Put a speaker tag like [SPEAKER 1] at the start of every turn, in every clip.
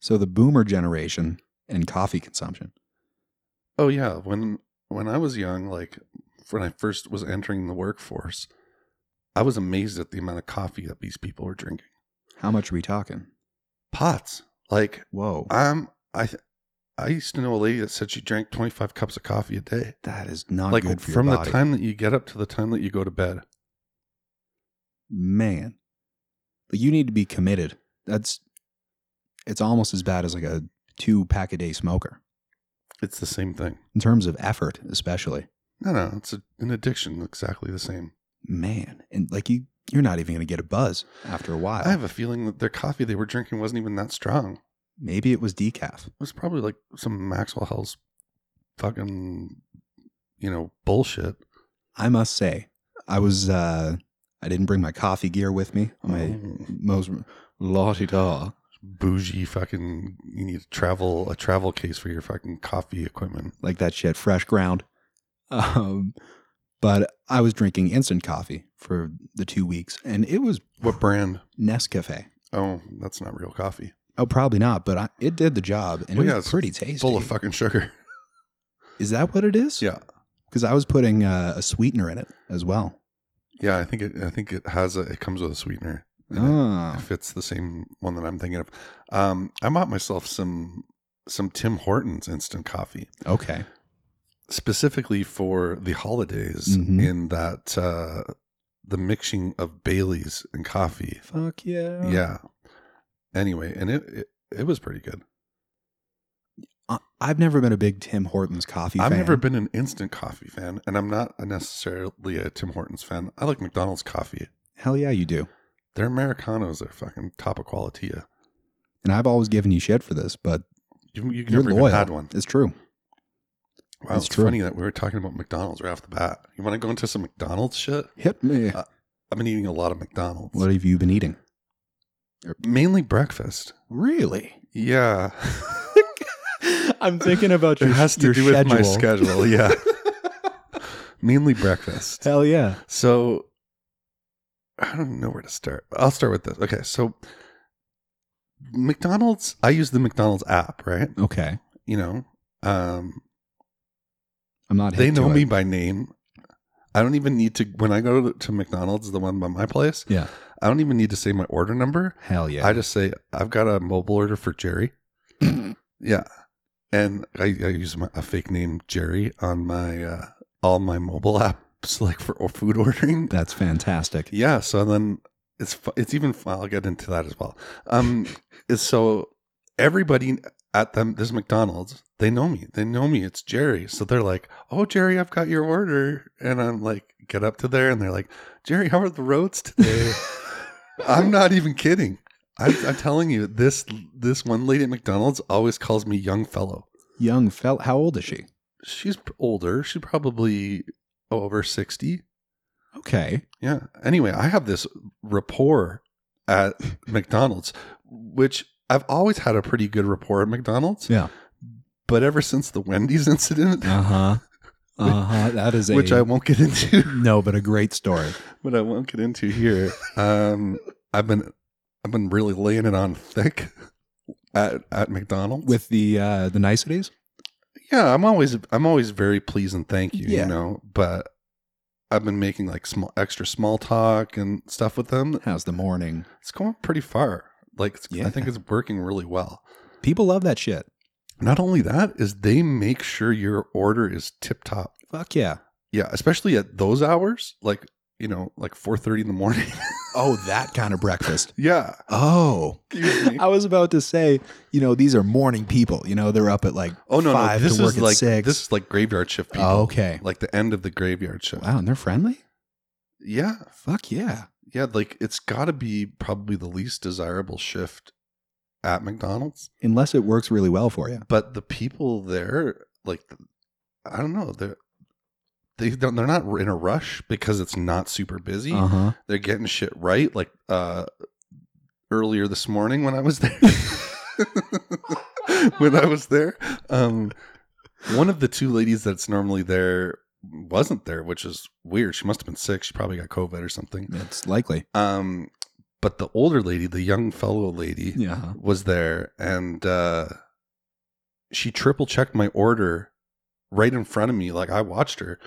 [SPEAKER 1] So the boomer generation and coffee consumption.
[SPEAKER 2] Oh yeah, when when I was young, like when I first was entering the workforce, I was amazed at the amount of coffee that these people were drinking.
[SPEAKER 1] How much are we talking?
[SPEAKER 2] Pots. Like
[SPEAKER 1] Whoa.
[SPEAKER 2] I'm I th- I used to know a lady that said she drank 25 cups of coffee a day.
[SPEAKER 1] that is not
[SPEAKER 2] like
[SPEAKER 1] good for
[SPEAKER 2] from
[SPEAKER 1] your
[SPEAKER 2] the
[SPEAKER 1] body.
[SPEAKER 2] time that you get up to the time that you go to bed.
[SPEAKER 1] Man. But you need to be committed. That's it's almost as bad as like a two pack a day smoker
[SPEAKER 2] It's the same thing.
[SPEAKER 1] in terms of effort, especially.
[SPEAKER 2] No, no, it's a, an addiction exactly the same.
[SPEAKER 1] Man. And like you you're not even gonna get a buzz after a while.
[SPEAKER 2] I have a feeling that their coffee they were drinking wasn't even that strong.
[SPEAKER 1] Maybe it was decaf.
[SPEAKER 2] It was probably like some Maxwell Hell's fucking, you know, bullshit.
[SPEAKER 1] I must say, I was uh I didn't bring my coffee gear with me. My
[SPEAKER 2] Mm,
[SPEAKER 1] most la di da.
[SPEAKER 2] bougie fucking. You need to travel a travel case for your fucking coffee equipment.
[SPEAKER 1] like that shit fresh ground. Um, but I was drinking instant coffee for the two weeks, and it was
[SPEAKER 2] What brand?
[SPEAKER 1] Nescafe.
[SPEAKER 2] Oh, that's not real coffee.
[SPEAKER 1] Oh, probably not, but I, it did the job, and
[SPEAKER 2] Well,
[SPEAKER 1] it
[SPEAKER 2] yeah,
[SPEAKER 1] was
[SPEAKER 2] it's
[SPEAKER 1] pretty tasty.
[SPEAKER 2] Full of fucking sugar.
[SPEAKER 1] is that what it is?
[SPEAKER 2] Yeah,
[SPEAKER 1] because I was putting uh, a sweetener in it as well.
[SPEAKER 2] yeah. I think it. I think it has a. It comes with a sweetener. in it.
[SPEAKER 1] Oh,
[SPEAKER 2] if it's the same one that I'm thinking of. Um, I bought myself some some Tim Hortons instant coffee
[SPEAKER 1] okay.
[SPEAKER 2] specifically for the holidays
[SPEAKER 1] Mhm.
[SPEAKER 2] in that uh, the mixing of Bailey's and coffee.
[SPEAKER 1] Fuck yeah.
[SPEAKER 2] Yeah. Anyway, and it, it it was pretty good.
[SPEAKER 1] I, I've never been a big Tim Hortons coffee.
[SPEAKER 2] I've
[SPEAKER 1] fan.
[SPEAKER 2] never been an instant coffee fan, and I'm not necessarily a Tim Hortons fan. I like McDonald's coffee.
[SPEAKER 1] Hell yeah, you do.
[SPEAKER 2] Their Americanos are fucking top of quality.
[SPEAKER 1] And I've always given you shit for this, but
[SPEAKER 2] You, you've
[SPEAKER 1] you're
[SPEAKER 2] never even
[SPEAKER 1] loyal.
[SPEAKER 2] had one.
[SPEAKER 1] It's true.
[SPEAKER 2] Wow,
[SPEAKER 1] It's
[SPEAKER 2] it's,
[SPEAKER 1] true.
[SPEAKER 2] funny that we were talking about McDonald's right off the bat. You want to go into some McDonald's shit?
[SPEAKER 1] Hit me.
[SPEAKER 2] Uh, I've been eating a lot of McDonald's,
[SPEAKER 1] what have you been eating?
[SPEAKER 2] mainly breakfast.
[SPEAKER 1] Really?
[SPEAKER 2] Yeah,
[SPEAKER 1] I'm thinking about
[SPEAKER 2] it
[SPEAKER 1] your.
[SPEAKER 2] has to
[SPEAKER 1] your
[SPEAKER 2] do with my schedule. Yeah, mainly breakfast.
[SPEAKER 1] Hell yeah!
[SPEAKER 2] So I don't know where to start. I'll start with this. Okay, so McDonald's. I use the McDonald's app, right?
[SPEAKER 1] Okay,
[SPEAKER 2] You know, um,
[SPEAKER 1] I'm not.
[SPEAKER 2] they
[SPEAKER 1] hip to
[SPEAKER 2] know
[SPEAKER 1] it.
[SPEAKER 2] me by name. I don't even need to when I go to McDonald's, the one by my place.
[SPEAKER 1] Yeah.
[SPEAKER 2] I don't even need to say my order number.
[SPEAKER 1] Hell yeah!
[SPEAKER 2] I just say I've got a mobile order for Jerry. yeah, and I, I use my, a fake name Jerry on my uh, all my mobile apps, like for or food ordering.
[SPEAKER 1] That's fantastic.
[SPEAKER 2] Yeah, so then it's fu- it's even fu- I'll get into that as well. Um, is so everybody at them this McDonald's they know me they know me it's Jerry so they're like oh Jerry I've got your order and I'm like get up to there and they're like Jerry how are the roads today I'm not even kidding I'm, I'm telling you this this one lady at McDonald's always calls me young fellow
[SPEAKER 1] Young fell. How old is she?
[SPEAKER 2] she's p- older she's probably over sixty
[SPEAKER 1] Okay.
[SPEAKER 2] Yeah. Anyway, I have this rapport at McDonald's, which I've always had a pretty good rapport at McDonald's.
[SPEAKER 1] Yeah.
[SPEAKER 2] But ever since the Wendy's incident,
[SPEAKER 1] Uh huh. Uh huh. That is a
[SPEAKER 2] which I won't get into,
[SPEAKER 1] no, but a great story.
[SPEAKER 2] but I won't get into here, um, I've been I've been really laying it on thick at at McDonald's.
[SPEAKER 1] With the uh the niceties.
[SPEAKER 2] yeah, I'm always I'm always very pleased and thank you,
[SPEAKER 1] Yeah.
[SPEAKER 2] you know, but. I've been making like small extra small talk and stuff with them.
[SPEAKER 1] How's the morning?
[SPEAKER 2] It's going pretty far. Like it's,
[SPEAKER 1] Yeah.
[SPEAKER 2] I think it's working really well.
[SPEAKER 1] People love that shit.
[SPEAKER 2] Not only that is they make sure your order is tip top.
[SPEAKER 1] Fuck yeah.
[SPEAKER 2] Yeah, especially at those hours, like you know, like four thirty in the morning.
[SPEAKER 1] Oh, that kind of breakfast.
[SPEAKER 2] yeah,
[SPEAKER 1] Oh.
[SPEAKER 2] Excuse me.
[SPEAKER 1] I was about to say, you know, these are morning people. You know, they're up at like
[SPEAKER 2] oh no, no,
[SPEAKER 1] five
[SPEAKER 2] this
[SPEAKER 1] to work
[SPEAKER 2] is
[SPEAKER 1] at
[SPEAKER 2] like
[SPEAKER 1] six.
[SPEAKER 2] this is like graveyard shift people.
[SPEAKER 1] Oh, okay.
[SPEAKER 2] Like the end of the graveyard shift.
[SPEAKER 1] Wow, and they're friendly?
[SPEAKER 2] Yeah,
[SPEAKER 1] Fuck yeah.
[SPEAKER 2] yeah, like it's got to be probably the least desirable shift at McDonald's,
[SPEAKER 1] Unless it works really well for you.
[SPEAKER 2] but the people there, like, I don't know, they're they don't they're not in a rush because it's not super busy.
[SPEAKER 1] huh.
[SPEAKER 2] they're getting shit right like uh earlier this morning when i was there when i was there um one of the two ladies that's normally there wasn't there which is weird she must have been sick she probably got covid or something
[SPEAKER 1] It's likely.
[SPEAKER 2] um But the older lady, the young fellow lady,
[SPEAKER 1] Yeah.
[SPEAKER 2] was there and uh she triple checked my order right in front of me like i watched her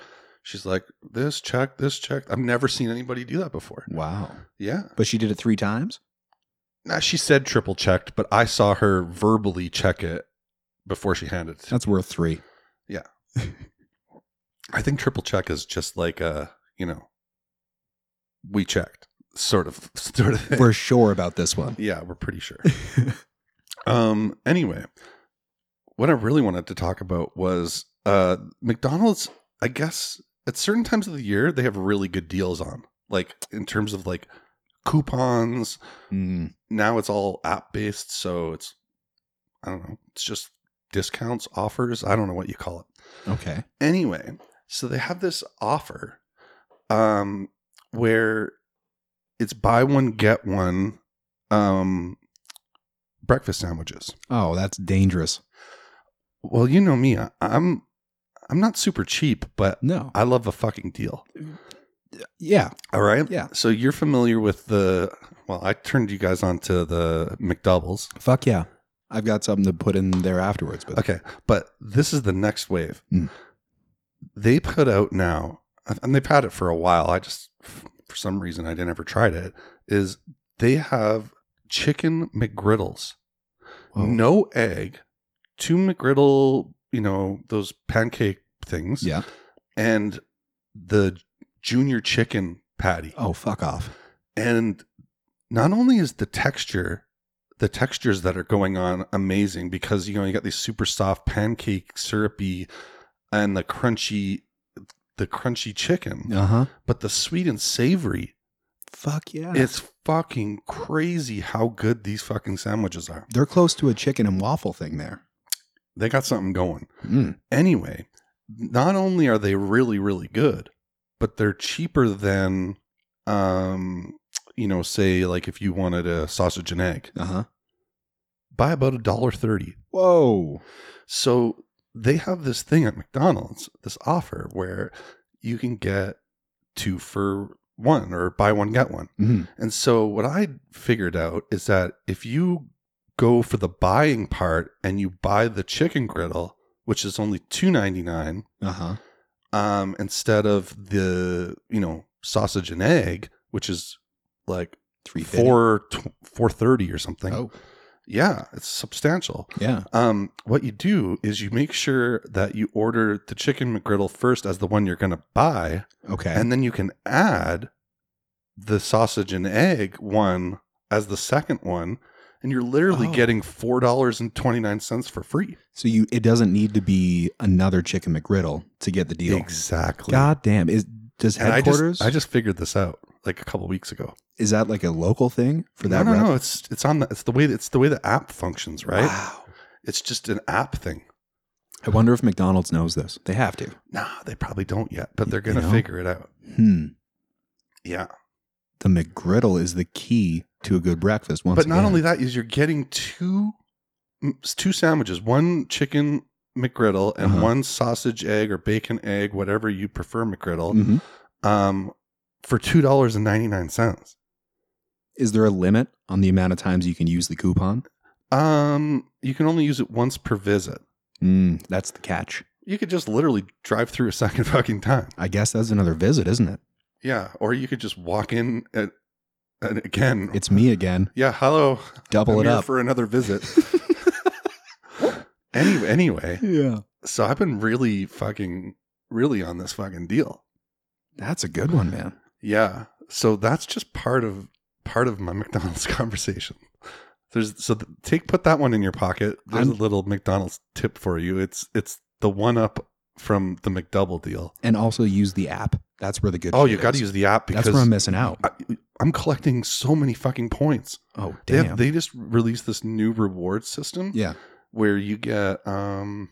[SPEAKER 2] she's like this check this check i've never seen anybody do that before
[SPEAKER 1] Wow.
[SPEAKER 2] yeah
[SPEAKER 1] But she did it three times.
[SPEAKER 2] now she said triple checked but i saw her verbally check it before she handed it to
[SPEAKER 1] That's worth three.
[SPEAKER 2] i think triple check is just like uh you know we checked sort of sort of thing.
[SPEAKER 1] We're sure about this one.
[SPEAKER 2] yeah we're pretty sure Um. Anyway, what I really wanted to talk about was uh McDonald's. I guess at certain times of the year they have really good deals on, like in terms of like coupons. Hmm.
[SPEAKER 1] Mm,
[SPEAKER 2] Now it's all app based, so it's I don't know. It's just discounts, offers. I don't know what you call it.
[SPEAKER 1] okay.
[SPEAKER 2] Anyway, so they have this offer, um, where it's buy one get one, um, breakfast sandwiches.
[SPEAKER 1] Oh, that's dangerous.
[SPEAKER 2] Well, you know me. I- I'm I'm not super cheap, but
[SPEAKER 1] No.
[SPEAKER 2] I love a fucking deal.
[SPEAKER 1] Yeah.
[SPEAKER 2] All right.
[SPEAKER 1] Yeah.
[SPEAKER 2] So you're familiar with the well, I turned you guys on to the McDoubles.
[SPEAKER 1] Fuck yeah. I've got something to put in there afterwards, but
[SPEAKER 2] Okay. But this is the next wave.
[SPEAKER 1] Mm.
[SPEAKER 2] They put out now and they've had it for a while. I just for some reason I didn't ever tried it. Is they have chicken McGriddles.
[SPEAKER 1] Whoa.
[SPEAKER 2] No egg, two McGriddle, you know, those pancake things.
[SPEAKER 1] Yeah.
[SPEAKER 2] and the junior chicken patty.
[SPEAKER 1] Oh, fuck off.
[SPEAKER 2] And not only is the texture, the textures that are going on amazing because you know you got these super soft pancake syrupy and the crunchy the crunchy chicken,
[SPEAKER 1] Uh huh.
[SPEAKER 2] but the sweet and savory.
[SPEAKER 1] Fuck yeah.
[SPEAKER 2] It's fucking crazy how good these fucking sandwiches are.
[SPEAKER 1] They're close to a chicken and waffle thing there.
[SPEAKER 2] They got something going.
[SPEAKER 1] Mm.
[SPEAKER 2] Anyway, not only are they really, really good, but they're cheaper than, um, you know, say like if you wanted a sausage and egg
[SPEAKER 1] Uh huh.
[SPEAKER 2] by about a dollar thirty.
[SPEAKER 1] Whoa.
[SPEAKER 2] So they have this thing at McDonald's, this offer where you can get two for one or buy one get one.
[SPEAKER 1] Mm.
[SPEAKER 2] And so what I figured out is that if you go for the buying part and you buy the chicken griddle, which is only two ninety nine.
[SPEAKER 1] Uh huh.
[SPEAKER 2] um, instead of the you know sausage and egg, which is like
[SPEAKER 1] Three
[SPEAKER 2] four four thirty or something.
[SPEAKER 1] Oh,
[SPEAKER 2] Yeah, it's substantial.
[SPEAKER 1] yeah.
[SPEAKER 2] Um, what you do is you make sure that you order the chicken McGriddle first as the one you're going to buy,
[SPEAKER 1] Okay.
[SPEAKER 2] and then you can add the sausage and egg one as the second one, and you're literally
[SPEAKER 1] Oh.
[SPEAKER 2] getting four dollars and twenty nine cents for free.
[SPEAKER 1] so you, it doesn't need to be another chicken McGriddle to get the deal.
[SPEAKER 2] Exactly.
[SPEAKER 1] God damn. Is does
[SPEAKER 2] And I just-
[SPEAKER 1] headquarters?
[SPEAKER 2] I just figured this out like a couple weeks ago.
[SPEAKER 1] is that like a local thing for that?
[SPEAKER 2] No, no,
[SPEAKER 1] rep? Ah.
[SPEAKER 2] no. It's it's on the it's the way it's the way the app functions, right?
[SPEAKER 1] Wow.
[SPEAKER 2] It's just an app thing.
[SPEAKER 1] I wonder if McDonald's knows this. They have to.
[SPEAKER 2] Nah, they probably don't yet, but they're
[SPEAKER 1] You
[SPEAKER 2] gonna
[SPEAKER 1] know?
[SPEAKER 2] figure it out.
[SPEAKER 1] Hmm.
[SPEAKER 2] Yeah,
[SPEAKER 1] The McGriddle is the key to a good breakfast. Once
[SPEAKER 2] but not
[SPEAKER 1] again.
[SPEAKER 2] only that is you're getting two mm, two sandwiches, one chicken McGriddle and
[SPEAKER 1] Uh-huh.
[SPEAKER 2] one sausage egg or bacon egg, whatever you prefer McGriddle,
[SPEAKER 1] Mhm.
[SPEAKER 2] um, for two dollars and ninety nine cents.
[SPEAKER 1] Is there a limit on the amount of times you can use the coupon?
[SPEAKER 2] Um, you can only use it once per visit.
[SPEAKER 1] Mm, that's the catch.
[SPEAKER 2] You could just literally drive through a second fucking time.
[SPEAKER 1] I guess that's another visit, isn't it?
[SPEAKER 2] Yeah, or you could just walk in at, and again.
[SPEAKER 1] It's me again.
[SPEAKER 2] yeah. Hello,
[SPEAKER 1] Double
[SPEAKER 2] I'm
[SPEAKER 1] it
[SPEAKER 2] here
[SPEAKER 1] up.
[SPEAKER 2] for another visit. anyway, anyway,
[SPEAKER 1] yeah.
[SPEAKER 2] so I've been really fucking really on this fucking deal.
[SPEAKER 1] That's a good one, man.
[SPEAKER 2] Yeah, so that's just part of part of my McDonald's conversation. There's so th- take put that one in your pocket. There's a
[SPEAKER 1] I'm-
[SPEAKER 2] little McDonald's tip for you. It's it's the one up from the McDouble deal.
[SPEAKER 1] And also use the app. That's where the good
[SPEAKER 2] Oh,
[SPEAKER 1] shit
[SPEAKER 2] you got to
[SPEAKER 1] is.
[SPEAKER 2] use the app because
[SPEAKER 1] That's where I'm missing out.
[SPEAKER 2] I, I'm collecting so many fucking points.
[SPEAKER 1] Oh,
[SPEAKER 2] They,
[SPEAKER 1] damn.
[SPEAKER 2] have, they just released this new reward system
[SPEAKER 1] yeah.
[SPEAKER 2] where you get um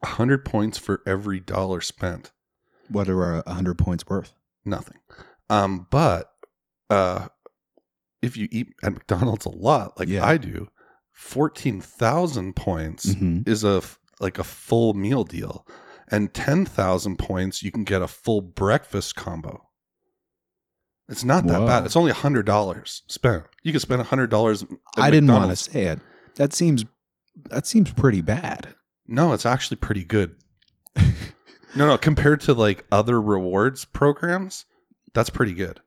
[SPEAKER 2] 100 points for every dollar spent.
[SPEAKER 1] What are our 100 points worth?
[SPEAKER 2] Nothing. Um but uh if you eat at McDonald's a lot like
[SPEAKER 1] Yeah.
[SPEAKER 2] I do, 14,000 points
[SPEAKER 1] Mhm.
[SPEAKER 2] is a f- like a full meal deal and 10,000 points you can get a full breakfast combo. It's not that
[SPEAKER 1] Whoa.
[SPEAKER 2] bad. It's only hundred dollars spent. You could spend hundred dollars.
[SPEAKER 1] I didn't want to say it. That seems that seems pretty bad.
[SPEAKER 2] No, it's actually pretty good. no, no, compared to like other rewards programs, that's pretty good.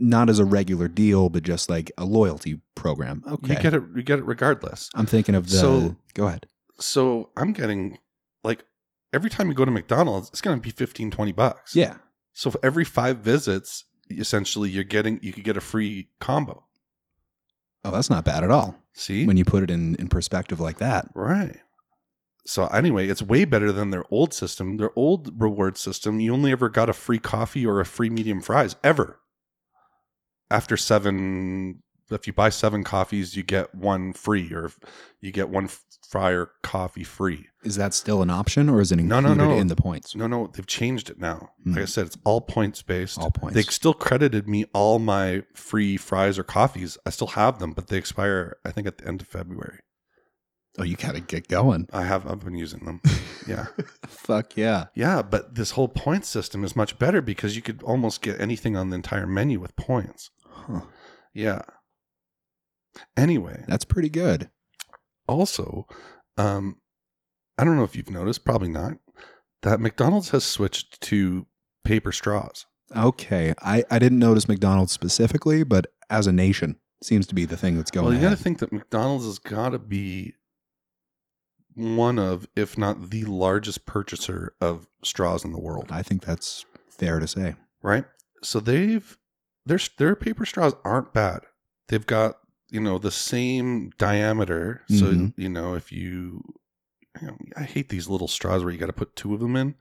[SPEAKER 1] Not as a regular deal, but just like a loyalty program. Okay.
[SPEAKER 2] You get it. You get it regardless.
[SPEAKER 1] I'm thinking of the.
[SPEAKER 2] So-
[SPEAKER 1] go ahead.
[SPEAKER 2] So I'm getting like every time you go to McDonald's, it's going to be 15, 20 bucks.
[SPEAKER 1] Yeah.
[SPEAKER 2] So for every five visits, essentially, you're getting you could get a free combo.
[SPEAKER 1] Oh, that's not bad at all.
[SPEAKER 2] See,
[SPEAKER 1] When you put it in in perspective like that.
[SPEAKER 2] Right. So anyway, it's way better than their old system. Their old reward system, you only ever got a free coffee or a free medium fries ever. After seven, if you buy seven coffees, you get one free, or if you get one f- fry or coffee free.
[SPEAKER 1] Is that still an option, or is it
[SPEAKER 2] No,
[SPEAKER 1] included
[SPEAKER 2] no, no.
[SPEAKER 1] in the points?
[SPEAKER 2] No, no, they've changed it now.
[SPEAKER 1] Hmm.
[SPEAKER 2] Like I said, it's all points based.
[SPEAKER 1] All points.
[SPEAKER 2] They still credited me all my free fries or coffees. I still have them, but they expire. I think at the end of February.
[SPEAKER 1] oh, you gotta get going.
[SPEAKER 2] I have. I've been using them. Yeah.
[SPEAKER 1] Fuck yeah.
[SPEAKER 2] Yeah, but this whole point system is much better because you could almost get anything on the entire menu with points.
[SPEAKER 1] Huh.
[SPEAKER 2] Yeah. Anyway,
[SPEAKER 1] That's pretty good.
[SPEAKER 2] also, um, I don't know if you've noticed, probably not, that McDonald's has switched to paper straws.
[SPEAKER 1] Okay. I I didn't notice McDonald's specifically, but as a nation, seems to be the thing that's going.
[SPEAKER 2] well, you got to
[SPEAKER 1] ahead.
[SPEAKER 2] think that McDonald's has got to be one of, if not the largest purchaser of straws in the world.
[SPEAKER 1] I think that's fair to say.
[SPEAKER 2] right? So they've their their paper straws aren't bad. They've got you know the same diameter. So
[SPEAKER 1] Mhm.
[SPEAKER 2] you know if you, you know, I hate these little straws where you got to put two of them in.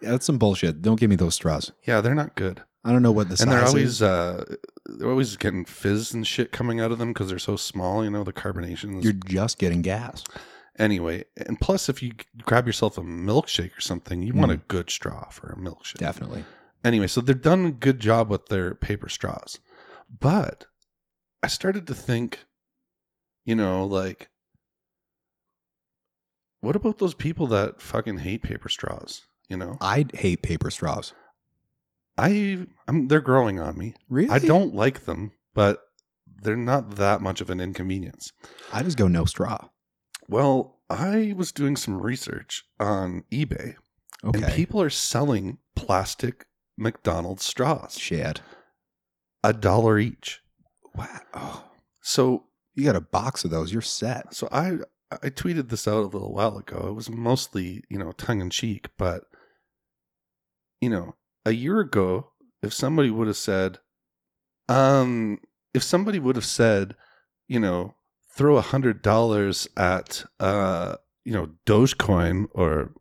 [SPEAKER 1] Yeah, that's some bullshit. Don't give me those straws.
[SPEAKER 2] Yeah, they're not good,
[SPEAKER 1] I don't know what the size
[SPEAKER 2] and they're
[SPEAKER 1] is.
[SPEAKER 2] always uh, they're always getting fizz and shit coming out of them because they're so small. You know the carbonation.
[SPEAKER 1] You're
[SPEAKER 2] Is,
[SPEAKER 1] just getting gas.
[SPEAKER 2] anyway, and plus if you grab yourself a milkshake or something, you want a good straw for a milkshake.
[SPEAKER 1] Mm-hmm. Definitely.
[SPEAKER 2] anyway, so they've done a good job with their paper straws. But I started to think, you know, like, what about those people that fucking hate paper straws? You know,
[SPEAKER 1] I hate paper straws.
[SPEAKER 2] I, I'm, they're growing on me.
[SPEAKER 1] Really?
[SPEAKER 2] I don't like them, but they're not that much of an inconvenience.
[SPEAKER 1] I just go no straw.
[SPEAKER 2] Well, I was doing some research on eBay, and
[SPEAKER 1] Okay.
[SPEAKER 2] people are selling plastic McDonald's straws,
[SPEAKER 1] Shit.
[SPEAKER 2] a dollar each.
[SPEAKER 1] Wow. Oh,
[SPEAKER 2] So
[SPEAKER 1] you got a box of those. You're set.
[SPEAKER 2] So I I tweeted this out a little while ago. It was mostly, you know, tongue in cheek, but you know, a year ago, if somebody would have said um if somebody would have said, you know, throw a hundred dollars at uh you know, Dogecoin or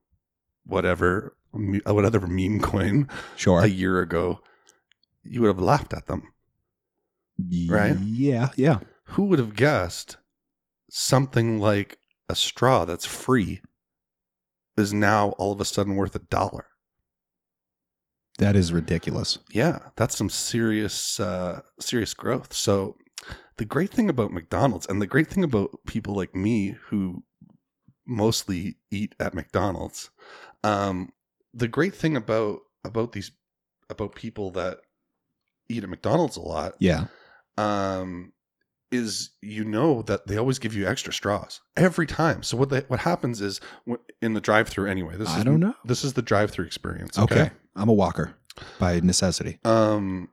[SPEAKER 2] whatever me- uh, whatever meme coin
[SPEAKER 1] Sure.
[SPEAKER 2] a year ago, you would have laughed at them. right?
[SPEAKER 1] Yeah. Yeah.
[SPEAKER 2] who would have guessed something like a straw that's free is now all of a sudden worth a dollar?
[SPEAKER 1] That is ridiculous.
[SPEAKER 2] Yeah, that's some serious uh, serious growth. So the great thing about McDonald's and the great thing about people like me who mostly eat at McDonald's, um, the great thing about about these about people that eat at McDonald's a lot
[SPEAKER 1] Yeah.
[SPEAKER 2] um, is you know that they always give you extra straws every time. So what they, what happens is wh- in the drive-through anyway. This
[SPEAKER 1] I
[SPEAKER 2] is,
[SPEAKER 1] don't know.
[SPEAKER 2] This is the drive-through experience.
[SPEAKER 1] Okay. I'm a walker by necessity.
[SPEAKER 2] Um,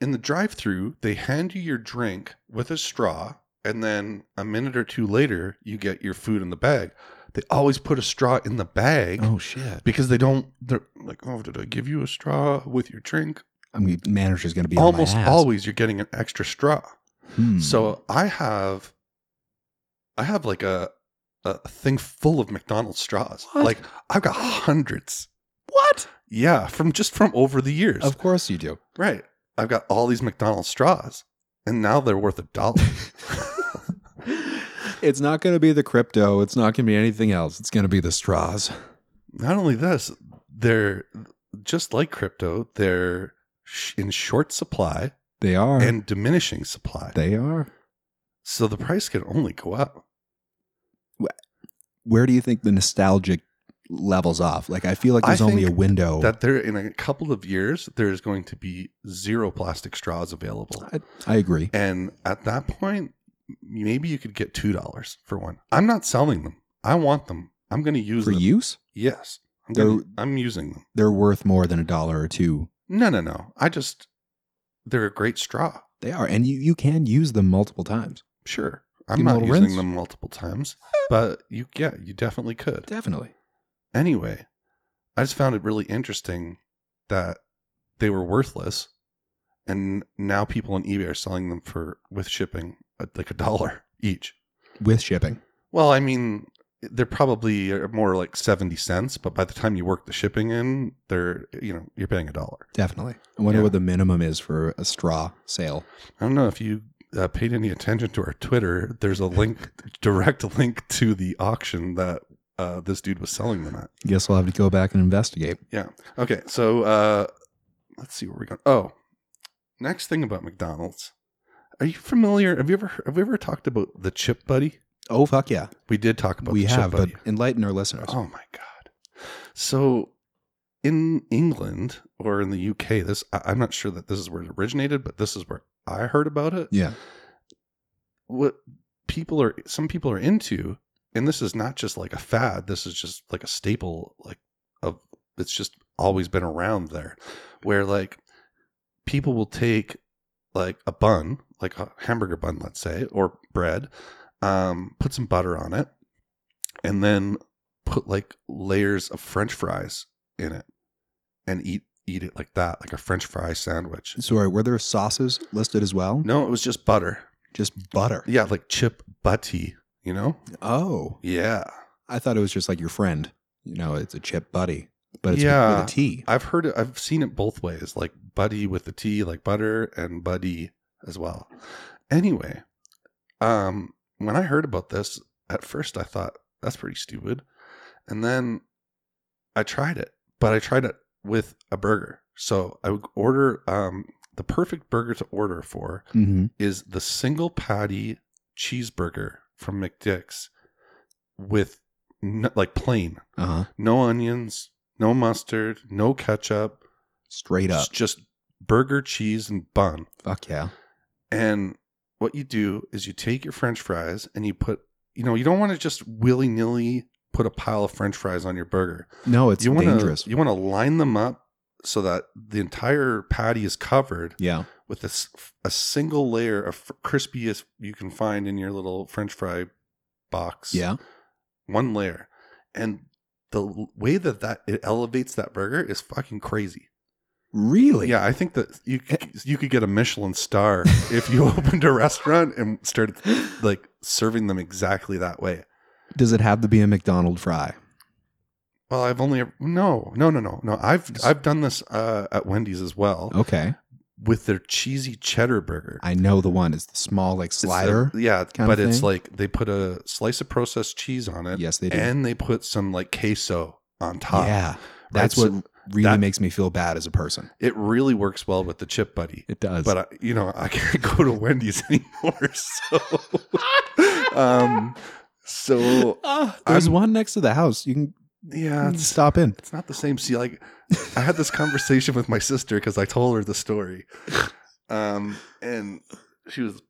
[SPEAKER 2] in the drive-through, they hand you your drink with a straw, and then a minute or two later, you get your food in the bag. They always put a straw in the bag.
[SPEAKER 1] Oh. shit.
[SPEAKER 2] Because they don't, they're like, oh, did I give you a straw with your drink?
[SPEAKER 1] I mean, manager's going to be on my
[SPEAKER 2] Almost
[SPEAKER 1] ass.
[SPEAKER 2] always, you're getting an extra straw.
[SPEAKER 1] Hmm.
[SPEAKER 2] So I have, I have like a a thing full of McDonald's straws.
[SPEAKER 1] What?
[SPEAKER 2] Like I've got hundreds.
[SPEAKER 1] what?
[SPEAKER 2] Yeah, from just from over the years.
[SPEAKER 1] Of course you do.
[SPEAKER 2] right. I've got all these McDonald's straws, and now they're worth a dollar.
[SPEAKER 1] It's not going to be the crypto. It's not going to be anything else. It's going to be the straws.
[SPEAKER 2] Not only this, they're just like crypto. They're sh- in short supply
[SPEAKER 1] They are.
[SPEAKER 2] and diminishing supply.
[SPEAKER 1] they are.
[SPEAKER 2] so the price can only go up.
[SPEAKER 1] Where do you think the nostalgic levels off. Like I feel like
[SPEAKER 2] I
[SPEAKER 1] there's only a
[SPEAKER 2] think
[SPEAKER 1] window.
[SPEAKER 2] That there in a couple of years there is going to be zero plastic straws available.
[SPEAKER 1] I, I agree.
[SPEAKER 2] And at that point, maybe you could get two dollars for one. I'm not selling them. I want them. I'm going to use
[SPEAKER 1] For
[SPEAKER 2] them.
[SPEAKER 1] use,
[SPEAKER 2] Yes, I'm,
[SPEAKER 1] They're-
[SPEAKER 2] gonna, I'm using them.
[SPEAKER 1] they're worth more than a dollar or two.
[SPEAKER 2] No, no, no. I just they're a great straw.
[SPEAKER 1] They are, and you you can use them multiple times.
[SPEAKER 2] Sure, I'm
[SPEAKER 1] Give 'em a
[SPEAKER 2] not
[SPEAKER 1] little
[SPEAKER 2] using
[SPEAKER 1] rinse.
[SPEAKER 2] them multiple times, but you yeah, you definitely could.
[SPEAKER 1] Definitely.
[SPEAKER 2] Anyway, I just found it really interesting that they were worthless, and now people on eBay are selling them for with shipping at like a dollar each.
[SPEAKER 1] With shipping.
[SPEAKER 2] Well, I mean, they're probably uh, more like seventy cents, but by the time you work the shipping in, they're you know you're paying a dollar.
[SPEAKER 1] Definitely. I wonder
[SPEAKER 2] Yeah.
[SPEAKER 1] what the minimum is for a straw sale.
[SPEAKER 2] I don't know if you uh, paid any attention to our Twitter. There's a link, direct link to the auction that uh, this dude was selling them at.
[SPEAKER 1] Guess we'll have to go back and investigate.
[SPEAKER 2] Okay, so uh, let's see where we go. Oh, next thing about McDonald's. Are you familiar? Have you ever have we ever talked about the Chip Buddy?
[SPEAKER 1] Oh fuck yeah,
[SPEAKER 2] We did talk about
[SPEAKER 1] we
[SPEAKER 2] the
[SPEAKER 1] have.
[SPEAKER 2] Chip
[SPEAKER 1] But
[SPEAKER 2] Buddy.
[SPEAKER 1] enlighten our listeners.
[SPEAKER 2] Oh my god! So in England or in the UK, this I, I'm not sure that this is where it originated, but this is where I heard about it.
[SPEAKER 1] Yeah.
[SPEAKER 2] what people are some people are into and this is not just like a fad this is just like a staple like of it's just always been around there where like people will take like a bun like a hamburger bun let's say or bread um put some butter on it and then put like layers of french fries in it and eat eat it like that like a french fry sandwich
[SPEAKER 1] Sorry, were there sauces listed as well?
[SPEAKER 2] no it was just butter
[SPEAKER 1] Just butter.
[SPEAKER 2] yeah like chip butty you know
[SPEAKER 1] Oh,
[SPEAKER 2] yeah
[SPEAKER 1] I thought it was just like your friend. You know, it's a chip buddy, but it's
[SPEAKER 2] Yeah.
[SPEAKER 1] with a T.
[SPEAKER 2] I've heard it, I've seen it both ways, like buddy with the T, like butter, and buddy as well. Anyway, um, when I heard about this, at first I thought that's pretty stupid, and then I tried it, but I tried it with a burger. So I would order um, the perfect burger to order for
[SPEAKER 1] Mm-hmm.
[SPEAKER 2] is the single patty cheeseburger from McDick's with n- like plain,
[SPEAKER 1] Uh huh.
[SPEAKER 2] no onions, no mustard, no ketchup.
[SPEAKER 1] Straight up.
[SPEAKER 2] It's just burger, cheese, and bun.
[SPEAKER 1] Fuck yeah.
[SPEAKER 2] And what you do is you take your french fries and you put, you know, you don't want to just willy nilly put a pile of french fries on your burger.
[SPEAKER 1] No, it's
[SPEAKER 2] you want
[SPEAKER 1] dangerous.
[SPEAKER 2] to you want to line them up so that the entire patty is covered
[SPEAKER 1] yeah.
[SPEAKER 2] with a, s- a single layer of fr- crispiest you can find in your little french fry box.
[SPEAKER 1] Yeah.
[SPEAKER 2] One layer. And the l- way that that it elevates that burger is fucking crazy.
[SPEAKER 1] Really?
[SPEAKER 2] Yeah, I think that you
[SPEAKER 1] eh
[SPEAKER 2] c- you could get a Michelin star if you opened a restaurant and started like serving them exactly that way.
[SPEAKER 1] Does it have to be a McDonald fry?
[SPEAKER 2] Well, I've only ever, no, no, no, no, no. I've I've done this uh, at Wendy's as well
[SPEAKER 1] Okay.
[SPEAKER 2] with their cheesy cheddar burger
[SPEAKER 1] I know the one. It's the small, like
[SPEAKER 2] It's a-
[SPEAKER 1] slider.
[SPEAKER 2] yeah,
[SPEAKER 1] kind
[SPEAKER 2] but
[SPEAKER 1] of
[SPEAKER 2] it's
[SPEAKER 1] thing?
[SPEAKER 2] like they put a slice of processed cheese on it,
[SPEAKER 1] yes, they do.
[SPEAKER 2] and they put some like queso on top.
[SPEAKER 1] yeah. That's
[SPEAKER 2] right? So
[SPEAKER 1] what really
[SPEAKER 2] that-
[SPEAKER 1] makes me feel bad as a person.
[SPEAKER 2] it really works well with the chip buddy.
[SPEAKER 1] It does.
[SPEAKER 2] but I, you know I can't go to Wendy's anymore. So, um, so
[SPEAKER 1] Ah, there's
[SPEAKER 2] I'm-
[SPEAKER 1] one next to the house. You can
[SPEAKER 2] yeah, it's,
[SPEAKER 1] stop in.
[SPEAKER 2] it's not the same. See, like I had this conversation with my sister because I told her the story, um, and she was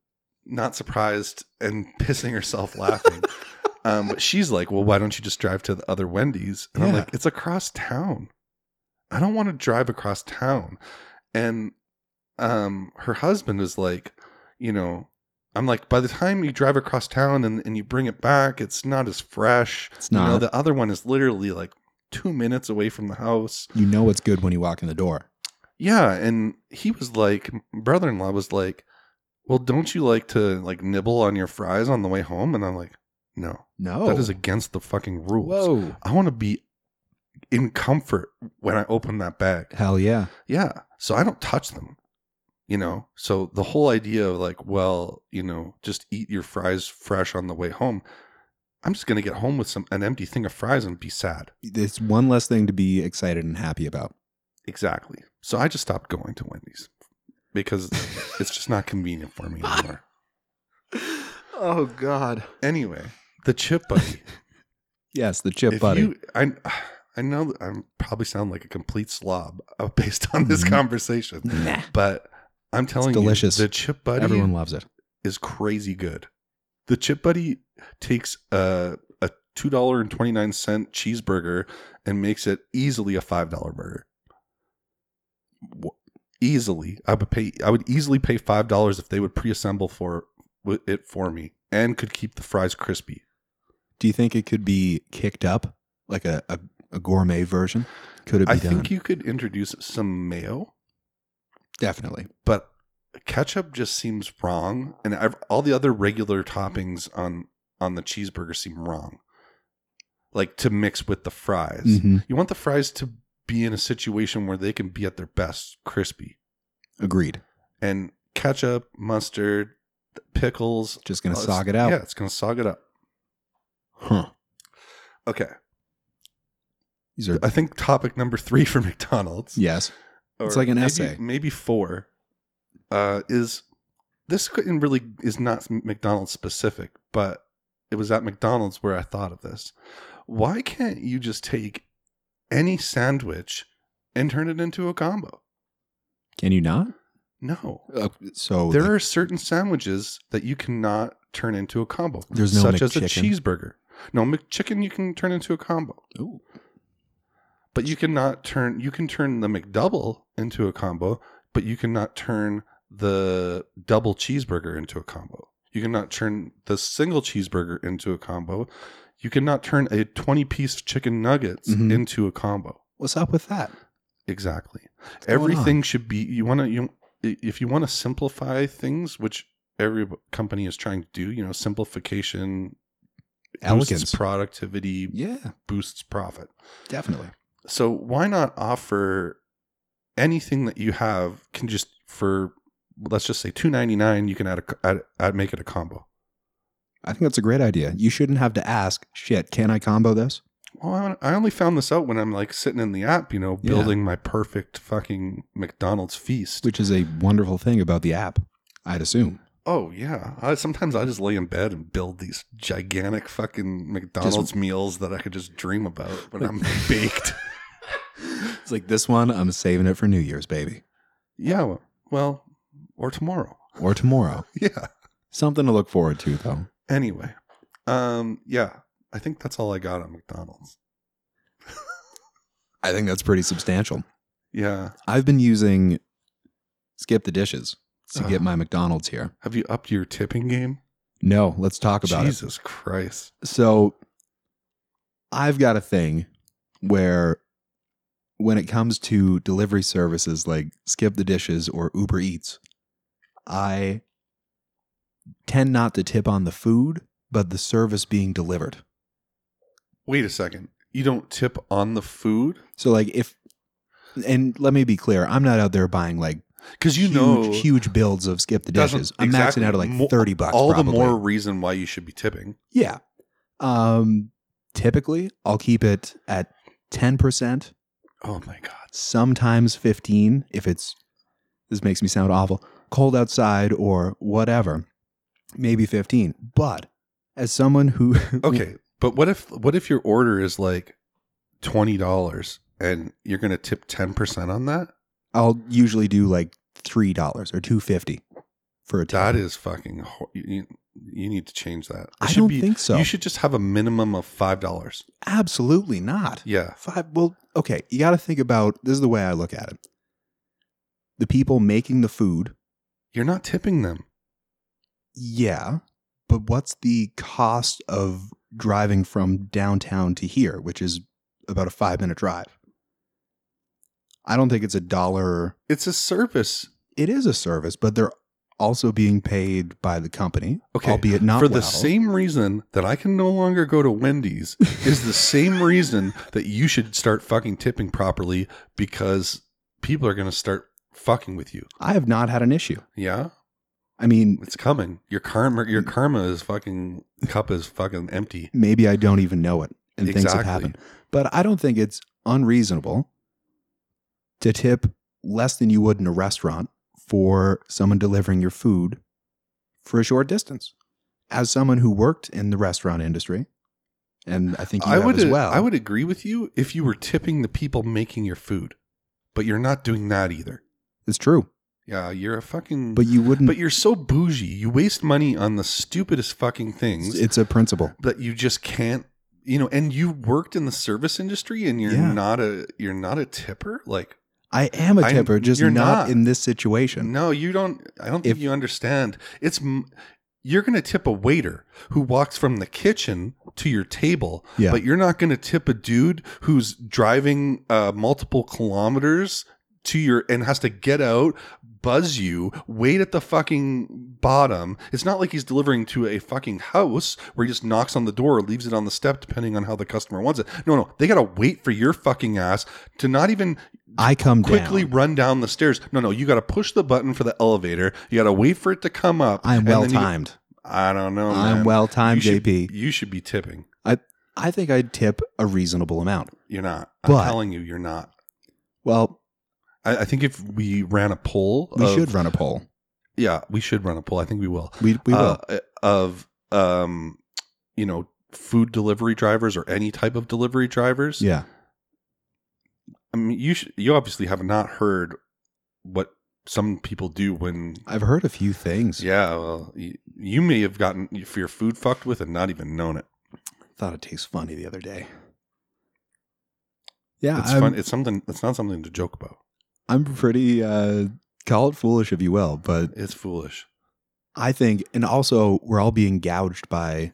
[SPEAKER 2] not surprised and pissing herself laughing. Um, but she's like, "Well, why don't you just drive to the other Wendy's?" And I'm
[SPEAKER 1] Yeah.
[SPEAKER 2] like, "It's across town. I don't want to drive across town." And um, her husband is like, "You know." I'm like, by the time you drive across town and, and you bring it back, it's not as fresh.
[SPEAKER 1] It's
[SPEAKER 2] You
[SPEAKER 1] not.
[SPEAKER 2] know, the other one is literally like two minutes away from the house.
[SPEAKER 1] you know it's good when you walk in the door.
[SPEAKER 2] Yeah, and he was like, brother-in-law was like, "Well, don't you like to like nibble on your fries on the way home?" And I'm like, "No,
[SPEAKER 1] No.
[SPEAKER 2] that is against the fucking rules.
[SPEAKER 1] Oh. Whoa.
[SPEAKER 2] I want to be in comfort when I open that bag."
[SPEAKER 1] Hell yeah.
[SPEAKER 2] Yeah, so I don't touch them. You know, so the whole idea of like, well, you know, just eat your fries fresh on the way home. I'm just gonna get home with some an empty thing of fries and be sad.
[SPEAKER 1] It's one less thing to be excited and happy about.
[SPEAKER 2] Exactly. So I just stopped going to Wendy's because it's just not convenient for me anymore.
[SPEAKER 1] oh God.
[SPEAKER 2] Anyway, the chip buddy.
[SPEAKER 1] Yes, the chip buddy.
[SPEAKER 2] you, I, I know that I'm probably sound like a complete slob uh, based on this
[SPEAKER 1] Mhm.
[SPEAKER 2] conversation,
[SPEAKER 1] Nah.
[SPEAKER 2] but I'm telling
[SPEAKER 1] delicious.
[SPEAKER 2] you, the chip buddy
[SPEAKER 1] Everyone loves it.
[SPEAKER 2] is crazy good. The chip buddy takes a a two dollar and twenty nine cent cheeseburger and makes it easily a five dollar burger. W- Easily, I would pay. I would easily pay five dollars if they would pre-assemble for wi- it for me and could keep the fries crispy.
[SPEAKER 1] Do you think it could be kicked up like a, a, a gourmet version? Could it be
[SPEAKER 2] I
[SPEAKER 1] done?
[SPEAKER 2] think you could introduce some mayo.
[SPEAKER 1] Definitely.
[SPEAKER 2] but ketchup just seems wrong and I've, all the other regular toppings on on the cheeseburger seem wrong like to mix with the fries
[SPEAKER 1] Mhm.
[SPEAKER 2] you want the fries to be in a situation where they can be at their best crispy
[SPEAKER 1] Agreed.
[SPEAKER 2] and ketchup mustard pickles
[SPEAKER 1] Just gonna
[SPEAKER 2] oh, it's-
[SPEAKER 1] sog it out.
[SPEAKER 2] yeah it's gonna sog it up
[SPEAKER 1] Huh.
[SPEAKER 2] okay
[SPEAKER 1] These are
[SPEAKER 2] i think topic number three for mcdonald's
[SPEAKER 1] yes. It's
[SPEAKER 2] or
[SPEAKER 1] like an
[SPEAKER 2] maybe,
[SPEAKER 1] essay.
[SPEAKER 2] Maybe four uh, is this couldn't really is not McDonald's specific, but it was at McDonald's where I thought of this. Why can't you just take any sandwich and turn it into a combo?
[SPEAKER 1] Can you not?
[SPEAKER 2] No,
[SPEAKER 1] Uh, so
[SPEAKER 2] there
[SPEAKER 1] the-
[SPEAKER 2] are certain sandwiches that you cannot turn into a combo.
[SPEAKER 1] There's no
[SPEAKER 2] such as a
[SPEAKER 1] McChicken.
[SPEAKER 2] cheeseburger. No McChicken you can turn into a combo,
[SPEAKER 1] Ooh.
[SPEAKER 2] but you cannot turn you can turn the McDouble into a combo, but you cannot turn the double cheeseburger into a combo. You cannot turn the single cheeseburger into a combo. You cannot turn a 20 piece of chicken nuggets
[SPEAKER 1] Mhm.
[SPEAKER 2] into a combo.
[SPEAKER 1] what's up with that?
[SPEAKER 2] Exactly.
[SPEAKER 1] going on?
[SPEAKER 2] Everything should be you want to you if you want to simplify things, which every company is trying to do, you know, simplification
[SPEAKER 1] Elegance.
[SPEAKER 2] boosts productivity,
[SPEAKER 1] yeah,
[SPEAKER 2] boosts profit.
[SPEAKER 1] definitely.
[SPEAKER 2] So why not offer anything that you have can just for let's just say 299 you can add a add, add make it a combo.
[SPEAKER 1] I think that's a great idea. You shouldn't have to ask, shit, can I combo this?
[SPEAKER 2] Well, I- I only found this out when I'm like sitting in the app, you know,
[SPEAKER 1] Yeah.
[SPEAKER 2] building my perfect fucking McDonald's feast.
[SPEAKER 1] Which is a wonderful thing about the app, I'd assume.
[SPEAKER 2] Oh yeah. I, sometimes I just lay in bed and build these gigantic fucking McDonald's meals that I could just dream about when I'm baked.
[SPEAKER 1] It's like this one, I'm saving it for New Year's, baby.
[SPEAKER 2] Yeah. Well, or tomorrow.
[SPEAKER 1] Or tomorrow.
[SPEAKER 2] Yeah.
[SPEAKER 1] Something to look forward to though.
[SPEAKER 2] Anyway, um, yeah, I think that's all I got on McDonald's.
[SPEAKER 1] I think that's pretty substantial.
[SPEAKER 2] Yeah,
[SPEAKER 1] I've been using Skip the Dishes to get
[SPEAKER 2] Ugh.
[SPEAKER 1] my McDonald's here.
[SPEAKER 2] have you upped your tipping game?
[SPEAKER 1] No, let's talk about it.
[SPEAKER 2] Jesus Christ!
[SPEAKER 1] So I've got a thing where when it comes to delivery services like Skip the Dishes or Uber Eats, I tend not to tip on the food, but the service being delivered.
[SPEAKER 2] Wait a second. You don't tip on the food
[SPEAKER 1] So like if and let me be clear, I'm not out there buying like
[SPEAKER 2] because you
[SPEAKER 1] huge,
[SPEAKER 2] know
[SPEAKER 1] huge builds of skip the
[SPEAKER 2] Doesn't-
[SPEAKER 1] dishes. I'm
[SPEAKER 2] exactly.
[SPEAKER 1] maxing out at like
[SPEAKER 2] Mo-
[SPEAKER 1] thirty bucks.
[SPEAKER 2] all
[SPEAKER 1] probably.
[SPEAKER 2] the more reason why you should be tipping.
[SPEAKER 1] Yeah. Um typically I'll keep it at ten percent,
[SPEAKER 2] Oh my god!
[SPEAKER 1] sometimes fifteen if it's this makes me sound awful. Cold outside or whatever. Maybe fifteen. But as someone who
[SPEAKER 2] Okay, but what if what if your order is like twenty dollars and you're gonna tip ten percent on that?
[SPEAKER 1] I'll usually do like three dollars or two fifty for a tip.
[SPEAKER 2] That is fucking. Ho- you, you- you need to change that. It
[SPEAKER 1] I
[SPEAKER 2] should
[SPEAKER 1] don't
[SPEAKER 2] be-
[SPEAKER 1] think so.
[SPEAKER 2] You should just have a minimum of five dollars.
[SPEAKER 1] Absolutely not.
[SPEAKER 2] Yeah.
[SPEAKER 1] Five. Well, okay. You got to think about this is the way I look at it. The people making the food,
[SPEAKER 2] You're not tipping them.
[SPEAKER 1] yeah, but what's the cost of driving from downtown to here, which is about a five minute drive? I don't think it's a dollar.
[SPEAKER 2] It's a service
[SPEAKER 1] It is a service, but they're also being paid by the company,
[SPEAKER 2] Okay,
[SPEAKER 1] albeit not
[SPEAKER 2] for the
[SPEAKER 1] well.
[SPEAKER 2] same reason that I can no longer go to Wendy's is the same reason that you should start fucking tipping properly because people are going to start fucking with you.
[SPEAKER 1] I have not had an issue.
[SPEAKER 2] Yeah,
[SPEAKER 1] I mean,
[SPEAKER 2] it's coming. Your karma, your karma is fucking cup is fucking empty.
[SPEAKER 1] maybe I don't even know it, and things have
[SPEAKER 2] Exactly.
[SPEAKER 1] happened. But I don't think it's unreasonable to tip less than you would in a restaurant for someone delivering your food for a short distance. As someone who worked in the restaurant industry, and I think you
[SPEAKER 2] I
[SPEAKER 1] have
[SPEAKER 2] would uh,
[SPEAKER 1] as well.
[SPEAKER 2] I would agree with you if you were tipping the people making your food, but you're not doing that either.
[SPEAKER 1] It's true,
[SPEAKER 2] Yeah, you're a fucking.
[SPEAKER 1] but you wouldn't.
[SPEAKER 2] but you're so bougie. You waste money on the stupidest fucking things
[SPEAKER 1] it's a principle.
[SPEAKER 2] that you just can't. You know, and you worked in the service industry, and you're
[SPEAKER 1] Yeah.
[SPEAKER 2] not a you're not a tipper. Like,
[SPEAKER 1] I am a
[SPEAKER 2] I'm-
[SPEAKER 1] tipper, just
[SPEAKER 2] you're
[SPEAKER 1] not,
[SPEAKER 2] not.
[SPEAKER 1] in this situation.
[SPEAKER 2] no, you don't. I don't think
[SPEAKER 1] If-
[SPEAKER 2] you understand. It's m- you're going to tip a waiter who walks from the kitchen to your table,
[SPEAKER 1] Yeah.
[SPEAKER 2] but you're not going to tip a dude who's driving uh, multiple kilometers to your and has to get out, buzz you, wait at the fucking bottom. It's not like he's delivering to a fucking house where he just knocks on the door or leaves it on the step, depending on how the customer wants it. No, no, they got to wait for your fucking ass to not even
[SPEAKER 1] I come
[SPEAKER 2] quickly
[SPEAKER 1] down.
[SPEAKER 2] run down the stairs. No, no, you got to push the button for the elevator. You got to wait for it to come up.
[SPEAKER 1] I'm
[SPEAKER 2] and
[SPEAKER 1] well
[SPEAKER 2] then you-
[SPEAKER 1] timed.
[SPEAKER 2] I don't know.
[SPEAKER 1] I'm
[SPEAKER 2] man.
[SPEAKER 1] well timed,
[SPEAKER 2] You should-
[SPEAKER 1] JP.
[SPEAKER 2] You should be tipping.
[SPEAKER 1] I think I'd tip a reasonable amount.
[SPEAKER 2] You're not.
[SPEAKER 1] But-
[SPEAKER 2] I'm telling you, you're not.
[SPEAKER 1] Well,
[SPEAKER 2] I, I think if we ran a poll,
[SPEAKER 1] we
[SPEAKER 2] of-
[SPEAKER 1] should run a poll.
[SPEAKER 2] Yeah, we should run a poll. I think we will.
[SPEAKER 1] We we will.
[SPEAKER 2] Uh, of um, you know, food delivery drivers or any type of delivery drivers.
[SPEAKER 1] Yeah.
[SPEAKER 2] I mean, you should, you obviously have not heard what some people do when.
[SPEAKER 1] I've heard a few things.
[SPEAKER 2] Yeah, well, you, you may have gotten if your food fucked with and not even known it.
[SPEAKER 1] Thought it tastes funny the other day. Yeah,
[SPEAKER 2] It's
[SPEAKER 1] I'm,
[SPEAKER 2] fun. It's something. It's not something to joke about.
[SPEAKER 1] I'm pretty uh call it foolish if you will, but
[SPEAKER 2] It's foolish.
[SPEAKER 1] I think and also we're all being gouged by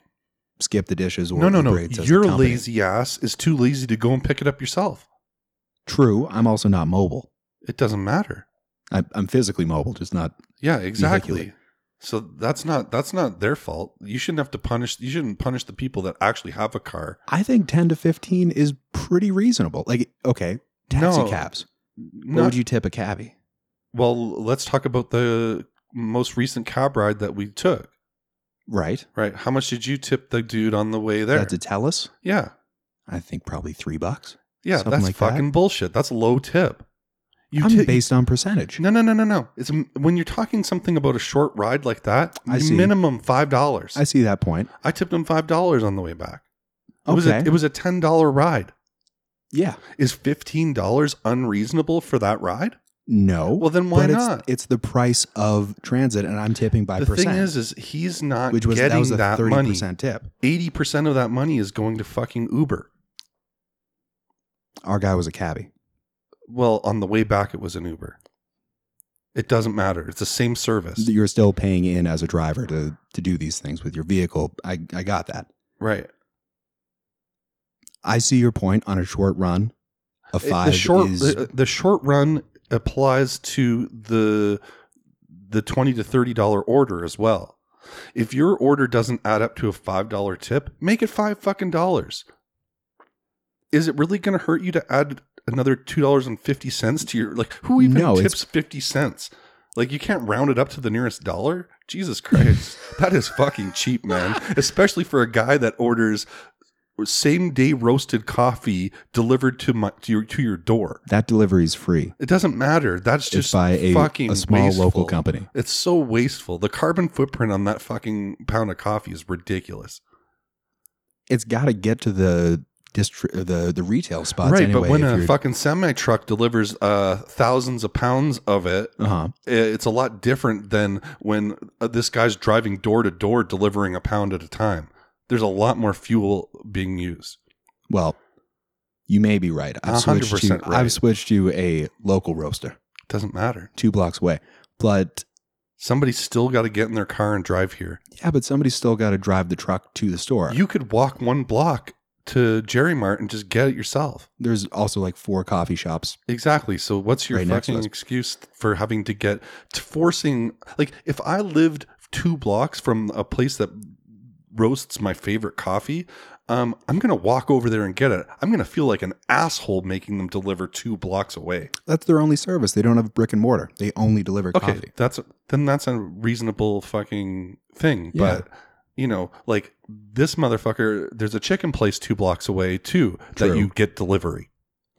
[SPEAKER 1] skip the dishes or
[SPEAKER 2] No, no, no.
[SPEAKER 1] Uber Eats as a
[SPEAKER 2] Your
[SPEAKER 1] company.
[SPEAKER 2] lazy ass is too lazy to go and pick it up yourself.
[SPEAKER 1] True, I'm also not mobile.
[SPEAKER 2] It doesn't matter.
[SPEAKER 1] I, I'm physically mobile, just not
[SPEAKER 2] Yeah, exactly.
[SPEAKER 1] Vehicular.
[SPEAKER 2] So that's not that's not their fault. You shouldn't have to punish you shouldn't punish the people that actually have a car.
[SPEAKER 1] I think 10 to 15 is pretty reasonable. Like okay, taxi
[SPEAKER 2] No.
[SPEAKER 1] cabs. What
[SPEAKER 2] Not-
[SPEAKER 1] would you tip a cabbie?
[SPEAKER 2] well, let's talk about the most recent cab ride that we took.
[SPEAKER 1] Right?
[SPEAKER 2] Right? How much did you tip the dude on the way there?
[SPEAKER 1] That's a Telus.
[SPEAKER 2] yeah.
[SPEAKER 1] I think probably 3 bucks.
[SPEAKER 2] Yeah,
[SPEAKER 1] Something
[SPEAKER 2] that's
[SPEAKER 1] like that.
[SPEAKER 2] fucking bullshit. That's low tip. You
[SPEAKER 1] I'm
[SPEAKER 2] tip
[SPEAKER 1] based on percentage.
[SPEAKER 2] No, no, no, no, no. It's when you're talking something about a short ride like that,
[SPEAKER 1] I see.
[SPEAKER 2] minimum $5.
[SPEAKER 1] I see that point.
[SPEAKER 2] I tipped him $5 on the way back. It was a,
[SPEAKER 1] Okay.
[SPEAKER 2] it was a $10 ride.
[SPEAKER 1] Yeah.
[SPEAKER 2] Is fifteen dollars unreasonable for that ride?
[SPEAKER 1] No.
[SPEAKER 2] Well, then why
[SPEAKER 1] but
[SPEAKER 2] not?
[SPEAKER 1] It's, it's the price of transit, and I'm tipping by
[SPEAKER 2] the
[SPEAKER 1] percent.
[SPEAKER 2] thing is, is he's not
[SPEAKER 1] which was
[SPEAKER 2] getting
[SPEAKER 1] that was a
[SPEAKER 2] that
[SPEAKER 1] thirty
[SPEAKER 2] money.
[SPEAKER 1] percent tip.
[SPEAKER 2] Eighty percent of that money is going to fucking Uber.
[SPEAKER 1] Our guy was a cabbie.
[SPEAKER 2] Well, on the way back, it was an Uber. It doesn't matter. It's the same service,
[SPEAKER 1] You're still paying in as a driver to to do these things with your vehicle. I I got that.
[SPEAKER 2] right?
[SPEAKER 1] I see your point on a short run. A
[SPEAKER 2] It-
[SPEAKER 1] five
[SPEAKER 2] the short
[SPEAKER 1] is
[SPEAKER 2] the, the short run applies to the the twenty to thirty dollar order as well. If your order doesn't add up to a five dollar tip, make it five fucking dollars. Is it really going to hurt you to add another two dollars and fifty cents to your like? Who even
[SPEAKER 1] No, it's-
[SPEAKER 2] tips fifty cents? Like you can't round it up to the nearest dollar. Jesus Christ, that is fucking cheap, man. Especially for a guy that orders same day roasted coffee delivered to my to your to your door.
[SPEAKER 1] that delivery is free.
[SPEAKER 2] It doesn't matter. That's
[SPEAKER 1] It's
[SPEAKER 2] just
[SPEAKER 1] by a,
[SPEAKER 2] fucking
[SPEAKER 1] a small
[SPEAKER 2] wasteful.
[SPEAKER 1] local company.
[SPEAKER 2] It's so wasteful. The carbon footprint on that fucking pound of coffee is ridiculous.
[SPEAKER 1] It's got to get to the district, the the retail spots
[SPEAKER 2] right,
[SPEAKER 1] anyway.
[SPEAKER 2] but when
[SPEAKER 1] if
[SPEAKER 2] a
[SPEAKER 1] you're-
[SPEAKER 2] fucking semi truck delivers uh, thousands of pounds of it,
[SPEAKER 1] uh-huh.
[SPEAKER 2] i- it's a lot different than when uh, this guy's driving door to door delivering a pound at a time. There's a lot more fuel being used.
[SPEAKER 1] Well, you may be right. I've switched to
[SPEAKER 2] 100% right.
[SPEAKER 1] I've switched to a local roaster,
[SPEAKER 2] Doesn't matter.
[SPEAKER 1] two blocks away. But
[SPEAKER 2] Somebody's still got to get in their car and drive here.
[SPEAKER 1] yeah, but somebody's still got to drive the truck to the store.
[SPEAKER 2] You could walk one block to Jerry Mart and just get it yourself.
[SPEAKER 1] There's also like four coffee shops.
[SPEAKER 2] Exactly. So what's your
[SPEAKER 1] Right next to
[SPEAKER 2] fucking
[SPEAKER 1] us.
[SPEAKER 2] excuse for having to get to forcing like if I lived two blocks from a place that roasts my favorite coffee, um, I'm gonna walk over there and get it. I'm gonna feel like an asshole making them deliver two blocks away.
[SPEAKER 1] That's their only service. They don't have brick and mortar. They only deliver
[SPEAKER 2] Okay,
[SPEAKER 1] coffee.
[SPEAKER 2] that's then that's a reasonable fucking thing.
[SPEAKER 1] Yeah.
[SPEAKER 2] But you know, like this motherfucker, there's a chicken place two blocks away too that
[SPEAKER 1] True.
[SPEAKER 2] you get delivery.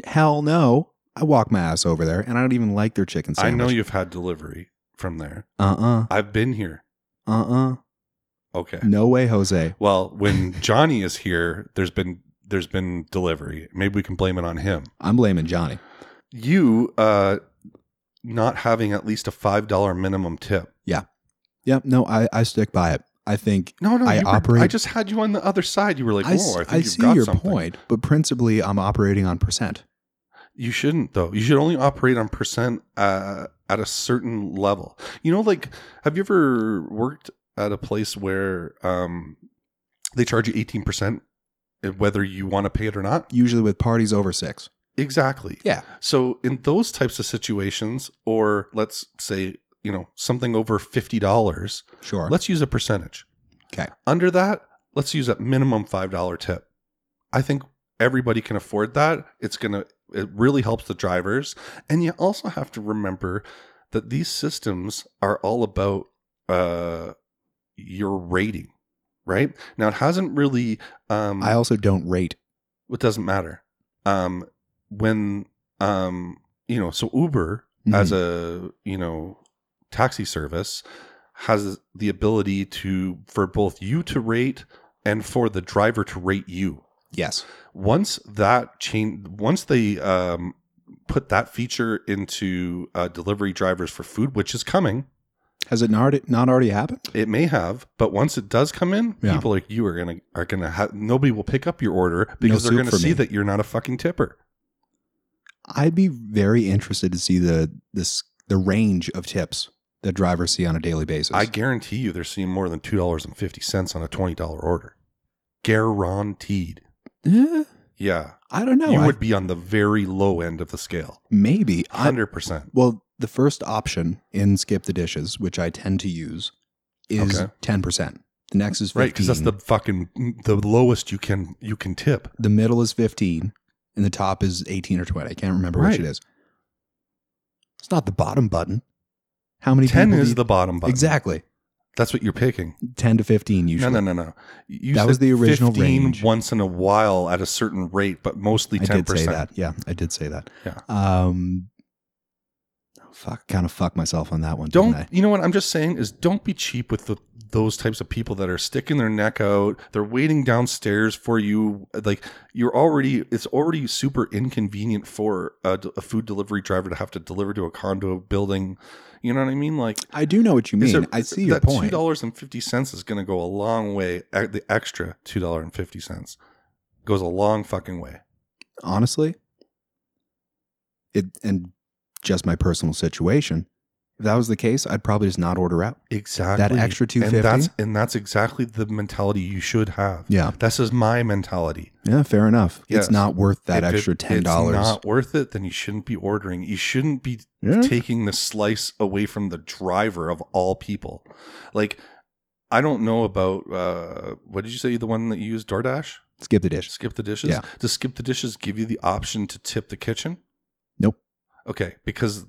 [SPEAKER 1] Hell no. I walk my ass over there, and I don't even like their chicken
[SPEAKER 2] I
[SPEAKER 1] sandwich.
[SPEAKER 2] know you've had delivery from there.
[SPEAKER 1] Uh uh-uh,
[SPEAKER 2] I've been here.
[SPEAKER 1] uh. Uh uh.
[SPEAKER 2] Okay.
[SPEAKER 1] No way, Jose.
[SPEAKER 2] Well, when Johnny is here, there's been there's been delivery. Maybe we can blame it on him.
[SPEAKER 1] I'm blaming Johnny.
[SPEAKER 2] You uh not having at least a five dollar minimum tip.
[SPEAKER 1] Yep. No, I, I stick by it. I think
[SPEAKER 2] No, no,
[SPEAKER 1] I
[SPEAKER 2] you were-
[SPEAKER 1] operate-
[SPEAKER 2] I just had you on the other side. You were like,
[SPEAKER 1] I, s-
[SPEAKER 2] "Whoa, I, think
[SPEAKER 1] I
[SPEAKER 2] you've
[SPEAKER 1] see
[SPEAKER 2] got
[SPEAKER 1] your
[SPEAKER 2] something."
[SPEAKER 1] point, but principally I'm operating on percent.
[SPEAKER 2] You shouldn't though. You should only operate on percent uh, at a certain level. You know, like have you ever worked at a place where um, they charge you eighteen percent, eh, whether you want to pay it or not?
[SPEAKER 1] Usually with parties over six.
[SPEAKER 2] Exactly.
[SPEAKER 1] Yeah.
[SPEAKER 2] So in those types of situations, or let's say you know something over fifty dollars,
[SPEAKER 1] Sure.
[SPEAKER 2] let's use a percentage.
[SPEAKER 1] Okay.
[SPEAKER 2] Under that, let's use a minimum five dollar tip. I think everybody can afford that. It's gonna it really helps the drivers, and you also have to remember that these systems are all about uh, your rating, right? Now it hasn't really. Um,
[SPEAKER 1] I also don't rate.
[SPEAKER 2] it doesn't matter. Um, when um, you know, so Uber as
[SPEAKER 1] Mm-hmm.
[SPEAKER 2] a you know taxi service has the ability to for both you to rate and for the driver to rate you
[SPEAKER 1] yes.
[SPEAKER 2] once that chain once they um, put that feature into uh, delivery drivers for food which is coming
[SPEAKER 1] Has it not, not already happened?
[SPEAKER 2] it may have but once it does come in
[SPEAKER 1] Yeah.
[SPEAKER 2] people like you are gonna are gonna ha- nobody will pick up your order because
[SPEAKER 1] soup
[SPEAKER 2] they're gonna
[SPEAKER 1] for
[SPEAKER 2] see
[SPEAKER 1] me.
[SPEAKER 2] that you're not a fucking tipper
[SPEAKER 1] I'd be very interested to see the this the range of tips that drivers see on a daily basis.
[SPEAKER 2] i guarantee you they're seeing more than $2.50 on a $20 order guaranteed
[SPEAKER 1] Eh,
[SPEAKER 2] Yeah.
[SPEAKER 1] I don't know.
[SPEAKER 2] you
[SPEAKER 1] I-
[SPEAKER 2] would be on the very low end of the scale.
[SPEAKER 1] maybe. I,
[SPEAKER 2] 100%.
[SPEAKER 1] well, the first option in Skip the Dishes, which I tend to use, is
[SPEAKER 2] Okay.
[SPEAKER 1] 10%. The next is 15.
[SPEAKER 2] Right, cuz that's the fucking the lowest you can you can tip.
[SPEAKER 1] the middle is 15 and the top is 18 or 20. I can't remember which
[SPEAKER 2] Right.
[SPEAKER 1] it is. It's not the bottom button. How many
[SPEAKER 2] 10
[SPEAKER 1] people do
[SPEAKER 2] is
[SPEAKER 1] you-
[SPEAKER 2] the bottom button.
[SPEAKER 1] Exactly.
[SPEAKER 2] That's what you're picking.
[SPEAKER 1] 10 to 15 usually.
[SPEAKER 2] No, no, no, no. You
[SPEAKER 1] That
[SPEAKER 2] said
[SPEAKER 1] was the original range.
[SPEAKER 2] once in a while at a certain rate, but mostly 10%.
[SPEAKER 1] I did say that. Yeah, I did say that.
[SPEAKER 2] Yeah. Oh,
[SPEAKER 1] Um fuck kind of fuck myself on that one. didn't
[SPEAKER 2] Don't you know what I'm just saying is don't be cheap with the, those types of people that are sticking their neck out. They're waiting downstairs for you. Like you're already, it's already super inconvenient for a, d- a food delivery driver to have to deliver to a condo building. You know what I mean? Like,
[SPEAKER 1] I? I do know what you mean.
[SPEAKER 2] it's a-
[SPEAKER 1] I see your
[SPEAKER 2] that Two
[SPEAKER 1] point.
[SPEAKER 2] dollars and fifty cents is going to go a long way. e- The extra two dollar and fifty cents goes a long fucking way.
[SPEAKER 1] Honestly, it and just my personal situation. If that was the case, I'd probably just not order out.
[SPEAKER 2] Exactly.
[SPEAKER 1] That extra two
[SPEAKER 2] and that's
[SPEAKER 1] fifty.
[SPEAKER 2] and that's exactly the mentality you should have.
[SPEAKER 1] Yeah.
[SPEAKER 2] This is my mentality.
[SPEAKER 1] Yeah, fair enough. It's
[SPEAKER 2] Yes.
[SPEAKER 1] not worth that
[SPEAKER 2] If it-
[SPEAKER 1] extra ten dollars.
[SPEAKER 2] It's not worth it, then you shouldn't be ordering. You shouldn't be
[SPEAKER 1] Yeah.
[SPEAKER 2] taking the slice away from the driver of all people. Like, I don't know about uh, what did you say? The one that you used DoorDash?
[SPEAKER 1] Skip the dish.
[SPEAKER 2] Skip the dishes.
[SPEAKER 1] Yeah.
[SPEAKER 2] Does skip the dishes give you the option to tip the kitchen?
[SPEAKER 1] Nope.
[SPEAKER 2] Okay, because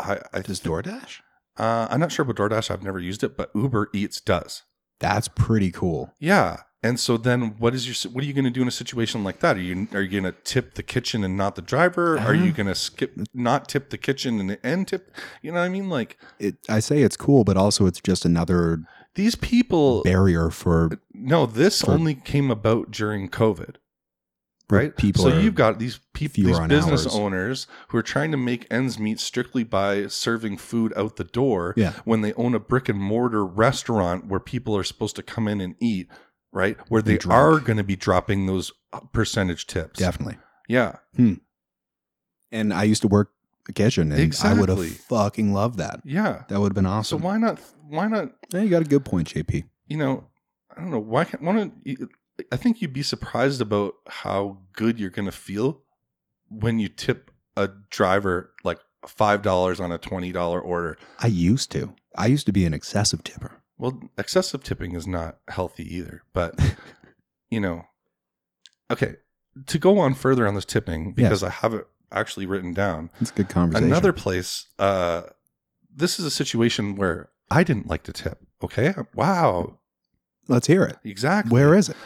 [SPEAKER 2] I, I
[SPEAKER 1] Does DoorDash?
[SPEAKER 2] uh, I'm not sure about DoorDash. I've never used it, but Uber Eats does.
[SPEAKER 1] That's pretty cool.
[SPEAKER 2] Yeah. And so then what is your what are you going to do in a situation like that? Are you are you going to tip the kitchen and not the driver? Are
[SPEAKER 1] Uh-huh.
[SPEAKER 2] you going to skip not tip the kitchen and and tip? You know what I mean? Like
[SPEAKER 1] It, I say it's cool, but also it's just another
[SPEAKER 2] these people
[SPEAKER 1] barrier for
[SPEAKER 2] no, this
[SPEAKER 1] For-
[SPEAKER 2] only came about during COVID. Right?
[SPEAKER 1] people.
[SPEAKER 2] so
[SPEAKER 1] are-
[SPEAKER 2] you've got these people
[SPEAKER 1] fewer
[SPEAKER 2] these
[SPEAKER 1] on
[SPEAKER 2] business
[SPEAKER 1] hours.
[SPEAKER 2] owners who are trying to make ends meet strictly by serving food out the door
[SPEAKER 1] Yeah.
[SPEAKER 2] when they own a brick and mortar restaurant where people are supposed to come in and eat, right? Where they
[SPEAKER 1] And drink.
[SPEAKER 2] are going to be dropping those uh, percentage tips.
[SPEAKER 1] definitely.
[SPEAKER 2] Yeah.
[SPEAKER 1] And I used to work a kitchen, and I would
[SPEAKER 2] Exactly.
[SPEAKER 1] have fucking loved that.
[SPEAKER 2] Yeah.
[SPEAKER 1] That would have been
[SPEAKER 2] So
[SPEAKER 1] awesome.
[SPEAKER 2] why not? Why not?
[SPEAKER 1] Yeah, you got a good point, JP.
[SPEAKER 2] You know, I don't know. Why can't? Why don't? I think you'd be surprised about how good you're gonna feel when you tip a driver like five dollars on a twenty dollar order.
[SPEAKER 1] I used to. I used to be an excessive tipper.
[SPEAKER 2] Well, excessive tipping is not healthy either, but you know, okay. To go on further on this tipping because I have it actually written down.
[SPEAKER 1] It's a good conversation.
[SPEAKER 2] Another place. Uh, this is a situation where I didn't like to tip. Okay. Wow.
[SPEAKER 1] Let's hear it.
[SPEAKER 2] Exactly.
[SPEAKER 1] Where is it?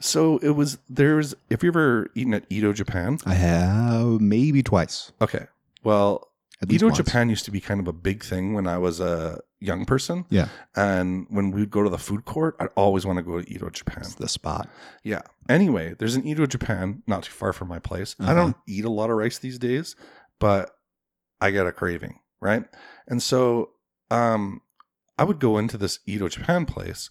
[SPEAKER 2] So it was there's if you ever eaten at Edo Japan.
[SPEAKER 1] I have maybe twice.
[SPEAKER 2] Okay. Well,
[SPEAKER 1] At least
[SPEAKER 2] Edo
[SPEAKER 1] once.
[SPEAKER 2] Japan used to be kind of a big thing when I was a young person.
[SPEAKER 1] Yeah.
[SPEAKER 2] And when we'd go to the food court, I'd always want to go to Edo Japan.
[SPEAKER 1] It's the spot.
[SPEAKER 2] Yeah. Anyway, there's an Edo Japan not too far from my place. I
[SPEAKER 1] Uh-huh.
[SPEAKER 2] don't eat a lot of rice these days, but I got a craving, right? And so um I would go into this Edo Japan place,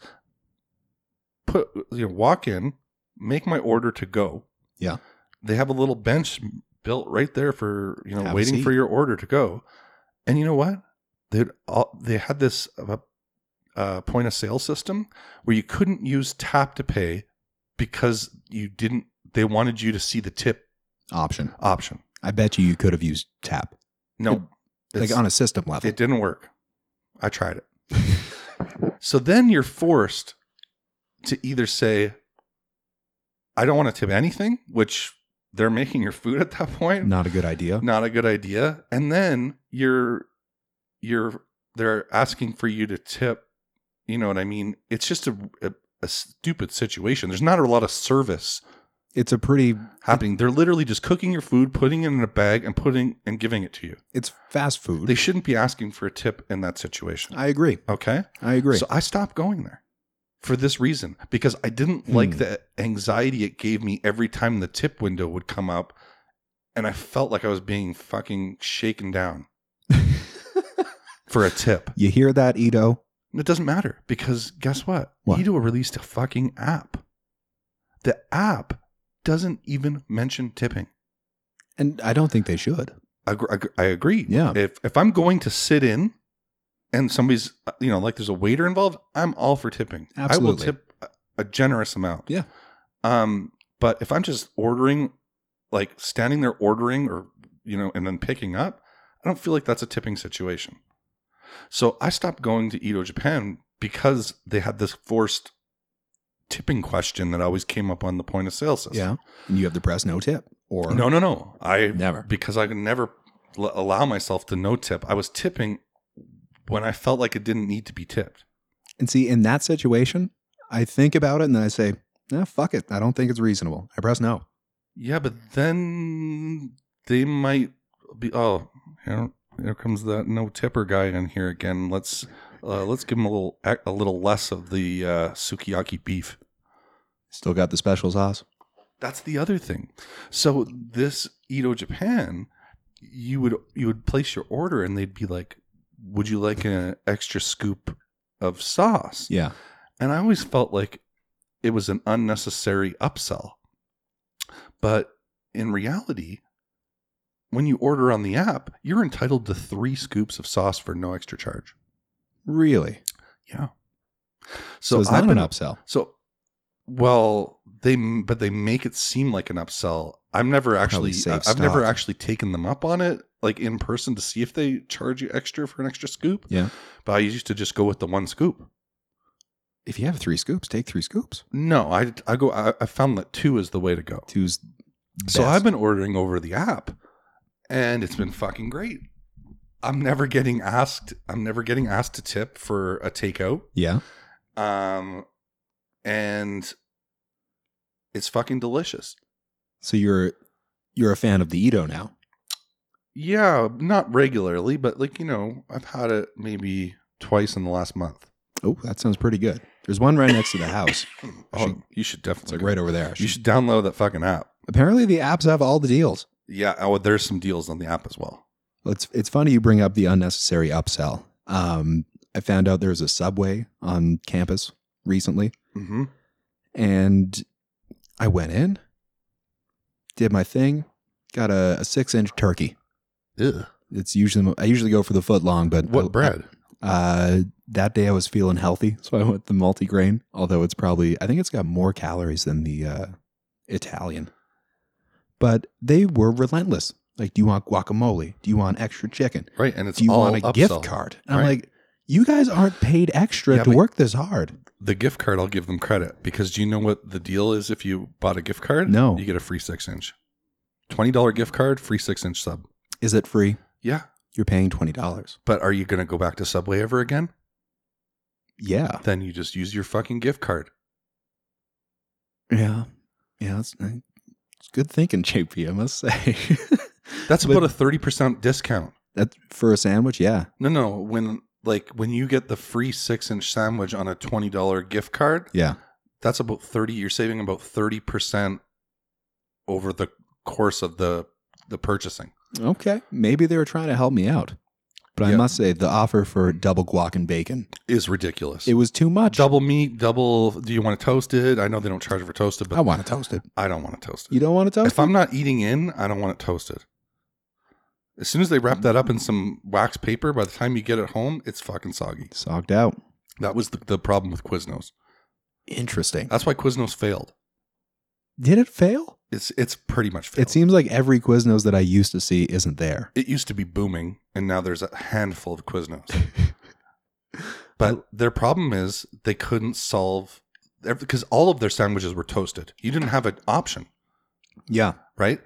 [SPEAKER 2] put you know, walk in, make my order to go.
[SPEAKER 1] Yeah.
[SPEAKER 2] They have a little bench built right there for, you know,
[SPEAKER 1] Have a
[SPEAKER 2] waiting for
[SPEAKER 1] seat.
[SPEAKER 2] your order to go. And you know what? They all they had this uh, uh, point of sale system where you couldn't use tap to pay because you didn't they wanted you to see the tip
[SPEAKER 1] Option.
[SPEAKER 2] option
[SPEAKER 1] I bet you you could have used tap.
[SPEAKER 2] no
[SPEAKER 1] Like
[SPEAKER 2] it's-
[SPEAKER 1] on a system level.
[SPEAKER 2] it didn't work i tried it so then you're forced to either say i don't want to tip anything which they're making your food at that point
[SPEAKER 1] Not a good idea.
[SPEAKER 2] not a good idea and then you're you're they're asking for you to tip you know what i mean it's just a, a, a stupid situation there's not a lot of service
[SPEAKER 1] It's a pretty
[SPEAKER 2] happening. They're literally just cooking your food, putting it in a bag, and putting and giving it to you.
[SPEAKER 1] it's fast food.
[SPEAKER 2] They shouldn't be asking for a tip in that situation.
[SPEAKER 1] I agree.
[SPEAKER 2] Okay,
[SPEAKER 1] I agree.
[SPEAKER 2] so I stopped going there for this reason because I didn't like
[SPEAKER 1] Hmm.
[SPEAKER 2] the anxiety it gave me every time the tip window would come up, and I felt like I was being fucking shaken down for a tip.
[SPEAKER 1] you hear that, Edo?
[SPEAKER 2] It doesn't matter because guess what?
[SPEAKER 1] What?
[SPEAKER 2] Edo released a fucking app. The app doesn't even mention tipping.
[SPEAKER 1] And I don't think they should.
[SPEAKER 2] Agr- agr- I agree.
[SPEAKER 1] Yeah.
[SPEAKER 2] If if I'm going to sit in, and somebody's uh, you know like there's a waiter involved, I'm all for tipping. I will
[SPEAKER 1] Absolutely.
[SPEAKER 2] tip a- a generous amount.
[SPEAKER 1] Yeah.
[SPEAKER 2] Um, but if I'm just ordering, like standing there ordering, or you know, and then picking up, I don't feel like that's a tipping situation. So I stopped going to Edo Japan because they had this forced tipping question that always came up on the point of sale system.
[SPEAKER 1] Yeah. And you have to press no tip or
[SPEAKER 2] No, no, no. I
[SPEAKER 1] never.
[SPEAKER 2] because I could never l- allow myself to no tip. I was tipping when I felt like it didn't need to be tipped.
[SPEAKER 1] And see, in that situation, I think about it and then I say, nah, fuck it. I don't think it's reasonable. I press no.
[SPEAKER 2] Yeah, but then they might be. Oh, here, here comes that no tipper guy in here again. Let's uh, let's give him a little a little less of the uh, sukiyaki beef.
[SPEAKER 1] Still got the special sauce.
[SPEAKER 2] That's the other thing. So this Edo Japan, you would you would place your order and they'd be like, "Would you like an extra scoop of sauce?"
[SPEAKER 1] Yeah.
[SPEAKER 2] And I always felt like it was an unnecessary upsell. But in reality, when you order on the app, you're entitled to three scoops of sauce for no extra charge.
[SPEAKER 1] Really?
[SPEAKER 2] Yeah.
[SPEAKER 1] So,
[SPEAKER 2] So,
[SPEAKER 1] it's
[SPEAKER 2] I've
[SPEAKER 1] not
[SPEAKER 2] been
[SPEAKER 1] an
[SPEAKER 2] up.
[SPEAKER 1] upsell.
[SPEAKER 2] So, well, they but they make it seem like an upsell. I've never actually
[SPEAKER 1] safe
[SPEAKER 2] I've never
[SPEAKER 1] stock.
[SPEAKER 2] actually taken them up on it like in person to see if they charge you extra for an extra scoop.
[SPEAKER 1] Yeah.
[SPEAKER 2] But I used to just go with the one scoop.
[SPEAKER 1] If you have three scoops, take three scoops.
[SPEAKER 2] No, I I go I, I found that two is the way to go.
[SPEAKER 1] Two's best.
[SPEAKER 2] So I've been ordering over the app and it's been fucking great. I'm never getting asked I'm never getting asked to tip for a takeout.
[SPEAKER 1] yeah.
[SPEAKER 2] Um and it's fucking delicious.
[SPEAKER 1] So you're you're a fan of the Edo now.
[SPEAKER 2] Yeah, not regularly, but like, you know, I've had it maybe twice in the last month.
[SPEAKER 1] Oh, that sounds pretty good. There's one right next to the house.
[SPEAKER 2] Oh,
[SPEAKER 1] should-
[SPEAKER 2] you should
[SPEAKER 1] It's
[SPEAKER 2] definitely
[SPEAKER 1] like right over there.
[SPEAKER 2] You should download that fucking app.
[SPEAKER 1] Apparently the apps have all the deals.
[SPEAKER 2] Yeah, oh, there's some deals on the app as well.
[SPEAKER 1] Well, it's it's funny you bring up the unnecessary upsell. Um, I found out there's a subway on campus recently,
[SPEAKER 2] Mhm.
[SPEAKER 1] and I went in, did my thing, got a, a six inch turkey.
[SPEAKER 2] Ugh.
[SPEAKER 1] It's usually I usually go for the foot long, but
[SPEAKER 2] What bread?
[SPEAKER 1] Uh, that day I was feeling healthy, so I went the multigrain. Although it's probably I think it's got more calories than the uh, Italian. But they were relentless. Like, do you want guacamole? Do you want extra chicken?
[SPEAKER 2] Right, and it's
[SPEAKER 1] do you
[SPEAKER 2] all
[SPEAKER 1] want a
[SPEAKER 2] upsell.
[SPEAKER 1] gift card? And I'm
[SPEAKER 2] Right.
[SPEAKER 1] like, you guys aren't paid extra
[SPEAKER 2] Yeah,
[SPEAKER 1] to
[SPEAKER 2] but-
[SPEAKER 1] work this hard.
[SPEAKER 2] The gift card, I'll give them credit because do you know what the deal is if you bought a gift card?
[SPEAKER 1] No.
[SPEAKER 2] You get a free six inch. $20 gift card, free six inch sub.
[SPEAKER 1] Is it free?
[SPEAKER 2] Yeah.
[SPEAKER 1] You're paying twenty dollars.
[SPEAKER 2] But are you going to go back to Subway ever again?
[SPEAKER 1] Yeah,
[SPEAKER 2] Then you just use your fucking gift card.
[SPEAKER 1] yeah, yeah. It's, it's good thinking, JP. I must say.
[SPEAKER 2] That's
[SPEAKER 1] But-
[SPEAKER 2] about a 30% discount.
[SPEAKER 1] that for a sandwich. Yeah,
[SPEAKER 2] No, no. When like when you get the free six inch sandwich on a twenty dollar gift card,
[SPEAKER 1] Yeah.
[SPEAKER 2] that's about thirty. You're saving about thirty percent over the course of the the purchasing.
[SPEAKER 1] Okay. Maybe they were trying to help me out. But I
[SPEAKER 2] Yeah.
[SPEAKER 1] must say, the offer for double guac and bacon,
[SPEAKER 2] Is ridiculous.
[SPEAKER 1] it was too much.
[SPEAKER 2] double meat, double. Do you want to toast it? I know they don't charge for toasted, but
[SPEAKER 1] I want it toasted.
[SPEAKER 2] I don't want to toast it.
[SPEAKER 1] You don't want it toasted?
[SPEAKER 2] if I'm not eating in, I don't want it toasted. As soon as they wrap that up in some wax paper, by the time you get it home, it's fucking soggy.
[SPEAKER 1] Sogged out.
[SPEAKER 2] That was the, the problem with Quiznos.
[SPEAKER 1] Interesting.
[SPEAKER 2] That's why Quiznos failed.
[SPEAKER 1] Did it fail?
[SPEAKER 2] It's it's pretty much failed.
[SPEAKER 1] It seems like every Quiznos that I used to see isn't there.
[SPEAKER 2] it used to be booming, and now there's a handful of Quiznos. but their problem is they couldn't solve because all of their sandwiches were toasted. You didn't have an option.
[SPEAKER 1] Yeah.
[SPEAKER 2] right?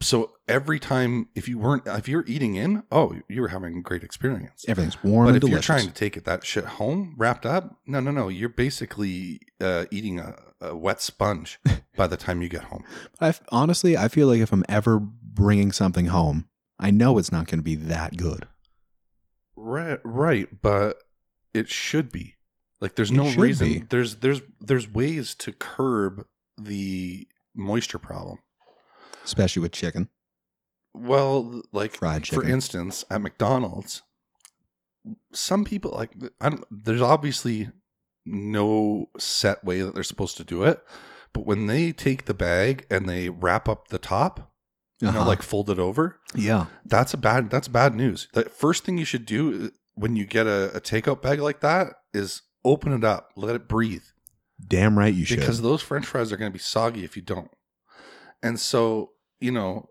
[SPEAKER 2] So every time, if you weren't, if you're eating in, oh, you were having a great experience.
[SPEAKER 1] Everything's warm
[SPEAKER 2] But
[SPEAKER 1] and
[SPEAKER 2] if
[SPEAKER 1] delicious.
[SPEAKER 2] you're trying to take it that shit home wrapped up, no, no, no, you're basically uh, eating a, a wet sponge by the time you get home.
[SPEAKER 1] I f- honestly, I feel like if I'm ever bringing something home, I know it's not going to be that good.
[SPEAKER 2] Right, right, but it should be like there's
[SPEAKER 1] It
[SPEAKER 2] no
[SPEAKER 1] should
[SPEAKER 2] reason.
[SPEAKER 1] be.
[SPEAKER 2] There's there's there's ways to curb the moisture problem.
[SPEAKER 1] especially with chicken,
[SPEAKER 2] Well, like
[SPEAKER 1] fried
[SPEAKER 2] for
[SPEAKER 1] chicken.
[SPEAKER 2] instance, at McDonald's, some people like I don't. There's obviously no set way that they're supposed to do it, but when they take the bag and they wrap up the top, you know,
[SPEAKER 1] Uh-huh.
[SPEAKER 2] like fold it over,
[SPEAKER 1] yeah,
[SPEAKER 2] that's a bad. That's bad news. The first thing you should do uh, when you get a, a takeout bag like that is open it up, let it breathe
[SPEAKER 1] damn right you should.
[SPEAKER 2] because those french fries are going to be soggy if you don't and so you know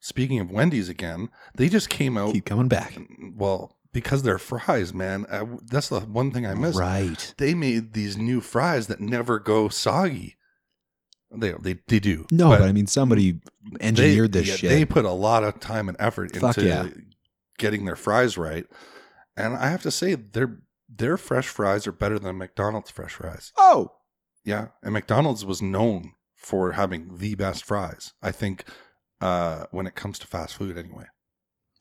[SPEAKER 2] speaking of wendy's again they just came out
[SPEAKER 1] keep coming back.
[SPEAKER 2] well because they're fries man I, that's the one thing i miss
[SPEAKER 1] Right?
[SPEAKER 2] they made these new fries that never go soggy they they, they do
[SPEAKER 1] No, but, I mean somebody engineered
[SPEAKER 2] they,
[SPEAKER 1] this
[SPEAKER 2] yeah,
[SPEAKER 1] shit.
[SPEAKER 2] They put a lot of time and effort
[SPEAKER 1] Fuck
[SPEAKER 2] into
[SPEAKER 1] yeah.
[SPEAKER 2] getting their fries right, and I have to say their their fresh fries are better than McDonald's fresh fries.
[SPEAKER 1] oh,
[SPEAKER 2] Yeah, and McDonald's was known for having the best fries. I think uh, when it comes to fast food, anyway.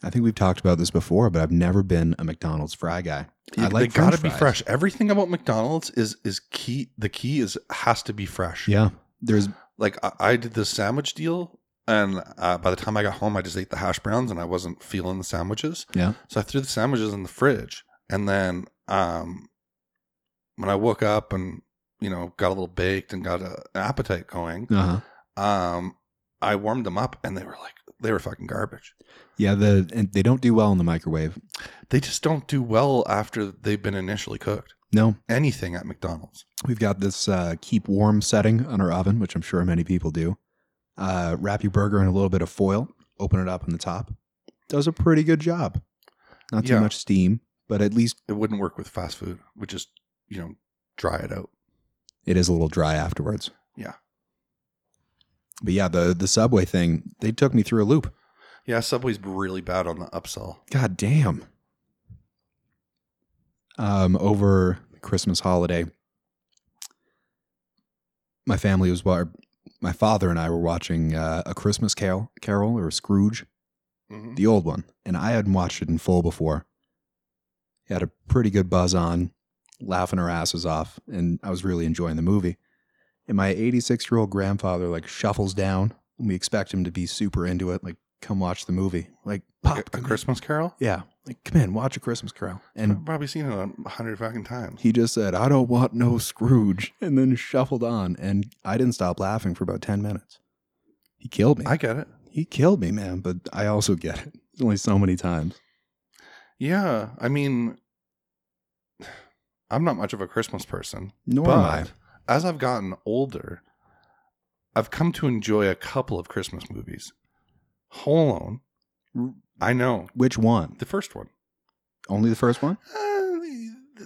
[SPEAKER 1] I think we've talked about this before, but I've never been a McDonald's fry guy. I like
[SPEAKER 2] they gotta
[SPEAKER 1] French
[SPEAKER 2] be
[SPEAKER 1] fries.
[SPEAKER 2] fresh. Everything about McDonald's is is key. The key is has to be fresh.
[SPEAKER 1] Yeah, there's
[SPEAKER 2] Like I, I did this sandwich deal, and uh, by the time I got home, I just ate the hash browns, and I wasn't feeling the sandwiches.
[SPEAKER 1] Yeah.
[SPEAKER 2] So I threw the sandwiches in the fridge, and then um, when I woke up and you know got a little baked and got a, an appetite going,
[SPEAKER 1] uh huh.
[SPEAKER 2] um, I warmed them up and they were like they were fucking garbage.
[SPEAKER 1] Yeah, the and they don't do well in the microwave.
[SPEAKER 2] They just don't do well after they've been initially cooked.
[SPEAKER 1] No,
[SPEAKER 2] Anything at McDonald's.
[SPEAKER 1] we've got this uh, keep warm setting on our oven, which I'm sure many people do. Uh, wrap your burger in a little bit of foil, open it up on the top. Does a pretty good job. Not too
[SPEAKER 2] Yeah.
[SPEAKER 1] much steam, but at least
[SPEAKER 2] It wouldn't work with fast food. We just, you know, dry it out.
[SPEAKER 1] it is a little dry afterwards.
[SPEAKER 2] Yeah.
[SPEAKER 1] But yeah, the the subway thing, they took me through a loop.
[SPEAKER 2] Yeah, Subway's really bad on the upsell.
[SPEAKER 1] God damn. Um, over the Christmas holiday, my family was wa- my father and I were watching uh, a Christmas Carol, Carol or Scrooge,
[SPEAKER 2] Mhm.
[SPEAKER 1] the old one, and I hadn't watched it in full before. It had a pretty good buzz on, laughing our asses off, and I was really enjoying the movie. And my 86 year old grandfather like shuffles down, and we expect him to be super into it, like come watch the movie, like pop
[SPEAKER 2] Like a, a
[SPEAKER 1] come in.
[SPEAKER 2] Christmas Carol.
[SPEAKER 1] Yeah. Like, come in, watch a Christmas Carol.
[SPEAKER 2] I've
[SPEAKER 1] And
[SPEAKER 2] probably seen it a hundred fucking times.
[SPEAKER 1] he just said, I don't want no Scrooge. And then shuffled on. And I didn't stop laughing for about 10 minutes. He killed me.
[SPEAKER 2] I get it.
[SPEAKER 1] he killed me, man. But I also get it. It's only so many times.
[SPEAKER 2] Yeah, I mean, I'm not much of a Christmas person.
[SPEAKER 1] Nor am I.
[SPEAKER 2] But as I've gotten older, I've come to enjoy a couple of Christmas movies. Home Alone.
[SPEAKER 1] Mm.
[SPEAKER 2] I know
[SPEAKER 1] Which one?
[SPEAKER 2] the first one.
[SPEAKER 1] Only the first one?
[SPEAKER 2] Uh,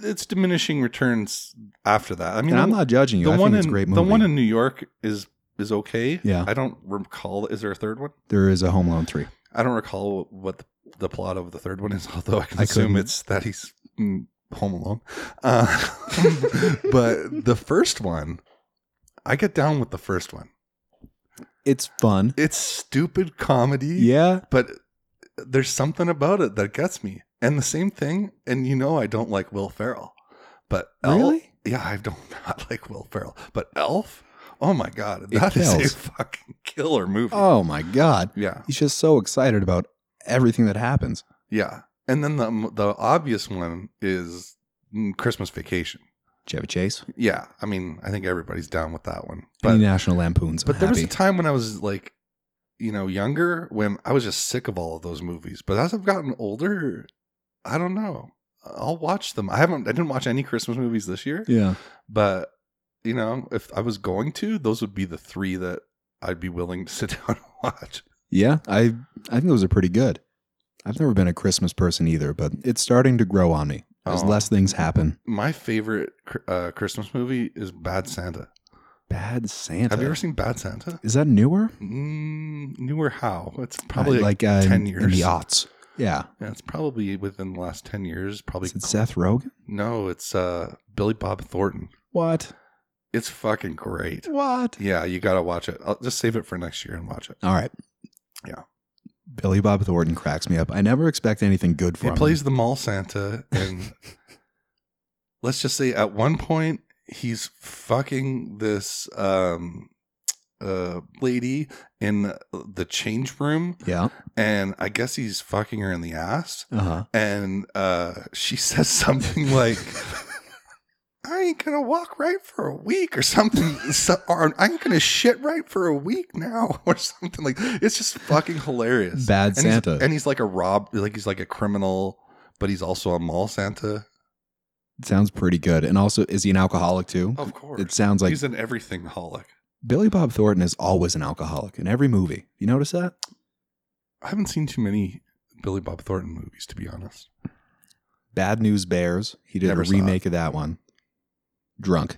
[SPEAKER 2] it's diminishing returns after that. I mean,
[SPEAKER 1] and I'm
[SPEAKER 2] the-
[SPEAKER 1] not judging you.
[SPEAKER 2] the
[SPEAKER 1] I
[SPEAKER 2] one
[SPEAKER 1] think it's
[SPEAKER 2] in
[SPEAKER 1] a great movie.
[SPEAKER 2] the one in New York is is okay.
[SPEAKER 1] Yeah.
[SPEAKER 2] I don't recall. Is there a third one?
[SPEAKER 1] there is a Home Alone 3.
[SPEAKER 2] I don't recall what the, the plot of the third one is. Although I can
[SPEAKER 1] I
[SPEAKER 2] assume
[SPEAKER 1] couldn't.
[SPEAKER 2] it's that he's mm, home alone. Uh, but the first one, I get down with the first one.
[SPEAKER 1] It's fun.
[SPEAKER 2] It's stupid comedy.
[SPEAKER 1] Yeah.
[SPEAKER 2] but there's something about it that gets me. And the same thing, and you know I don't like Will Ferrell, but Elf,
[SPEAKER 1] Really?
[SPEAKER 2] yeah, I don't not like Will Ferrell, but Elf, oh my god,
[SPEAKER 1] It
[SPEAKER 2] that is a
[SPEAKER 1] kills.
[SPEAKER 2] fucking killer movie.
[SPEAKER 1] Oh my god.
[SPEAKER 2] Yeah,
[SPEAKER 1] He's just so excited about everything that happens.
[SPEAKER 2] yeah. And then the the obvious one is mm, Christmas Vacation.
[SPEAKER 1] Chevy Chase.
[SPEAKER 2] Yeah, I mean I think everybody's down with that one.
[SPEAKER 1] Any National Lampoons.
[SPEAKER 2] But
[SPEAKER 1] I'm
[SPEAKER 2] there was
[SPEAKER 1] happy.
[SPEAKER 2] a time when I was like, you know, younger when I was just sick of all of those movies. But as I've gotten older, I don't know. I'll watch them. I haven't. I didn't watch any Christmas movies this year.
[SPEAKER 1] yeah.
[SPEAKER 2] But you know, if I was going to, those would be the three that I'd be willing to sit down and watch.
[SPEAKER 1] Yeah. I I think those are pretty good. I've never been a Christmas person either, but it's starting to grow on me as
[SPEAKER 2] Oh.
[SPEAKER 1] less things happen.
[SPEAKER 2] My favorite cr- uh, Christmas movie is Bad Santa.
[SPEAKER 1] Bad Santa.
[SPEAKER 2] Have you ever seen Bad Santa?
[SPEAKER 1] Is that newer?
[SPEAKER 2] Mm, newer how? It's probably
[SPEAKER 1] Uh,
[SPEAKER 2] like
[SPEAKER 1] like uh,
[SPEAKER 2] 10
[SPEAKER 1] in- in
[SPEAKER 2] years.
[SPEAKER 1] the aughts. Yeah.
[SPEAKER 2] yeah, it's probably within the last ten years. Probably
[SPEAKER 1] Is it Seth Rogen?
[SPEAKER 2] No, it's uh Billy Bob Thornton.
[SPEAKER 1] What?
[SPEAKER 2] It's fucking great.
[SPEAKER 1] What?
[SPEAKER 2] Yeah, you gotta watch it. I'll just save it for next year and watch it.
[SPEAKER 1] All right.
[SPEAKER 2] Yeah.
[SPEAKER 1] Billy Bob Thornton cracks me up. I never expect anything good
[SPEAKER 2] He
[SPEAKER 1] from
[SPEAKER 2] plays
[SPEAKER 1] him.
[SPEAKER 2] the mall Santa, and let's just say at one point he's fucking this um uh lady in the change room,
[SPEAKER 1] Yeah.
[SPEAKER 2] and I guess he's fucking her in the ass,
[SPEAKER 1] Uh-huh.
[SPEAKER 2] and uh she says something like. I ain't gonna walk right for a week or something. So, or I ain't gonna shit right for a week now or something like. It's just fucking hilarious.
[SPEAKER 1] Bad
[SPEAKER 2] and
[SPEAKER 1] Santa.
[SPEAKER 2] he's, and he's like a rob, like he's like a criminal, but he's also a mall Santa.
[SPEAKER 1] sounds pretty good. And also, is he an alcoholic too?
[SPEAKER 2] Of course,
[SPEAKER 1] it sounds like
[SPEAKER 2] he's an everything holic.
[SPEAKER 1] Billy Bob Thornton is always an alcoholic in every movie. You notice that?
[SPEAKER 2] I haven't seen too many Billy Bob Thornton movies, to be honest.
[SPEAKER 1] Bad News Bears. He did
[SPEAKER 2] Never
[SPEAKER 1] a
[SPEAKER 2] saw it.
[SPEAKER 1] remake of that one. Drunk.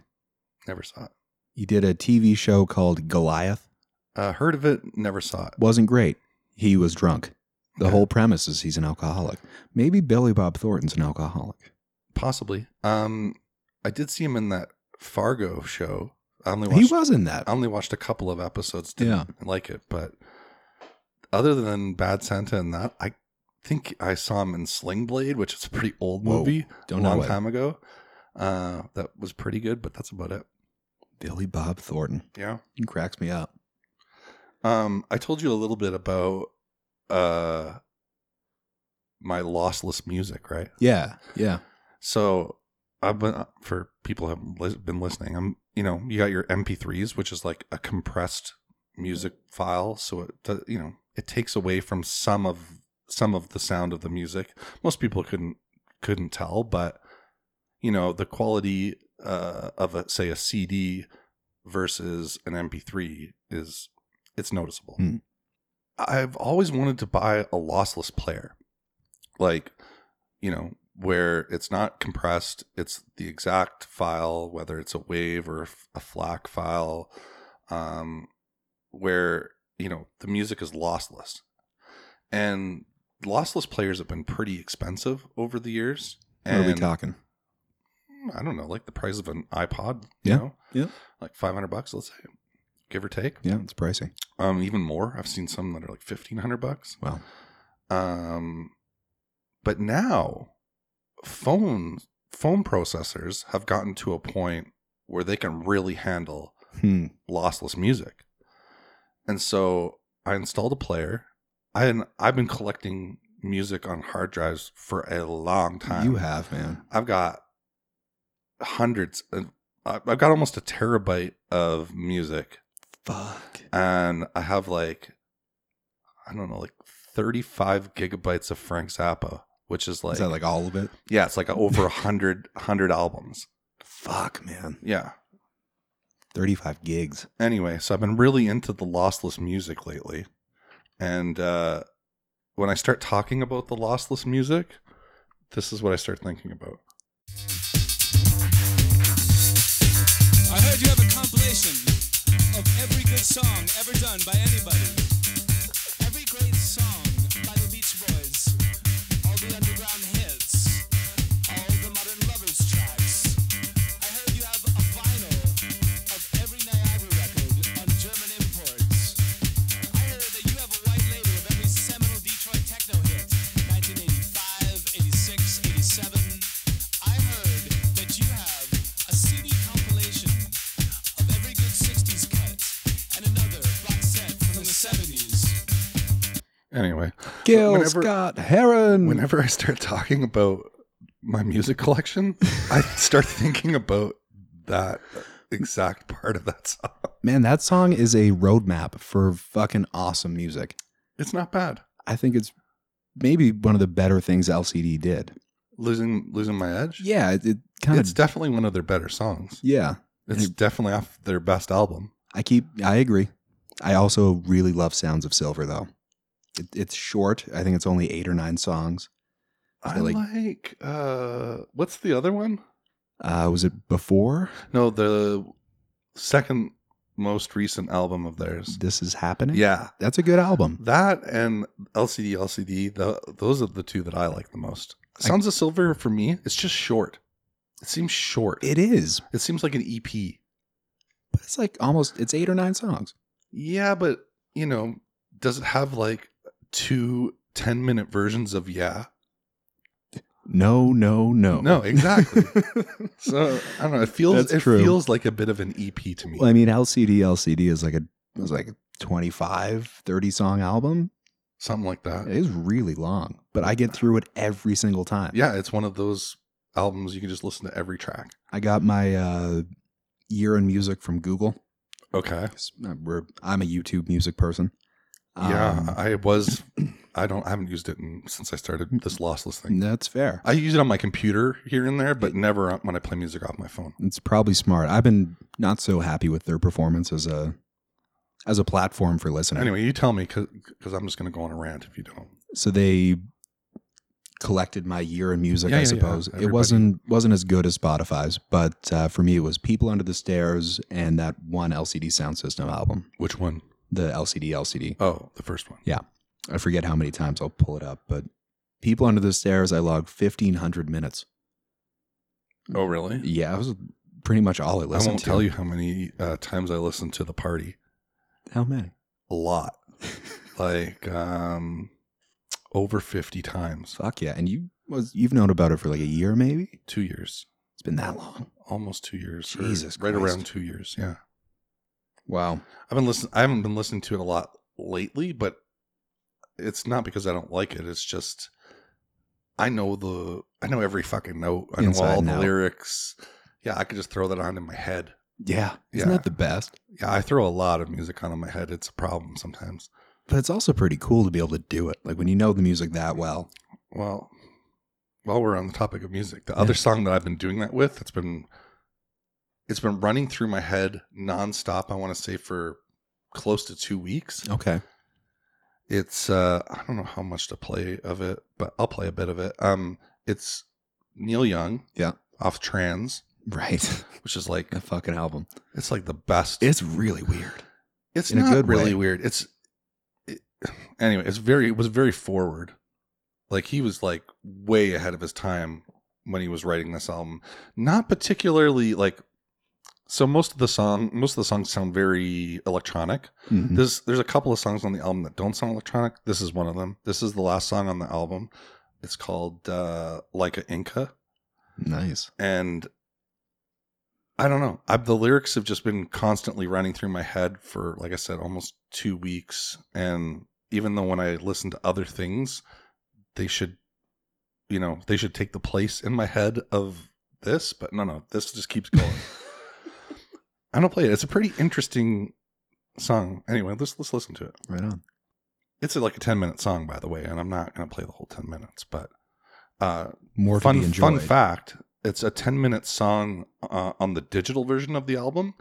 [SPEAKER 2] Never saw it.
[SPEAKER 1] He did a TV show called Goliath.
[SPEAKER 2] Uh, heard of it? Never saw it.
[SPEAKER 1] Wasn't great. He was drunk. The
[SPEAKER 2] Okay.
[SPEAKER 1] whole premise is he's an alcoholic. Maybe Billy Bob Thornton's an alcoholic.
[SPEAKER 2] possibly. Um, I did see him in that Fargo show. I only
[SPEAKER 1] He
[SPEAKER 2] watched
[SPEAKER 1] was in that.
[SPEAKER 2] I only watched a couple of episodes. Didn't like it, but other than Bad Santa and that, I think I saw him in Sling Blade, which is a pretty old
[SPEAKER 1] Whoa,
[SPEAKER 2] movie, a
[SPEAKER 1] Don't know
[SPEAKER 2] long
[SPEAKER 1] what.
[SPEAKER 2] time ago. Uh, that was pretty good, but that's about it.
[SPEAKER 1] Billy Bob Thornton.
[SPEAKER 2] Yeah.
[SPEAKER 1] He cracks me up.
[SPEAKER 2] Um, I told you a little bit about uh my lossless music, right?
[SPEAKER 1] Yeah. Yeah.
[SPEAKER 2] So I've been uh, for people who haven't lis- been listening. I'm you know you got your MP3s, which is like a compressed music file, so it do- you know it takes away from some of some of the sound of the music. Most people couldn't couldn't tell, but you know the quality uh, of a, say a CD versus an MP3 is it's noticeable.
[SPEAKER 1] Hmm.
[SPEAKER 2] I've always wanted to buy a lossless player, like you know where it's not compressed it's the exact file whether it's a wave or a f- a flac file um where you know the music is lossless and lossless players have been pretty expensive over the years
[SPEAKER 1] What are we talking?
[SPEAKER 2] I don't know, like the price of an iPod,
[SPEAKER 1] Yeah,
[SPEAKER 2] you know?
[SPEAKER 1] yeah.
[SPEAKER 2] Like 500 bucks, let's say, give or take.
[SPEAKER 1] Yeah, it's pricey.
[SPEAKER 2] Um, even more. I've seen some that are like 1500 bucks.
[SPEAKER 1] Wow.
[SPEAKER 2] Um, but now phone phone processors have gotten to a point where they can really handle
[SPEAKER 1] Hmm.
[SPEAKER 2] lossless music. And so I installed a player. I I've been collecting music on hard drives for a long time.
[SPEAKER 1] You have, man.
[SPEAKER 2] I've got hundreds. Of, I- I've got almost a terabyte of music,
[SPEAKER 1] Fuck.
[SPEAKER 2] and I have like, I don't know, like thirty-five gigabytes of Frank Zappa, which is like,
[SPEAKER 1] Is that like all of it?
[SPEAKER 2] yeah, it's like over a hundred hundred albums.
[SPEAKER 1] Fuck, man.
[SPEAKER 2] Yeah.
[SPEAKER 1] 35 gigs.
[SPEAKER 2] Anyway, so I've been really into the lossless music lately, and uh, when I start talking about the lossless music, this is what I start thinking about.
[SPEAKER 3] I heard you have a compilation of every good song ever done by anybody. Every great song by the Beach Boys, all the underground hits, all the modern lovers tracks. I heard you have a vinyl of every Niagara record on German imports. I heard that you have a white label of every seminal Detroit techno hit.
[SPEAKER 2] Anyway,
[SPEAKER 1] Gil
[SPEAKER 2] Whenever-
[SPEAKER 1] Scott Heron.
[SPEAKER 2] whenever I start talking about my music collection, I start thinking about that exact part of that song.
[SPEAKER 1] Man, that song is a roadmap for fucking awesome music.
[SPEAKER 2] It's not bad.
[SPEAKER 1] I think it's maybe one of the better things LCD did.
[SPEAKER 2] Losing losing my edge.
[SPEAKER 1] Yeah, it, it kind
[SPEAKER 2] It's
[SPEAKER 1] of.
[SPEAKER 2] definitely one of their better songs.
[SPEAKER 1] Yeah,
[SPEAKER 2] It's definitely off their best album.
[SPEAKER 1] I keep. I agree. I also really love Sounds of Silver though. It, it's short. I think it's only eight or nine songs.
[SPEAKER 2] I
[SPEAKER 1] like-
[SPEAKER 2] like, uh what's the other one?
[SPEAKER 1] Uh, was it before
[SPEAKER 2] No, the second most recent album of theirs.
[SPEAKER 1] this is happening?
[SPEAKER 2] Yeah.
[SPEAKER 1] that's a good album.
[SPEAKER 2] That and LCD LCD, the, those are the two that I like the most. Sounds of Silver for me, it's just short. It seems short.
[SPEAKER 1] It is,
[SPEAKER 2] It seems like an E EP.
[SPEAKER 1] but it's like almost. It's eight or nine songs.
[SPEAKER 2] Yeah, but you know, does it have like two 10 minute versions of yeah?
[SPEAKER 1] No, no, no,
[SPEAKER 2] No, exactly. so I don't know. It feels
[SPEAKER 1] That's
[SPEAKER 2] it
[SPEAKER 1] true.
[SPEAKER 2] feels like a bit of an EP to me.
[SPEAKER 1] Well, I mean, LCD LCD is like a was like a 25, 30 song album.
[SPEAKER 2] Something like that.
[SPEAKER 1] It is really long, but I get through it every single time.
[SPEAKER 2] yeah, it's one of those albums you can just listen to every track.
[SPEAKER 1] I got my uh, year in music from Google.
[SPEAKER 2] Okay.
[SPEAKER 1] 'Cause, uh, We're, I'm a YouTube music person. Um,
[SPEAKER 2] yeah, I was. I don't. I haven't used it in, since I started
[SPEAKER 1] Mm-hmm.
[SPEAKER 2] this lossless thing.
[SPEAKER 1] that's fair.
[SPEAKER 2] I use it on my computer here and there, but never on- when I play music off my phone.
[SPEAKER 1] it's probably smart. I've been not so happy with their performance as a as a platform for listening.
[SPEAKER 2] Anyway, you tell me because I'm just going to go on a rant if you don't.
[SPEAKER 1] so they collected my year in music
[SPEAKER 2] Yeah,
[SPEAKER 1] i
[SPEAKER 2] yeah, yeah.
[SPEAKER 1] suppose it
[SPEAKER 2] Everybody-
[SPEAKER 1] wasn't wasn't as good as spotify's but uh, for me it was people under the stairs and that one lcd sound system album
[SPEAKER 2] Which one?
[SPEAKER 1] the lcd lcd
[SPEAKER 2] Oh, the first one.
[SPEAKER 1] i forget how many times i'll pull it up but people under the stairs i logged 1500 minutes
[SPEAKER 2] Oh, really?
[SPEAKER 1] yeah that was pretty much all i
[SPEAKER 2] I
[SPEAKER 1] listened
[SPEAKER 2] won't
[SPEAKER 1] to
[SPEAKER 2] tell you how many uh, times I listened to the party.
[SPEAKER 1] how many
[SPEAKER 2] A lot, like um, over fifty times.
[SPEAKER 1] fuck yeah and you was you've known about it for like a year maybe
[SPEAKER 2] Two years,
[SPEAKER 1] it's been that long
[SPEAKER 2] almost two years. or
[SPEAKER 1] Jesus
[SPEAKER 2] right
[SPEAKER 1] Christ.
[SPEAKER 2] around two years. Yeah.
[SPEAKER 1] wow
[SPEAKER 2] I've been listening. I haven't been listening to it a lot lately, but it's not because I don't like it. It's just I know the I know every fucking note. I know
[SPEAKER 1] Inside
[SPEAKER 2] all
[SPEAKER 1] and
[SPEAKER 2] the
[SPEAKER 1] out.
[SPEAKER 2] lyrics. Yeah, I could just throw that on in my head.
[SPEAKER 1] yeah isn't
[SPEAKER 2] Yeah.
[SPEAKER 1] that the best
[SPEAKER 2] Yeah, I throw a lot of music on in my head. It's a problem sometimes.
[SPEAKER 1] but it's also pretty cool to be able to do it like when you know the music that well
[SPEAKER 2] Well, while we're on the topic of music, the other song that I've been doing that with, it's been it's been running through my head nonstop. I want to say for close to two weeks.
[SPEAKER 1] okay
[SPEAKER 2] It's uh I don't know how much to play of it, but I'll play a bit of it. Um it's Neil Young.
[SPEAKER 1] Yeah.
[SPEAKER 2] Off trans,
[SPEAKER 1] Right.
[SPEAKER 2] which is like
[SPEAKER 1] That fucking album.
[SPEAKER 2] it's like the best.
[SPEAKER 1] It's really weird.
[SPEAKER 2] it's
[SPEAKER 1] in a
[SPEAKER 2] not
[SPEAKER 1] good
[SPEAKER 2] really
[SPEAKER 1] way.
[SPEAKER 2] weird. It's it, anyway, it's very it was very forward. Like he was like way ahead of his time when he was writing this album. Not particularly like so most of the song most of the songs sound very electronic.
[SPEAKER 1] Mm-hmm. Mm.
[SPEAKER 2] There's there's a couple of songs on the album that don't sound electronic. This is one of them. This is the last song on the album. It's called uh, "Like a Inca,"
[SPEAKER 1] Nice.
[SPEAKER 2] and I don't know. I've, the lyrics have just been constantly running through my head for, like I said, almost two weeks. And even though when I listen to other things, they should, you know, they should take the place in my head of this. But no, no, this just keeps going. I don't play it. It's a pretty interesting song. Anyway, let's let's listen to it
[SPEAKER 1] Right on.
[SPEAKER 2] it's like a 10 minute song by the way and i'm not going to play the whole 10 minutes but uh
[SPEAKER 1] More to be
[SPEAKER 2] fun
[SPEAKER 1] enjoyed.
[SPEAKER 2] fun fact it's a 10 minute song uh, on the digital version of the album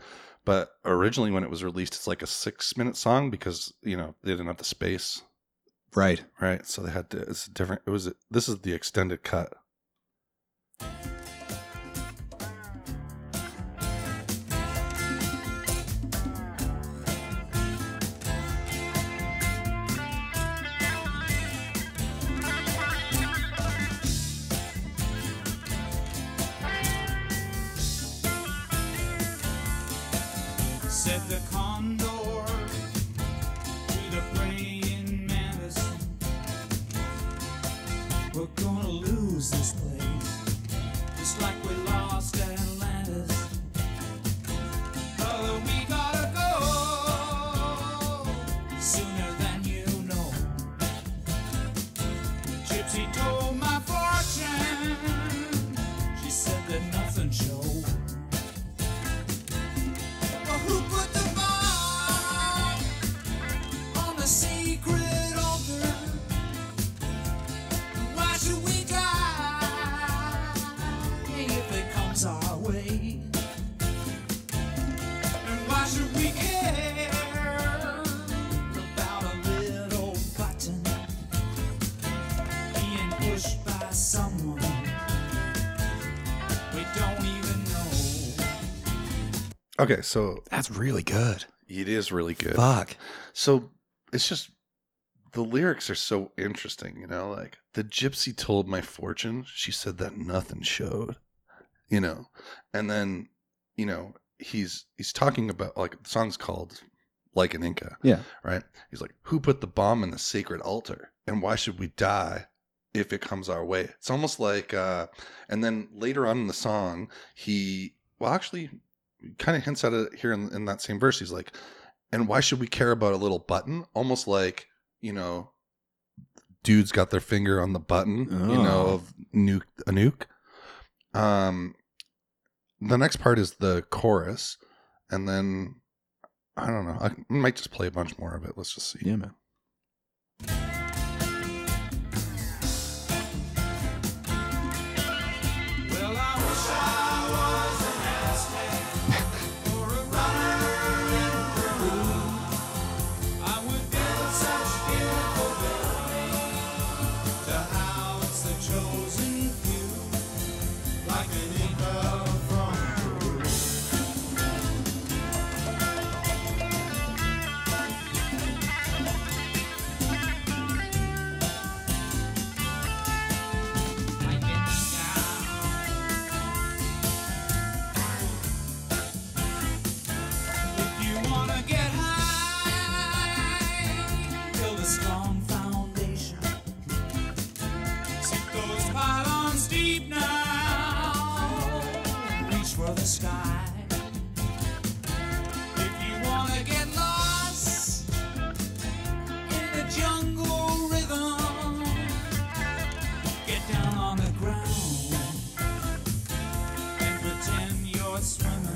[SPEAKER 2] but originally when it was released it's like a 6 minute song because you know they didn't have the space
[SPEAKER 1] Right.
[SPEAKER 2] right so they had to it's different it was this is the extended cut
[SPEAKER 3] Said the condor to the praying mantis, We're gonna lose this place, just like we lost Atlantis. Brother, we gotta go sooner than you know.
[SPEAKER 2] Okay, so
[SPEAKER 1] That's really good.
[SPEAKER 2] it is really good.
[SPEAKER 1] Fuck.
[SPEAKER 2] So it's just the lyrics are so interesting, you know, like the gypsy told my fortune, she said that nothing showed. You know. And then, you know, he's he's talking about like the song's called Like an Inca.
[SPEAKER 1] Yeah.
[SPEAKER 2] Right? He's like, Who put the bomb in the sacred altar? And why should we die if it comes our way? It's almost like uh and then later on in the song, he well actually kind of hints at it here in, in that same verse. He's like, and why should we care about a little button? Almost like, you know, dudes got their finger on the button, you know,
[SPEAKER 1] Oh.
[SPEAKER 2] of nuke a nuke. Um the next part is the chorus, and then I don't know. I might just play a bunch more of it. Let's just see.
[SPEAKER 1] Yeah, man.
[SPEAKER 3] Well, I wish I was an athlete or a runner in Peru. I would build such beautiful buildings to house the chosen few, like an Inca from Peru. Like an Inca. If you wanna get high, build a strong foundation. Sit those pylons deep now, reach for the sky. If you wanna get lost in the jungle rhythm, get down on the ground and pretend you're swimming.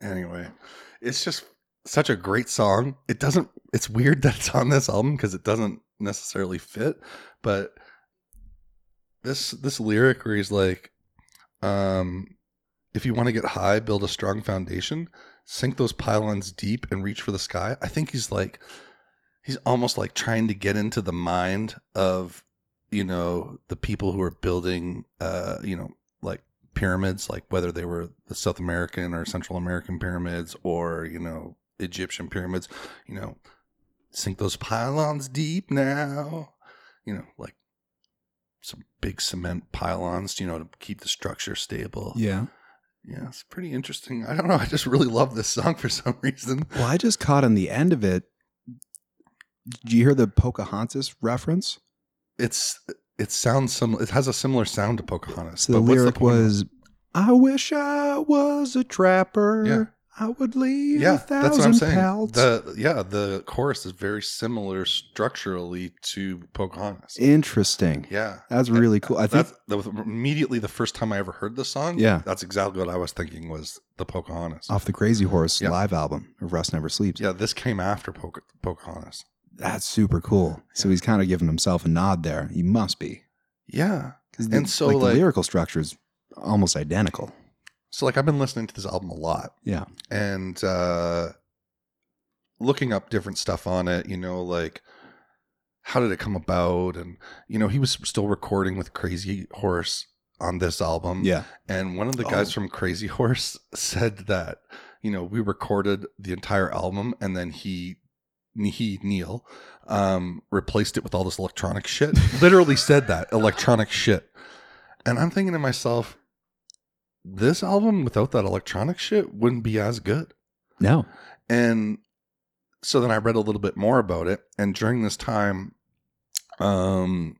[SPEAKER 2] Anyway, it's just such a great song. It doesn't, it's weird that it's on this album because it doesn't necessarily fit, but this, this lyric where he's like, um, if you want to get high, build a strong foundation, sink those pylons deep and reach for the sky. I think he's like, he's almost like trying to get into the mind of, you know, the people who are building, uh, you know, like pyramids, like whether they were the South American or Central American pyramids or, you know, Egyptian pyramids, you know, sink those pylons deep now, you know, like some big cement pylons, you know, to keep the structure stable.
[SPEAKER 1] Yeah.
[SPEAKER 2] Yeah, it's pretty interesting. I don't know. I just really love this song for some reason.
[SPEAKER 1] Well, I just caught on the end of it. Did you hear the Pocahontas reference?
[SPEAKER 2] It's it sounds some. It has a similar sound to Pocahontas.
[SPEAKER 1] So the
[SPEAKER 2] but what's
[SPEAKER 1] lyric
[SPEAKER 2] point?
[SPEAKER 1] was, "I wish I was a trapper.
[SPEAKER 2] Yeah.
[SPEAKER 1] I would leave
[SPEAKER 2] yeah,
[SPEAKER 1] a thousand
[SPEAKER 2] that's what I'm saying.
[SPEAKER 1] pelts."
[SPEAKER 2] The yeah, the chorus is very similar structurally to Pocahontas.
[SPEAKER 1] Interesting.
[SPEAKER 2] yeah,
[SPEAKER 1] That's really cool. I think
[SPEAKER 2] that's that was immediately the first time I ever heard the song.
[SPEAKER 1] Yeah. Uh,
[SPEAKER 2] that's exactly what I was thinking was the Pocahontas.
[SPEAKER 1] off the Crazy Horse
[SPEAKER 2] Yeah.
[SPEAKER 1] live album of Rust Never Sleeps.
[SPEAKER 2] yeah, this came after Poca- Pocahontas.
[SPEAKER 1] That's super cool. So he's kind of giving himself a nod there. He must be.
[SPEAKER 2] Yeah,
[SPEAKER 1] Because
[SPEAKER 2] And so,
[SPEAKER 1] the
[SPEAKER 2] like-
[SPEAKER 1] lyrical structure is almost identical.
[SPEAKER 2] so like I've been listening to this album a lot.
[SPEAKER 1] Yeah.
[SPEAKER 2] and uh looking up different stuff on it you know like how did it come about and you know he was still recording with crazy horse on this album
[SPEAKER 1] Yeah.
[SPEAKER 2] and one of the guys
[SPEAKER 1] Oh.
[SPEAKER 2] from crazy horse said that you know we recorded the entire album and then he he neil um replaced it with all this electronic shit literally said that electronic shit and i'm thinking to myself this album without that electronic shit wouldn't be as good
[SPEAKER 1] No.
[SPEAKER 2] and so then I read a little bit more about it. And during this time, um,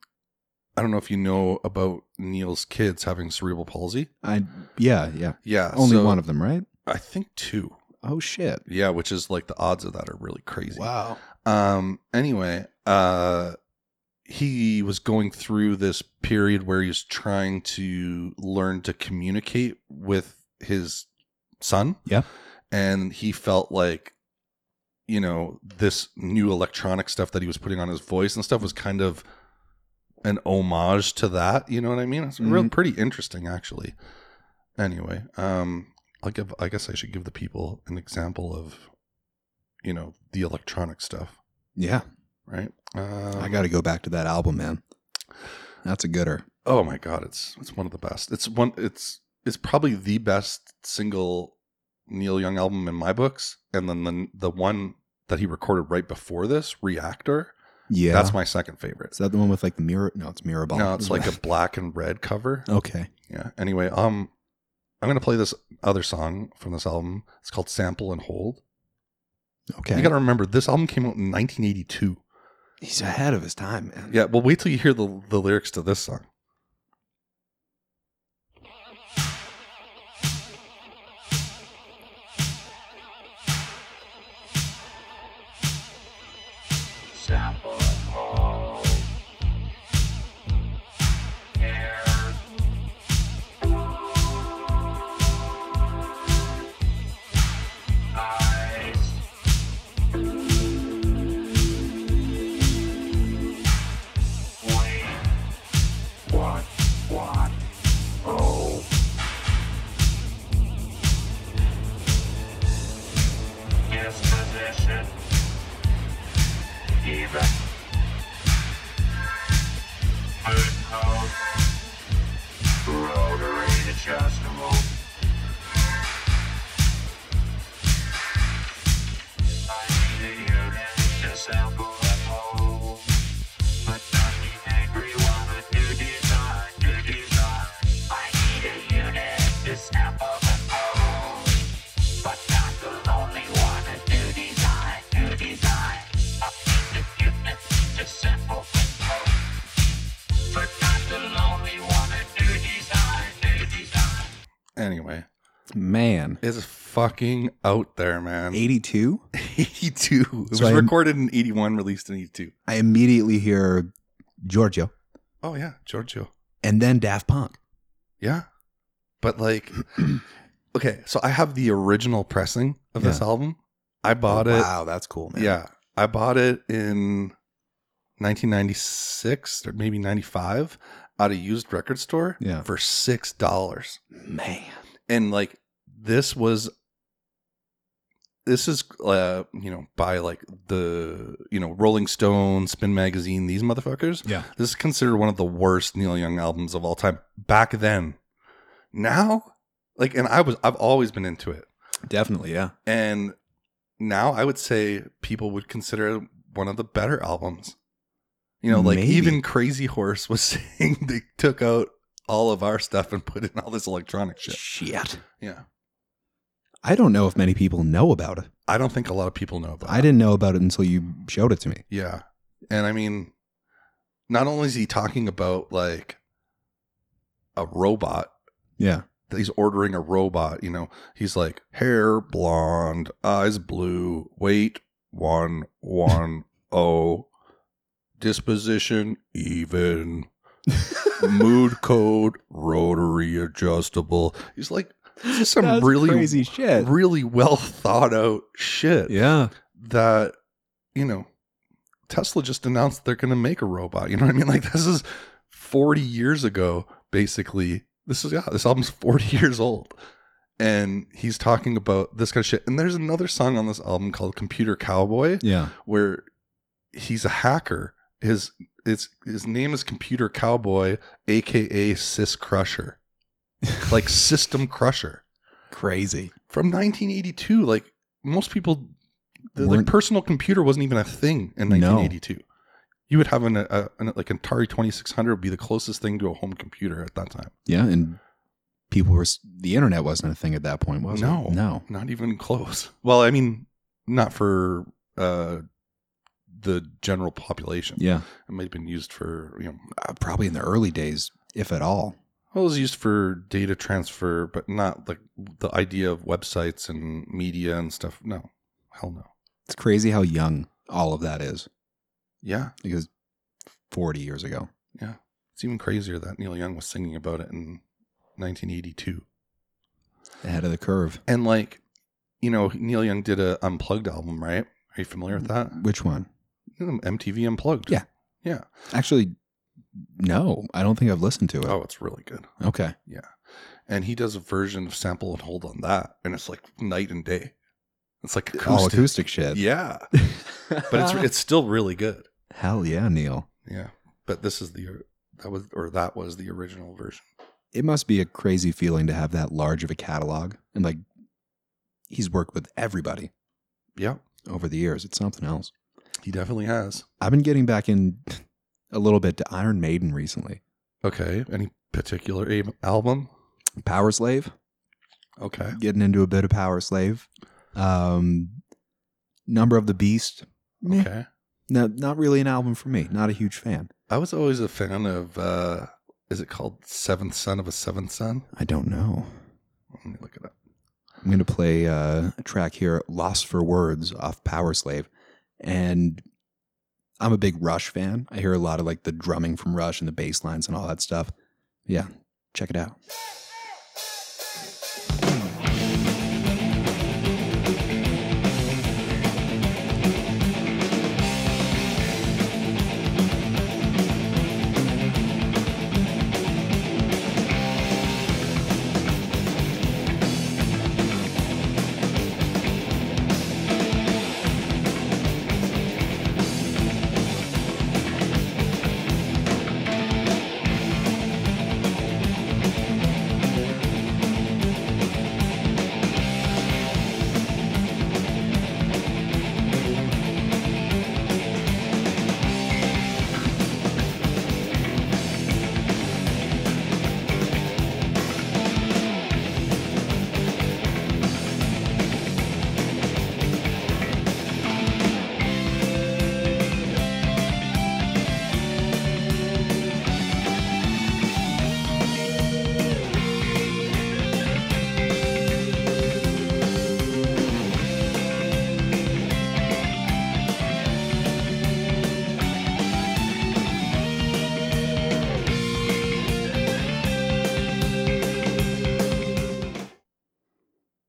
[SPEAKER 2] I don't know if you know about Neil's kids having cerebral palsy.
[SPEAKER 1] I yeah, yeah.
[SPEAKER 2] Yeah.
[SPEAKER 1] Only
[SPEAKER 2] so
[SPEAKER 1] one of them, right?
[SPEAKER 2] I think two.
[SPEAKER 1] Oh shit.
[SPEAKER 2] Yeah. Which is like the odds of that are really crazy.
[SPEAKER 1] Wow.
[SPEAKER 2] Um, anyway, uh, he was going through this period where he was trying to learn to communicate with his son.
[SPEAKER 1] Yeah.
[SPEAKER 2] And he felt like, you know, this new electronic stuff that he was putting on his voice and stuff was kind of an homage to that. You know what I mean? It's real
[SPEAKER 1] Mhm.
[SPEAKER 2] pretty interesting actually. Anyway, um, I'll give I guess I should give the people an example of, you know, the electronic stuff
[SPEAKER 1] Yeah.
[SPEAKER 2] right? Um,
[SPEAKER 1] I gotta go back to that album, man. That's a gooder.
[SPEAKER 2] Oh my god, it's it's one of the best. It's one. It's it's probably the best single Neil Young album in my books, and then the the one that he recorded right before this, Reactor.
[SPEAKER 1] Yeah.
[SPEAKER 2] That's my second favorite.
[SPEAKER 1] Is that the one with like the mirror? No, it's mirror ball.
[SPEAKER 2] No, it's like a black and red cover.
[SPEAKER 1] Okay.
[SPEAKER 2] Yeah. Anyway, um, I'm gonna play this other song from this album. It's called "Sample and Hold."
[SPEAKER 1] Okay.
[SPEAKER 2] You gotta remember this album came out in 1982.
[SPEAKER 1] He's ahead of his time, man.
[SPEAKER 2] Yeah. Well, wait till you hear the the lyrics to this song.
[SPEAKER 4] Disposition. Even. Food code. Rotary adjustable. I need a unit to sample and hold. But not be angry while the new design, new design. I need a unit to sample and hold. But not the lonely one, a new design, new design. I need a unit to sample and hold. But not the lonely one, a new design, new design.
[SPEAKER 2] Anyway,
[SPEAKER 1] Man.
[SPEAKER 2] it's fucking out there, man.
[SPEAKER 1] 82?
[SPEAKER 2] 82. E It was
[SPEAKER 1] So I'm-
[SPEAKER 2] recorded in 81, released in E 82.
[SPEAKER 1] I immediately hear Giorgio
[SPEAKER 2] Oh yeah, Giorgio.
[SPEAKER 1] and then Daft Punk.
[SPEAKER 2] Yeah. But like okay, so I have the original pressing of this
[SPEAKER 1] Yeah.
[SPEAKER 2] album. I bought
[SPEAKER 1] Oh,
[SPEAKER 2] it.
[SPEAKER 1] Wow, that's cool, man.
[SPEAKER 2] Yeah. I bought it in 1996 or maybe 95 at a used record store
[SPEAKER 1] Yeah.
[SPEAKER 2] for $6.
[SPEAKER 1] Man.
[SPEAKER 2] And like this was this is uh you know by like the you know Rolling Stone, Spin Magazine, these motherfuckers.
[SPEAKER 1] Yeah.
[SPEAKER 2] This is considered one of the worst Neil Young albums of all time back then. Now, like, and I was, I've always been into it.
[SPEAKER 1] Definitely, yeah.
[SPEAKER 2] And now I would say people would consider it one of the better albums. You know, like
[SPEAKER 1] Maybe.
[SPEAKER 2] even Crazy Horse was saying they took out all of our stuff and put in all this electronic shit.
[SPEAKER 1] Shit.
[SPEAKER 2] Yeah.
[SPEAKER 1] I don't know if many people know about it.
[SPEAKER 2] I don't think a lot of people know about
[SPEAKER 1] I
[SPEAKER 2] it.
[SPEAKER 1] didn't know about it until you showed it to me.
[SPEAKER 2] Yeah. And I mean, not only is he talking about like a robot
[SPEAKER 1] Yeah.
[SPEAKER 2] that he's ordering a robot. You know, he's like hair blonde, eyes blue, weight one one oh, disposition even, mood code rotary adjustable. He's like this is some
[SPEAKER 1] That's
[SPEAKER 2] really
[SPEAKER 1] crazy shit.
[SPEAKER 2] really well thought out shit
[SPEAKER 1] yeah.
[SPEAKER 2] that you know Tesla just announced they're going to make a robot. You know what I mean? Like this is 40 years ago basically. This is yeah, this album's 40 years old. And he's talking about this kind of shit. And there's another song on this album called Computer Cowboy
[SPEAKER 1] Yeah.
[SPEAKER 2] where he's a hacker. His it's his name is Computer Cowboy aka Sys Crusher. like System Crusher
[SPEAKER 1] Crazy.
[SPEAKER 2] from 1982 like most people the like
[SPEAKER 1] Weren't-
[SPEAKER 2] personal computer wasn't even a thing in
[SPEAKER 1] No.
[SPEAKER 2] 1982 you would have an, a, an like an atari 2600 would be the closest thing to a home computer at that time
[SPEAKER 1] Yeah, and people were s- the internet wasn't a thing at that point, was
[SPEAKER 2] No.
[SPEAKER 1] it? No.
[SPEAKER 2] not even close well i mean not for uh the general population
[SPEAKER 1] Yeah.
[SPEAKER 2] it might have been used for you know
[SPEAKER 1] Uh, probably in the early days, if at all.
[SPEAKER 2] well, it was used for data transfer but not like the idea of websites and media and stuff no hell no
[SPEAKER 1] It's crazy how young all of that is
[SPEAKER 2] yeah
[SPEAKER 1] because 40 years ago.
[SPEAKER 2] It's even crazier that Neil Young was singing about it in 1982.
[SPEAKER 1] Ahead of the curve.
[SPEAKER 2] And like, you know, Neil Young did a unplugged album, right? Are you familiar with that?
[SPEAKER 1] Which one?
[SPEAKER 2] MTV Unplugged.
[SPEAKER 1] Mm. Yeah. Actually, no, I don't think I've listened to it.
[SPEAKER 2] Oh, it's really good.
[SPEAKER 1] Okay.
[SPEAKER 2] And he does a version of Sample and Hold on that, and it's like night and day. It's like acoustic.
[SPEAKER 1] All acoustic shit.
[SPEAKER 2] Yeah, but it's it's still really good.
[SPEAKER 1] Hell yeah, Neil.
[SPEAKER 2] Yeah, but this is the that was or that was the original version.
[SPEAKER 1] It must be a crazy feeling to have that large of a catalog and like he's worked with everybody
[SPEAKER 2] Yeah,
[SPEAKER 1] over the years. It's something else.
[SPEAKER 2] he definitely has.
[SPEAKER 1] I've been getting back in a little bit to Iron Maiden recently.
[SPEAKER 2] Okay. Any particular ab- album?
[SPEAKER 1] Power Slave,
[SPEAKER 2] Okay.
[SPEAKER 1] getting into a bit of Power Slave. Um, Number of the Beast. Meh.
[SPEAKER 2] Okay.
[SPEAKER 1] No, not really an album for me. Not a huge fan.
[SPEAKER 2] I was always a fan of, uh, is it called Seventh Son of a Seventh Son?
[SPEAKER 1] I don't know.
[SPEAKER 2] Let me look it up.
[SPEAKER 1] I'm going to play uh, a track here, Lost for Words off Power Slave. And I'm a big Rush fan. I hear a lot of like the drumming from Rush and the bass lines and all that stuff. Yeah, check it out.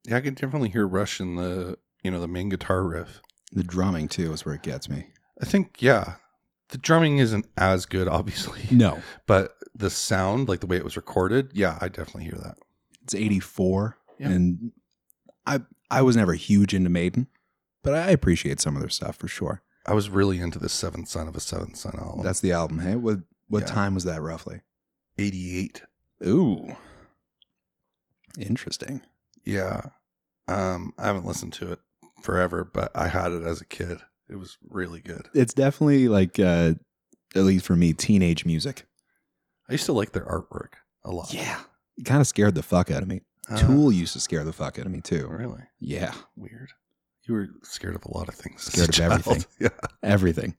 [SPEAKER 2] Yeah, I can definitely hear Rush in the, you know, the main guitar riff.
[SPEAKER 1] The drumming too is where it gets me.
[SPEAKER 2] I think, yeah, the drumming isn't as good, obviously.
[SPEAKER 1] No,
[SPEAKER 2] But the sound, like the way it was recorded, yeah, I definitely hear that.
[SPEAKER 1] it's 84.
[SPEAKER 2] Yeah.
[SPEAKER 1] And I, I was never huge into Maiden, but I appreciate some of their stuff for sure.
[SPEAKER 2] I was really into the Seventh Son of a Seventh Son album.
[SPEAKER 1] That's the album. Hey, what, what
[SPEAKER 2] Yeah.
[SPEAKER 1] time was that roughly?
[SPEAKER 2] 88.
[SPEAKER 1] Ooh, interesting.
[SPEAKER 2] Yeah. Um, I haven't listened to it forever, but I had it as a kid. It was really good.
[SPEAKER 1] It's definitely like, uh, at least for me, teenage music.
[SPEAKER 2] I used to like their artwork a lot.
[SPEAKER 1] Yeah. It kind of scared the fuck out of me.
[SPEAKER 2] Uh, oh,
[SPEAKER 1] Tool used to scare the fuck out of me too.
[SPEAKER 2] Really
[SPEAKER 1] Yeah.
[SPEAKER 2] weird. You were scared of a lot of things. as
[SPEAKER 1] Scared
[SPEAKER 2] a
[SPEAKER 1] of
[SPEAKER 2] child.
[SPEAKER 1] everything.
[SPEAKER 2] Yeah.
[SPEAKER 1] Everything.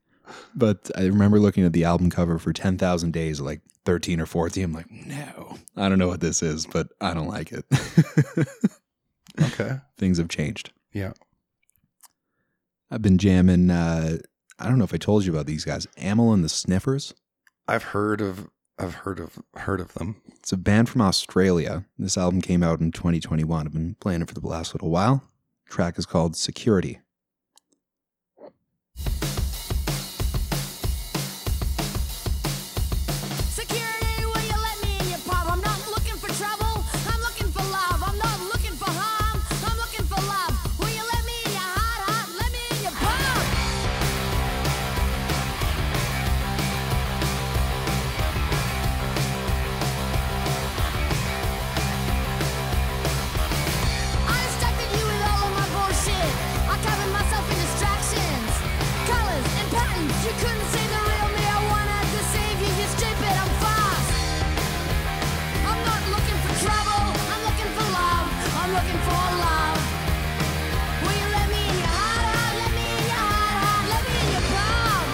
[SPEAKER 1] But I remember looking at the album cover for 10,000 Days, at, like 13 or 14. I'm like, no, I don't know what this is, but I don't like it.
[SPEAKER 2] Okay.
[SPEAKER 1] Things have changed.
[SPEAKER 2] Yeah.
[SPEAKER 1] I've been jamming, uh, I don't know if I told you about these guys, Amel and the Sniffers.
[SPEAKER 2] I've heard of. I've heard of heard of them.
[SPEAKER 1] It's a band from Australia. This album came out in 2021. I've been playing it for the last little while. track is called Security.
[SPEAKER 5] Security, will you let me in your pub? I'm not looking for trouble. I'm looking for love. I'm not looking for harm. I'm looking for love. Will you let me in your heart, heart? Let me in your pub. I distracted you with all of my bullshit. I covered myself in distractions, colors and patterns. You couldn't see the real me. I wanted to save you. You're stupid. I'm fast. I'm not looking for trouble. I'm looking for love. I'm looking for love. Will you let me in your heart? heart? Let me in your heart. heart? Let me in your palm.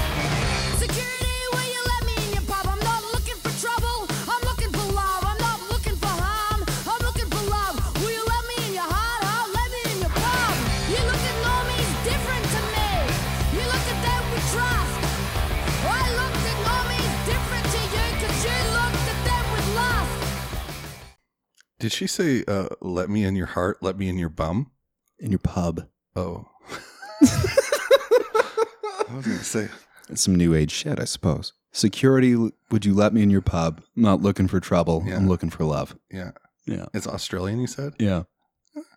[SPEAKER 5] Security, will you let me in your pub? I'm not looking for trouble. I'm looking for love. I'm not looking for harm. I'm looking for love. Will you let me in your heart? I'll let me in your pub. You look at normies different to me. You look at them with trust. I looked at normies different to you because you looked at them with lust.
[SPEAKER 2] Did she say, uh, "Let me in your heart, let me in your bum"?
[SPEAKER 1] In your pub.
[SPEAKER 2] Oh, I was gonna say
[SPEAKER 1] It's some new age shit, I suppose. Security, would you let me in your pub? I'm not looking for trouble.
[SPEAKER 2] Yeah.
[SPEAKER 1] I'm looking for love.
[SPEAKER 2] Yeah.
[SPEAKER 1] Yeah.
[SPEAKER 2] It's Australian, you said?
[SPEAKER 1] Yeah.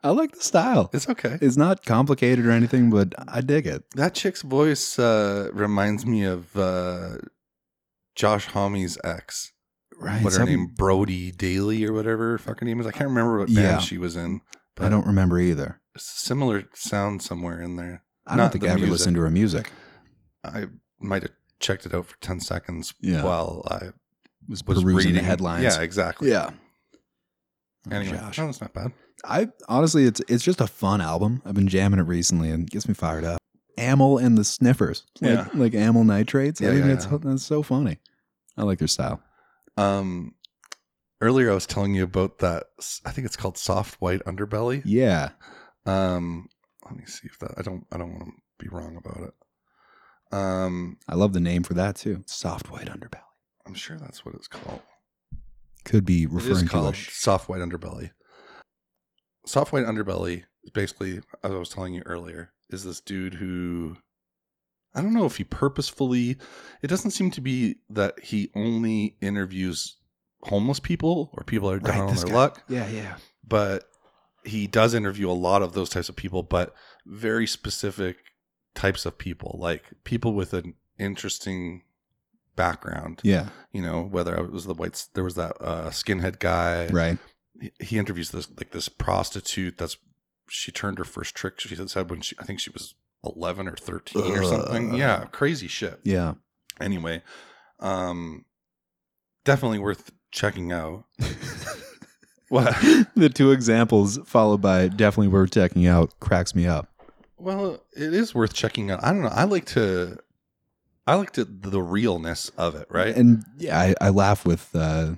[SPEAKER 1] I like the style.
[SPEAKER 2] It's okay.
[SPEAKER 1] It's not complicated or anything, but I dig it.
[SPEAKER 2] That chick's voice uh, reminds me of uh, Josh Homme's ex.
[SPEAKER 1] Right.
[SPEAKER 2] what her
[SPEAKER 1] some-
[SPEAKER 2] name? Brody Daly or whatever her fucking name is. I can't remember what band
[SPEAKER 1] Yeah.
[SPEAKER 2] she was in.
[SPEAKER 1] I don't remember either.
[SPEAKER 2] Similar sound somewhere in there.
[SPEAKER 1] I
[SPEAKER 2] Not
[SPEAKER 1] don't think
[SPEAKER 2] the
[SPEAKER 1] I ever
[SPEAKER 2] music.
[SPEAKER 1] listened to her music.
[SPEAKER 2] I might have checked it out for ten seconds
[SPEAKER 1] Yeah.
[SPEAKER 2] while I
[SPEAKER 1] Was,
[SPEAKER 2] was
[SPEAKER 1] perusing
[SPEAKER 2] reading
[SPEAKER 1] the headlines.
[SPEAKER 2] Yeah, exactly.
[SPEAKER 1] Yeah. Oh,
[SPEAKER 2] Anyway,
[SPEAKER 1] Josh.
[SPEAKER 2] no, that's not bad.
[SPEAKER 1] I honestly, it's it's just a fun album. I've been jamming it recently and it gets me fired up. Amyl and the Sniffers, like
[SPEAKER 2] Yeah.
[SPEAKER 1] like amyl nitrates.
[SPEAKER 2] Yeah,
[SPEAKER 1] I think
[SPEAKER 2] yeah,
[SPEAKER 1] that's
[SPEAKER 2] yeah.
[SPEAKER 1] that's so funny. I like their style.
[SPEAKER 2] Um, earlier I was telling you about that. s- I think it's called soft white underbelly.
[SPEAKER 1] Yeah,
[SPEAKER 2] Um, let me see if that. I don't. I don't want to be wrong about it. Um,
[SPEAKER 1] I love the name for that too. Soft white underbelly
[SPEAKER 2] I'm sure that's what it's called.
[SPEAKER 1] could be
[SPEAKER 2] It is
[SPEAKER 1] referring to a
[SPEAKER 2] called
[SPEAKER 1] sh-
[SPEAKER 2] soft white underbelly. Soft white underbelly is basically, as I was telling you earlier, is this dude who I don't know if he purposefully. It doesn't seem to be that he only interviews homeless people or people that are down
[SPEAKER 1] Right,
[SPEAKER 2] on
[SPEAKER 1] this
[SPEAKER 2] their
[SPEAKER 1] guy.
[SPEAKER 2] luck.
[SPEAKER 1] Yeah, yeah.
[SPEAKER 2] but he does interview a lot of those types of people, but very specific types of people, like people with an interesting background.
[SPEAKER 1] Yeah,
[SPEAKER 2] You know, whether it was the whites, there was that uh, skinhead guy.
[SPEAKER 1] right.
[SPEAKER 2] He, he interviews this like this prostitute that's she turned her first trick. She said when she I think she was eleven or thirteen or something.
[SPEAKER 1] Ugh.
[SPEAKER 2] Yeah, crazy shit
[SPEAKER 1] Yeah.
[SPEAKER 2] anyway um definitely worth checking out what
[SPEAKER 1] the two examples followed by definitely worth checking out cracks me up.
[SPEAKER 2] well it is worth checking out i don't know i like to i like to the realness of it right
[SPEAKER 1] And yeah, I, I laugh with uh,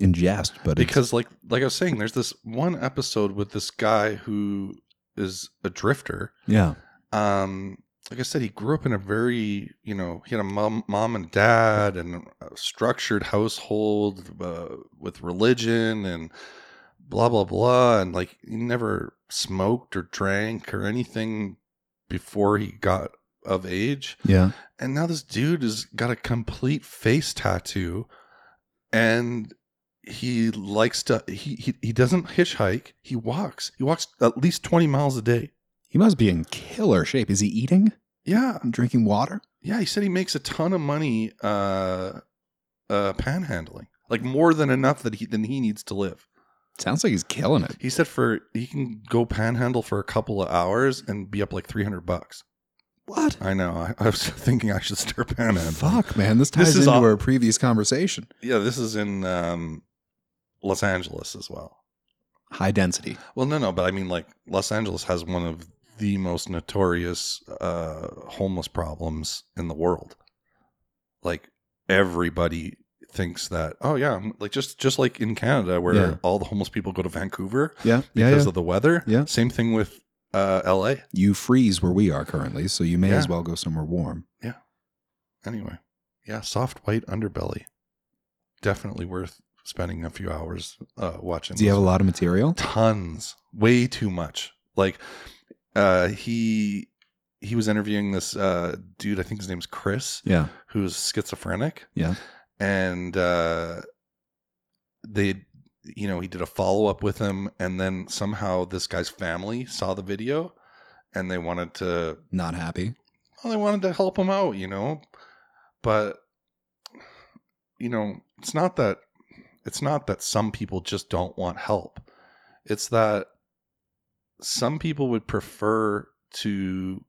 [SPEAKER 1] in jest, but it's-
[SPEAKER 2] because like like i was saying there's this one episode with this guy who is a drifter
[SPEAKER 1] yeah,
[SPEAKER 2] um like i said he grew up in a very you know he had a mom, mom and dad and a structured household uh, with religion and blah blah blah and like he never smoked or drank or anything before he got of age
[SPEAKER 1] yeah,
[SPEAKER 2] and now this dude has got a complete face tattoo and he likes to he he, he doesn't hitchhike he walks he walks at least 20 miles a day
[SPEAKER 1] he must be in killer shape. Is he eating?
[SPEAKER 2] yeah
[SPEAKER 1] Drinking water?
[SPEAKER 2] Yeah, he said he makes a ton of money uh uh panhandling. Like more than enough that he than he needs to live.
[SPEAKER 1] Sounds like he's killing it.
[SPEAKER 2] He said for he can go panhandle for a couple of hours and be up like 300 bucks.
[SPEAKER 1] What?
[SPEAKER 2] I know. I, I was thinking I should start panhandling.
[SPEAKER 1] Fuck, man. This
[SPEAKER 2] This
[SPEAKER 1] ties
[SPEAKER 2] is
[SPEAKER 1] into
[SPEAKER 2] aw-
[SPEAKER 1] our previous conversation.
[SPEAKER 2] Yeah, this is in um Los Angeles as well.
[SPEAKER 1] High density.
[SPEAKER 2] Well, no, no, but I mean like Los Angeles has one of the most notorious uh homeless problems in the world. Like everybody thinks that oh yeah, I'm- like just just like in Canada where
[SPEAKER 1] Yeah.
[SPEAKER 2] all the homeless people go to Vancouver
[SPEAKER 1] Yeah. Yeah.
[SPEAKER 2] because
[SPEAKER 1] yeah.
[SPEAKER 2] of the weather.
[SPEAKER 1] Yeah.
[SPEAKER 2] Same thing with uh LA.
[SPEAKER 1] you freeze where we are currently, so you may
[SPEAKER 2] Yeah.
[SPEAKER 1] as well go somewhere warm.
[SPEAKER 2] Anyway. Yeah, soft white underbelly. Definitely worth spending a few hours uh watching.
[SPEAKER 1] Do you
[SPEAKER 2] this.
[SPEAKER 1] have a lot of material?
[SPEAKER 2] tons way too much like uh he he was interviewing this uh dude i think his name's chris
[SPEAKER 1] Yeah.
[SPEAKER 2] who's schizophrenic
[SPEAKER 1] Yeah.
[SPEAKER 2] and uh they you know he did a follow-up with him and then somehow this guy's family saw the video and they wanted to
[SPEAKER 1] Not happy.
[SPEAKER 2] well, they wanted to help him out, you know, but you know, it's not that it's not that some people just don't want help. It's that some people would prefer to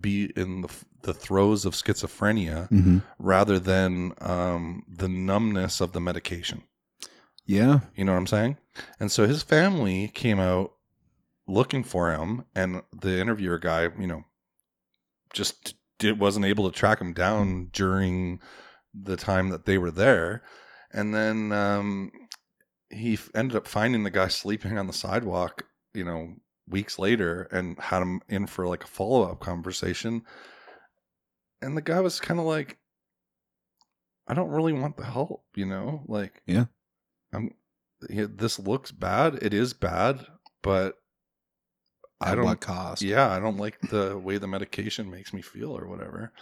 [SPEAKER 2] be in the the throes of schizophrenia
[SPEAKER 1] Mm-hmm.
[SPEAKER 2] rather than um, the numbness of the medication.
[SPEAKER 1] Yeah.
[SPEAKER 2] You know what I'm saying? And so his family came out looking for him, and the interviewer guy, you know, just did, wasn't able to track him down during the time that they were there. And then um, he f- ended up finding the guy sleeping on the sidewalk, you know, weeks later and had him in for like a follow up conversation. And the guy was kind of like, I don't really want the help, you know? Like,
[SPEAKER 1] Yeah.
[SPEAKER 2] I'm, yeah, this looks bad. It is bad, but I
[SPEAKER 1] At
[SPEAKER 2] don't,
[SPEAKER 1] what cost?
[SPEAKER 2] yeah, I don't like the way the medication makes me feel or whatever.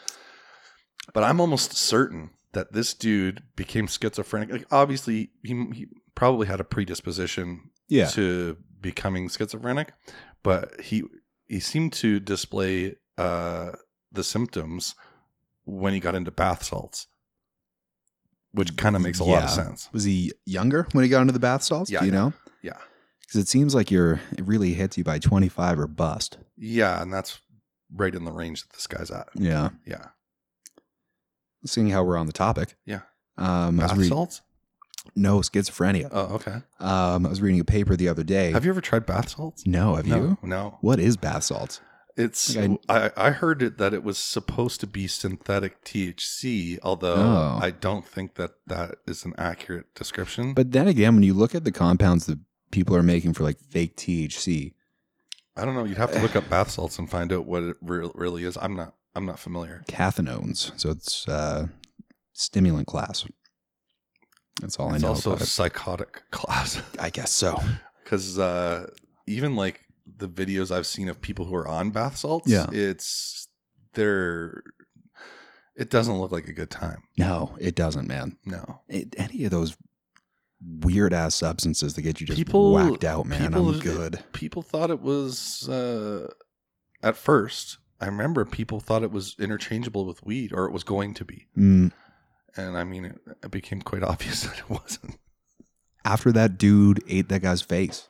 [SPEAKER 2] But I'm almost certain that this dude became schizophrenic. Like obviously he, he probably had a predisposition
[SPEAKER 1] Yeah.
[SPEAKER 2] to becoming schizophrenic, but he he seemed to display uh, the symptoms when he got into bath salts, which kind of makes a lot of
[SPEAKER 1] Yeah.
[SPEAKER 2] sense.
[SPEAKER 1] Was he younger when he got into the bath salts?
[SPEAKER 2] Yeah,
[SPEAKER 1] Do you
[SPEAKER 2] yeah.
[SPEAKER 1] know?
[SPEAKER 2] Yeah,
[SPEAKER 1] Because it seems like you're it really hits you by 25 or bust.
[SPEAKER 2] yeah, and that's right in the range that this guy's at.
[SPEAKER 1] Yeah.
[SPEAKER 2] Yeah,
[SPEAKER 1] Seeing how we're on the topic.
[SPEAKER 2] Yeah.
[SPEAKER 1] Um, I was
[SPEAKER 2] bath
[SPEAKER 1] reading-
[SPEAKER 2] salts.
[SPEAKER 1] no schizophrenia.
[SPEAKER 2] Oh, okay.
[SPEAKER 1] Um, I was reading a paper the other day.
[SPEAKER 2] Have you ever tried bath salts?
[SPEAKER 1] No, have
[SPEAKER 2] no,
[SPEAKER 1] you?
[SPEAKER 2] No.
[SPEAKER 1] What is bath salts?
[SPEAKER 2] It's
[SPEAKER 1] Like
[SPEAKER 2] I, I heard it that it was supposed to be synthetic THC, although
[SPEAKER 1] Oh.
[SPEAKER 2] I don't think that that is an accurate description.
[SPEAKER 1] But then again, when you look at the compounds that people are making for like fake THC,
[SPEAKER 2] I don't know. You'd have to look up bath salts and find out what it re- really is. I'm not. I'm not familiar.
[SPEAKER 1] cathinones, so it's uh, stimulant class. That's all
[SPEAKER 2] It's
[SPEAKER 1] I know.
[SPEAKER 2] also
[SPEAKER 1] about
[SPEAKER 2] a
[SPEAKER 1] it.
[SPEAKER 2] psychotic class
[SPEAKER 1] I guess so.
[SPEAKER 2] because uh, even like the videos I've seen of people who are on bath salts,
[SPEAKER 1] Yeah.
[SPEAKER 2] it's they're. It doesn't look like a good time.
[SPEAKER 1] No, it doesn't, man.
[SPEAKER 2] No,
[SPEAKER 1] It, any of those weird ass substances that get you just
[SPEAKER 2] People-
[SPEAKER 1] whacked out, man.
[SPEAKER 2] people- eh,
[SPEAKER 1] I'm good.
[SPEAKER 2] people thought it was uh, at first. I remember people thought it was interchangeable with weed, or it was going to be.
[SPEAKER 1] Mm.
[SPEAKER 2] And I mean, it, it became quite obvious that it wasn't.
[SPEAKER 1] After that dude ate that guy's face,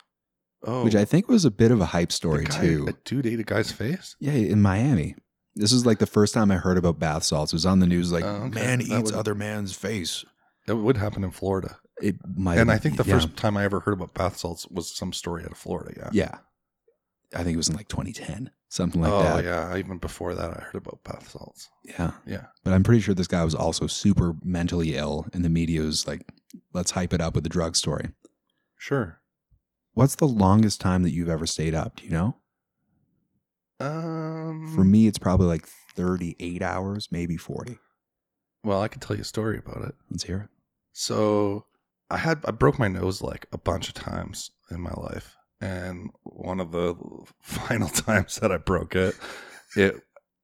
[SPEAKER 2] Oh,
[SPEAKER 1] which I think was a bit of a hype
[SPEAKER 2] the
[SPEAKER 1] story
[SPEAKER 2] guy-
[SPEAKER 1] too.
[SPEAKER 2] A dude ate a guy's face.
[SPEAKER 1] Yeah, in Miami. This is like the first time I heard about bath salts. It was on the news, like
[SPEAKER 2] Oh, okay.
[SPEAKER 1] man
[SPEAKER 2] That
[SPEAKER 1] eats
[SPEAKER 2] would-
[SPEAKER 1] other man's face.
[SPEAKER 2] That would happen in Florida.
[SPEAKER 1] It might,
[SPEAKER 2] and I think the
[SPEAKER 1] yeah.
[SPEAKER 2] first time I ever heard about bath salts was some story out of Florida. Yeah.
[SPEAKER 1] yeah, I think it was in like 2010, something like
[SPEAKER 2] oh
[SPEAKER 1] that.
[SPEAKER 2] yeah. Even before that, I heard about bath salts.
[SPEAKER 1] Yeah.
[SPEAKER 2] Yeah.
[SPEAKER 1] But I'm pretty sure this guy was also super mentally ill, and the media was like, "Let's hype it up with the drug story."
[SPEAKER 2] Sure.
[SPEAKER 1] What's the longest time that you've ever stayed up? Do you know?
[SPEAKER 2] Um.
[SPEAKER 1] For me, it's probably like 38 hours, maybe 40.
[SPEAKER 2] well, I could tell you a story about it.
[SPEAKER 1] Let's hear
[SPEAKER 2] So I had I broke my nose like a bunch of times in my life, and one of the final times that I broke it, it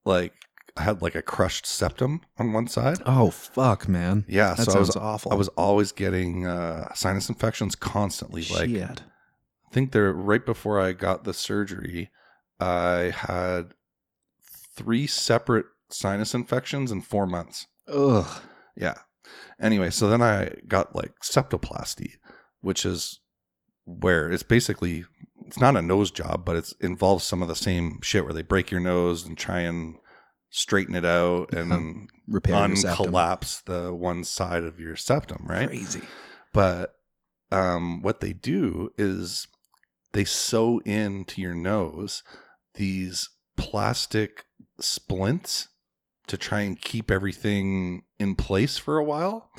[SPEAKER 2] like I had like a crushed septum on one side.
[SPEAKER 1] it. Oh fuck, man.
[SPEAKER 2] Yeah,
[SPEAKER 1] That
[SPEAKER 2] so I
[SPEAKER 1] sounds
[SPEAKER 2] was
[SPEAKER 1] awful.
[SPEAKER 2] I was always getting uh, sinus infections constantly. Like
[SPEAKER 1] Shit.
[SPEAKER 2] I think they're right before I got the surgery, I had three separate sinus infections in four months.
[SPEAKER 1] Ugh.
[SPEAKER 2] Yeah. Anyway, so then I got like septoplasty, which is where it's basically it's not a nose job, but it's involves some of the same shit where they break your nose and try and straighten it out and
[SPEAKER 1] Repair Uh-huh. your septum.
[SPEAKER 2] uncollapse the one side of your septum, right?
[SPEAKER 1] Crazy.
[SPEAKER 2] But um, what they do is they sew into your nose these plastic splints to try and keep everything in place for a while,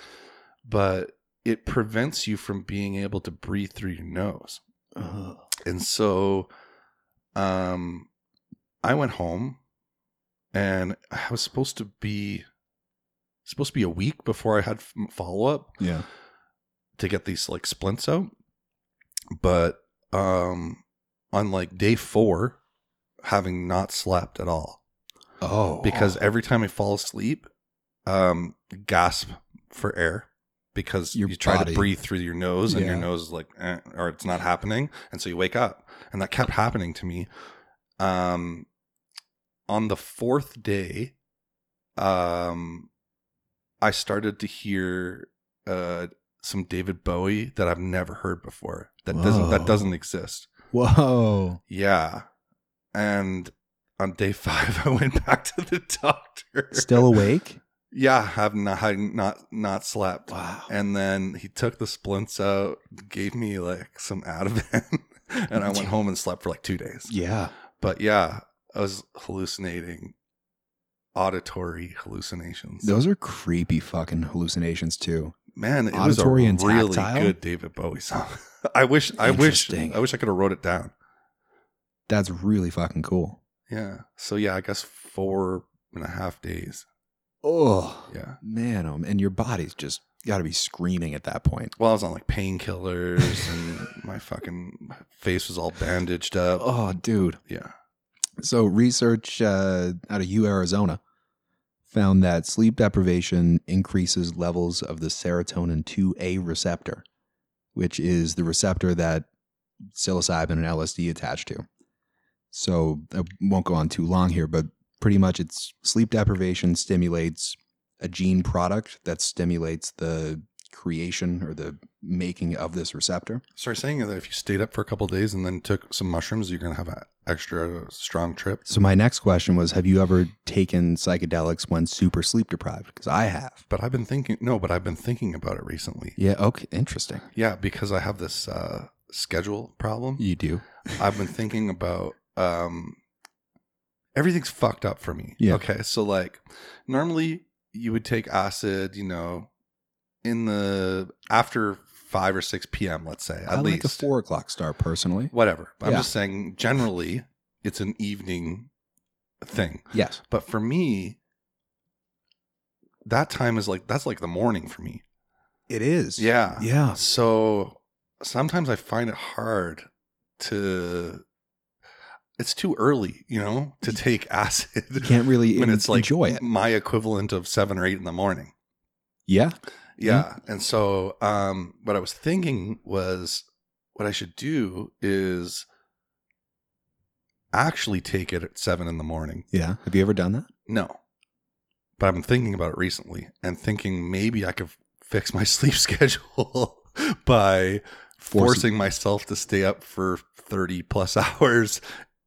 [SPEAKER 2] but it prevents you from being able to breathe through your nose. And so um I went home and I was supposed to be supposed to be a week before I had follow up
[SPEAKER 1] Yeah.
[SPEAKER 2] to get these like splints out. But um on like day four, having not slept at all.
[SPEAKER 1] Oh.
[SPEAKER 2] Because every time I fall asleep, um, gasp for air because
[SPEAKER 1] Your
[SPEAKER 2] you try
[SPEAKER 1] body.
[SPEAKER 2] to breathe through your nose and your
[SPEAKER 1] Yeah.
[SPEAKER 2] nose is like eh, or it's not happening. And so you wake up. And that kept happening to me. Um on the fourth day, um I started to hear uh some David Bowie that I've never heard before. That doesn't
[SPEAKER 1] Whoa.
[SPEAKER 2] that doesn't exist.
[SPEAKER 1] Whoa.
[SPEAKER 2] Yeah. And on day five I went back to the doctor.
[SPEAKER 1] Still awake?
[SPEAKER 2] Yeah, have not had not not slept.
[SPEAKER 1] Wow.
[SPEAKER 2] And then he took the splints out, gave me like some Ativan, and I went home and slept for like two days.
[SPEAKER 1] Yeah.
[SPEAKER 2] But yeah, I was hallucinating, auditory hallucinations.
[SPEAKER 1] Those are creepy fucking hallucinations too.
[SPEAKER 2] Man, it
[SPEAKER 1] Auditory and
[SPEAKER 2] was a really
[SPEAKER 1] tactile?
[SPEAKER 2] good David Bowie song. I wish, I wish,
[SPEAKER 1] Interesting.
[SPEAKER 2] I wish I could have wrote it down.
[SPEAKER 1] That's really fucking cool.
[SPEAKER 2] Yeah. So yeah, I guess four and a half days.
[SPEAKER 1] Oh.
[SPEAKER 2] Yeah.
[SPEAKER 1] Man, um, and your body's just got to be screaming at that point.
[SPEAKER 2] Well, I was on like painkillers, and my fucking face was all bandaged up.
[SPEAKER 1] Oh, dude.
[SPEAKER 2] Yeah.
[SPEAKER 1] So research uh, out of U Arizona found that sleep deprivation increases levels of the serotonin 2A receptor, which is the receptor that psilocybin and LSD attached to. So I won't go on too long here, but pretty much it's sleep deprivation stimulates a gene product that stimulates the creation or the making of this receptor.
[SPEAKER 2] Sorry, saying that if you stayed up for a couple days and then took some mushrooms, you're gonna have an extra strong trip.
[SPEAKER 1] So my next question was have you ever taken psychedelics when super sleep deprived? Because I have.
[SPEAKER 2] But I've been thinking no, but I've been thinking about it recently.
[SPEAKER 1] Yeah, okay, interesting.
[SPEAKER 2] Yeah, because I have this uh, schedule problem.
[SPEAKER 1] You do.
[SPEAKER 2] I've been thinking about um, everything's fucked up for me.
[SPEAKER 1] Yeah.
[SPEAKER 2] Okay, so like normally you would take acid, you know, in the after five or six p.m. Let's say at
[SPEAKER 1] I like
[SPEAKER 2] least
[SPEAKER 1] a four o'clock start personally.
[SPEAKER 2] whatever. I'm
[SPEAKER 1] Yeah.
[SPEAKER 2] just saying generally it's an evening thing.
[SPEAKER 1] Yes.
[SPEAKER 2] But for me, that time is like that's like the morning for me.
[SPEAKER 1] It is.
[SPEAKER 2] Yeah.
[SPEAKER 1] Yeah.
[SPEAKER 2] So sometimes I find it hard to it's too early, you know, to take acid.
[SPEAKER 1] You can't really
[SPEAKER 2] when
[SPEAKER 1] en-
[SPEAKER 2] it's like
[SPEAKER 1] enjoy it.
[SPEAKER 2] my equivalent of seven or eight in the morning.
[SPEAKER 1] Yeah.
[SPEAKER 2] Yeah. And so um what I was thinking was what I should do is actually take it at seven in the morning.
[SPEAKER 1] Yeah. Have you ever done that?
[SPEAKER 2] No. But I've been thinking about it recently and thinking maybe I could fix my sleep schedule by
[SPEAKER 1] Forcing-
[SPEAKER 2] forcing myself to stay up for 30 plus hours